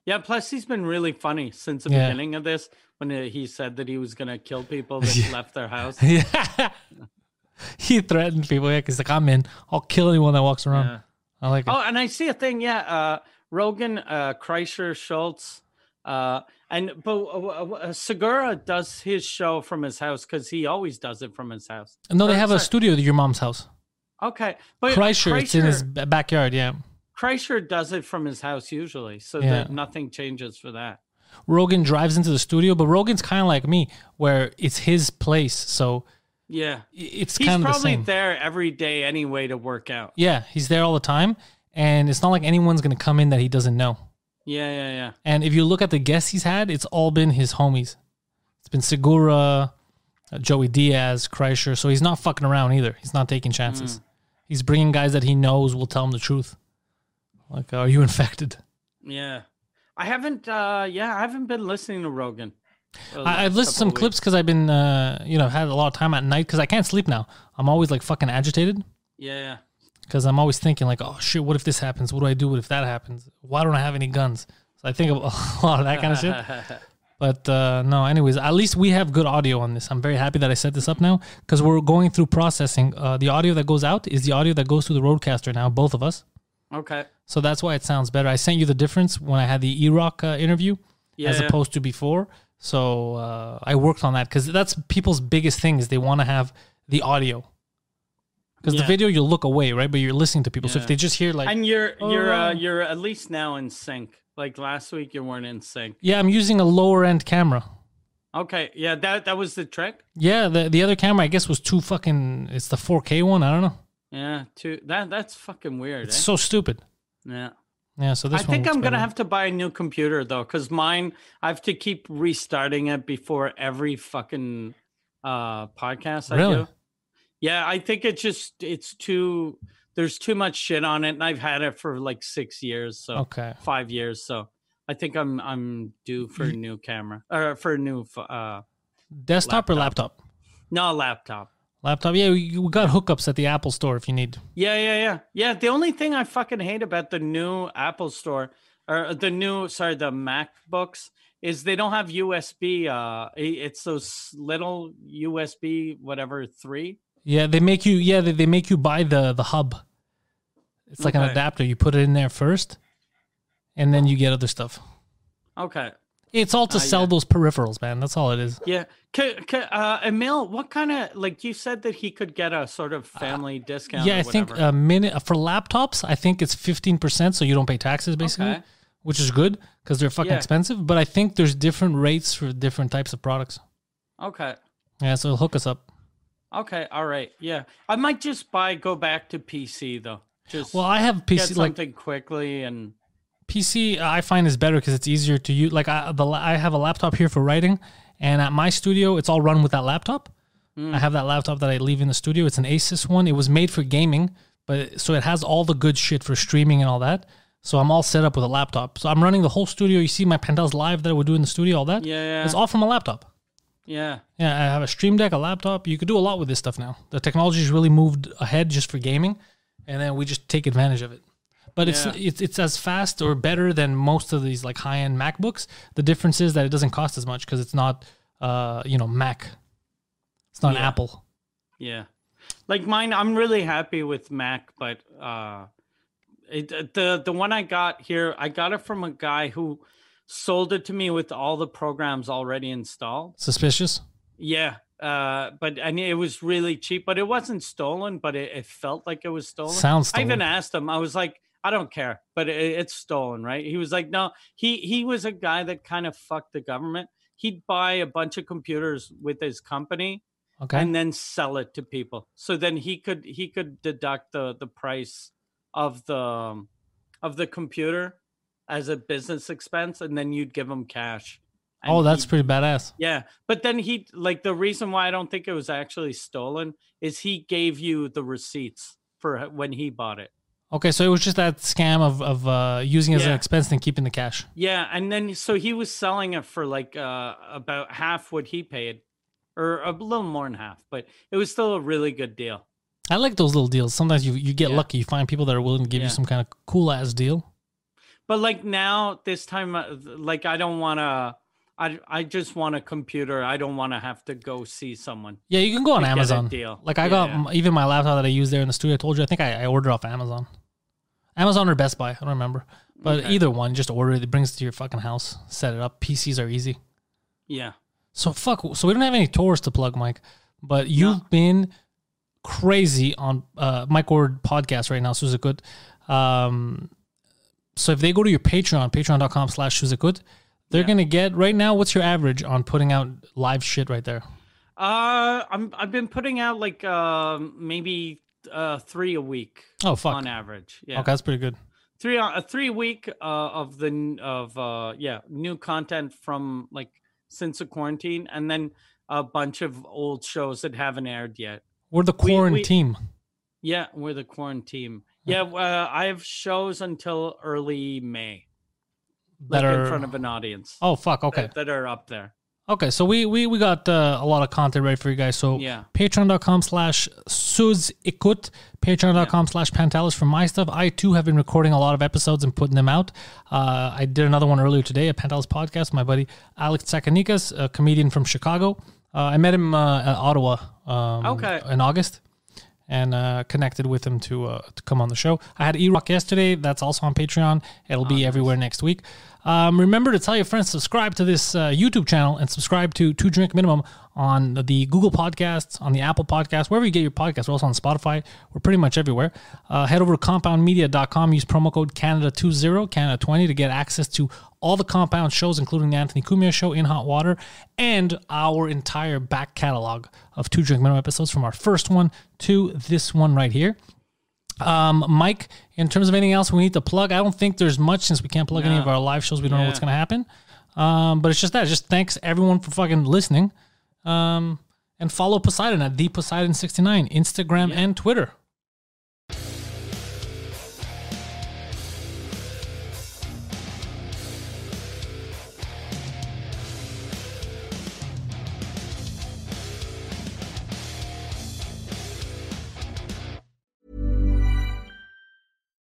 Speaker 2: Yeah, plus he's been really funny since the
Speaker 1: Yeah.
Speaker 2: beginning of this when uh, he said that he was gonna kill people that left their house.
Speaker 1: yeah, he threatened people. Yeah, because like I'm in, I'll kill anyone that walks around.
Speaker 2: Yeah.
Speaker 1: I like it.
Speaker 2: Oh, and I see a thing. Yeah, uh, Rogan, uh, Kreischer, Schultz, uh, and but uh, uh, Segura does his show from his house because he always does it from his house.
Speaker 1: no, they
Speaker 2: or
Speaker 1: have a
Speaker 2: uh, sorry.
Speaker 1: studio at your mom's house.
Speaker 2: Okay, but
Speaker 1: Kreischer, it's in his
Speaker 2: Kreischer-
Speaker 1: ba- backyard. Yeah,
Speaker 2: Kreischer does it from his house usually, so
Speaker 1: Yeah.
Speaker 2: that nothing changes for that.
Speaker 1: Rogan drives into the studio, but Rogan's kind of like me, where it's his place, so
Speaker 2: Yeah,
Speaker 1: i- it's
Speaker 2: he's
Speaker 1: kind of the
Speaker 2: probably
Speaker 1: same.
Speaker 2: there every day anyway to work out.
Speaker 1: Yeah, he's there all the time, and it's not like anyone's gonna come in that he doesn't know.
Speaker 2: Yeah, yeah, yeah.
Speaker 1: And if you look at the guests he's had, it's all been his homies. It's been Segura, uh, Joey Diaz, Kreischer. So he's not fucking around either. He's not taking chances.
Speaker 2: Mm.
Speaker 1: He's bringing guys that he knows will tell him the truth. Like, are you infected?
Speaker 2: Yeah. I haven't uh yeah, I haven't been listening to Rogan. for the
Speaker 1: I, I've
Speaker 2: last
Speaker 1: listed some
Speaker 2: couple of
Speaker 1: clips
Speaker 2: weeks.
Speaker 1: because I've been, uh, you know, had a lot of time at night because I can't sleep now. I'm always like fucking agitated
Speaker 2: Yeah, yeah.
Speaker 1: because I'm always thinking like, oh shit, what if this happens? What do I do? What if that happens? Why don't I have any guns? So I think of a lot of that kind of shit. But uh, no, anyways, at least we have good audio on this. I'm very happy that I set this up now because we're going through processing. Uh, the audio that goes out is the audio that goes to the Roadcaster now, both of us.
Speaker 2: Okay.
Speaker 1: So that's why it sounds better. I sent you the difference when I had the E Rock uh, interview
Speaker 2: Yeah.
Speaker 1: as
Speaker 2: yeah.
Speaker 1: opposed to before. So uh, I worked on that because that's people's biggest thing is they want to have the audio. Because
Speaker 2: Yeah.
Speaker 1: the video, you'll look away, right? But you're listening to people. So if
Speaker 2: Yeah.
Speaker 1: they just hear like,
Speaker 2: and you're
Speaker 1: Oh,
Speaker 2: you're uh,
Speaker 1: wow.
Speaker 2: you're at least now in sync. Like last week you weren't in sync.
Speaker 1: yeah, I'm using a lower end camera.
Speaker 2: Okay. Yeah, that that was the trick.
Speaker 1: Yeah, the, the other camera, I guess, was too fucking, it's the 4K one. I don't know.
Speaker 2: Yeah, too that that's fucking weird.
Speaker 1: It's
Speaker 2: eh?
Speaker 1: so stupid.
Speaker 2: yeah.
Speaker 1: Yeah, so this
Speaker 2: I think
Speaker 1: one
Speaker 2: I'm gonna have to buy a new computer though, because mine I have to keep restarting it before every fucking uh podcast I
Speaker 1: Really?
Speaker 2: do. Yeah, I think it just it's too there's too much shit on it, and I've had it for like six years, so
Speaker 1: Okay.
Speaker 2: five years, so I think I'm I'm due for a new camera or for a new ph- uh
Speaker 1: Desktop or laptop?
Speaker 2: no laptop.
Speaker 1: Laptop. Yeah, we, we got hookups at the Apple store if you need.
Speaker 2: Yeah, yeah, yeah, yeah. The only thing I fucking hate about the new Apple Store or uh, the new, sorry, the MacBooks is they don't have USB. Uh, i- it's those little USB whatever three.
Speaker 1: Yeah, they make you. Yeah, they, they make you buy the the hub. It's like an
Speaker 2: Okay.
Speaker 1: adapter. You put it in there first, and then you get other stuff.
Speaker 2: Okay,
Speaker 1: It's all to
Speaker 2: Ah,
Speaker 1: sell
Speaker 2: yeah.
Speaker 1: those peripherals, man. That's all it is.
Speaker 2: yeah. C- c- uh, Emil, what kind of like you said that he could get a sort of family discount?
Speaker 1: Uh, yeah,
Speaker 2: or
Speaker 1: I think uh,
Speaker 2: whatever.
Speaker 1: a minute for laptops. I think it's fifteen percent, so you don't pay taxes basically,
Speaker 2: Okay.
Speaker 1: which is good because they're fucking
Speaker 2: Yeah.
Speaker 1: expensive. But I think there's different rates for different types of products.
Speaker 2: okay.
Speaker 1: Yeah, so hook us up.
Speaker 2: Okay, all right, yeah. I might just buy go back to PC though. Just
Speaker 1: Well, I have
Speaker 2: get
Speaker 1: PC like
Speaker 2: something quickly and
Speaker 1: PC I find is better because it's easier to use. Like I, the, la- I have a laptop here for writing, and at my studio, it's all run with that laptop. I have that laptop that I leave in the studio. It's an Asus one. It was made for gaming, but so it has all the good shit for streaming and all that. So I'm all set up with a laptop. So I'm running the whole studio. You see my Penthouse Live that we do in the studio, all that.
Speaker 2: Yeah,
Speaker 1: It's
Speaker 2: yeah.
Speaker 1: all from a laptop.
Speaker 2: yeah.
Speaker 1: Yeah, I have a Stream Deck, a laptop. You could do a lot with this stuff now. The technology's really moved ahead just for gaming, and then we just take advantage of it. But it's,
Speaker 2: Yeah.
Speaker 1: it's it's as fast or better than most of these like high end MacBooks. The difference is that it doesn't cost as much because it's not, uh, you know, Mac. It's not
Speaker 2: Yeah.
Speaker 1: Apple.
Speaker 2: Yeah. Like mine, I'm really happy with Mac, but uh, it, uh, the the one I got here, I got it from a guy who sold it to me with all the programs already installed.
Speaker 1: Suspicious.
Speaker 2: Yeah, uh, but and it was really cheap, but it wasn't stolen, but it, it felt like it was stolen.
Speaker 1: Sounds
Speaker 2: I even
Speaker 1: stolen.
Speaker 2: asked him. I was like, I don't care, but it, it's stolen, right? He was like, no. He he was a guy that kind of fucked the government. He'd buy a bunch of computers with his company
Speaker 1: Okay.
Speaker 2: and then sell it to people. So then he could he could deduct the the price of the um, of the computer as a business expense, and then you'd give him cash. and
Speaker 1: oh, that's
Speaker 2: he'd-
Speaker 1: pretty badass.
Speaker 2: yeah, but then he like the reason why I don't think it was actually stolen is he gave you the receipts for h- when he bought it.
Speaker 1: Okay, so it was just that scam of of uh, using it as an
Speaker 2: Yeah.
Speaker 1: expense and keeping the cash.
Speaker 2: Yeah, and then so he was selling it for like uh about half what he paid or a little more than half, but it was still a really good deal.
Speaker 1: I like those little deals. Sometimes you you get
Speaker 2: Yeah.
Speaker 1: lucky. You find people that are willing to give you
Speaker 2: Yeah.
Speaker 1: some kind of cool ass deal.
Speaker 2: But like now this time uh, th- like I don't want to I I just want a computer. I don't want to have to go see someone.
Speaker 1: Yeah, you can go on
Speaker 2: To get a
Speaker 1: Amazon.
Speaker 2: deal.
Speaker 1: Like I
Speaker 2: Yeah,
Speaker 1: got
Speaker 2: yeah.
Speaker 1: m even my laptop that I use there in the studio. I told you. I think I, I ordered off Amazon, Amazon or Best Buy. I don't remember, but
Speaker 2: Okay.
Speaker 1: either one. Just order it. It brings it to your fucking house. Set it up. PCs are easy.
Speaker 2: Yeah.
Speaker 1: So fuck. So we don't have any tours to plug, Mike. But you've been crazy on uh, Mike Ward podcast right now, Suzakut. Um, so if they go to your Patreon, patreon.com slash Suzakut, they're
Speaker 2: Yeah.
Speaker 1: gonna get right now. What's your average on putting out live shit right there?
Speaker 2: Uh I'm I've been putting out like um maybe uh 3 a week
Speaker 1: Oh fuck.
Speaker 2: on average. Yeah.
Speaker 1: Okay, that's pretty good.
Speaker 2: three a three week uh, of the n- of uh yeah new content from like since the quarantine and then a bunch of old shows that haven't aired yet
Speaker 1: We're the
Speaker 2: We- we-
Speaker 1: quarantine.
Speaker 2: yeah we're the quarantine
Speaker 1: Hmm.
Speaker 2: yeah uh, i have shows until early may like
Speaker 1: that are
Speaker 2: in front of an audience
Speaker 1: Oh fuck. Okay.
Speaker 2: that, that are up there
Speaker 1: Okay. So we we we got uh, a lot of content ready for you guys. So
Speaker 2: yeah
Speaker 1: patreon.com slash suzikut patreon.com slash pantalis for my stuff i too have been recording a lot of episodes and putting them out uh, i did another one earlier today a pantalis podcast my buddy alex sakanikas a comedian from chicago uh, i met him uh, at ottawa um,
Speaker 2: Okay.
Speaker 1: in august and uh, connected with him to, uh, to come on the show i had e-rock yesterday that's also on patreon it'll be everywhere next week um, remember to tell your friends subscribe to this uh, youtube channel and subscribe to two drink minimum on the Google Podcasts, on the Apple Podcasts, wherever you get your podcasts. We're also on Spotify. We're pretty much everywhere. Uh, head over to compoundmedia.com. Use promo code Canada20, Canada20 to get access to all the compound shows, including the Anthony Cumia show in hot water and our entire back catalog of two drink minimum episodes from our first one to this one right here. Um, Mike, in terms of anything else we need to plug, I don't think there's much since we can't plug any
Speaker 2: No.
Speaker 1: of our live shows. We don't know what's
Speaker 2: Yeah.
Speaker 1: going to happen. Um, but it's just that. Just thanks everyone for fucking listening. Um, and follow Poseidon at the Poseidon69, Instagram and Twitter.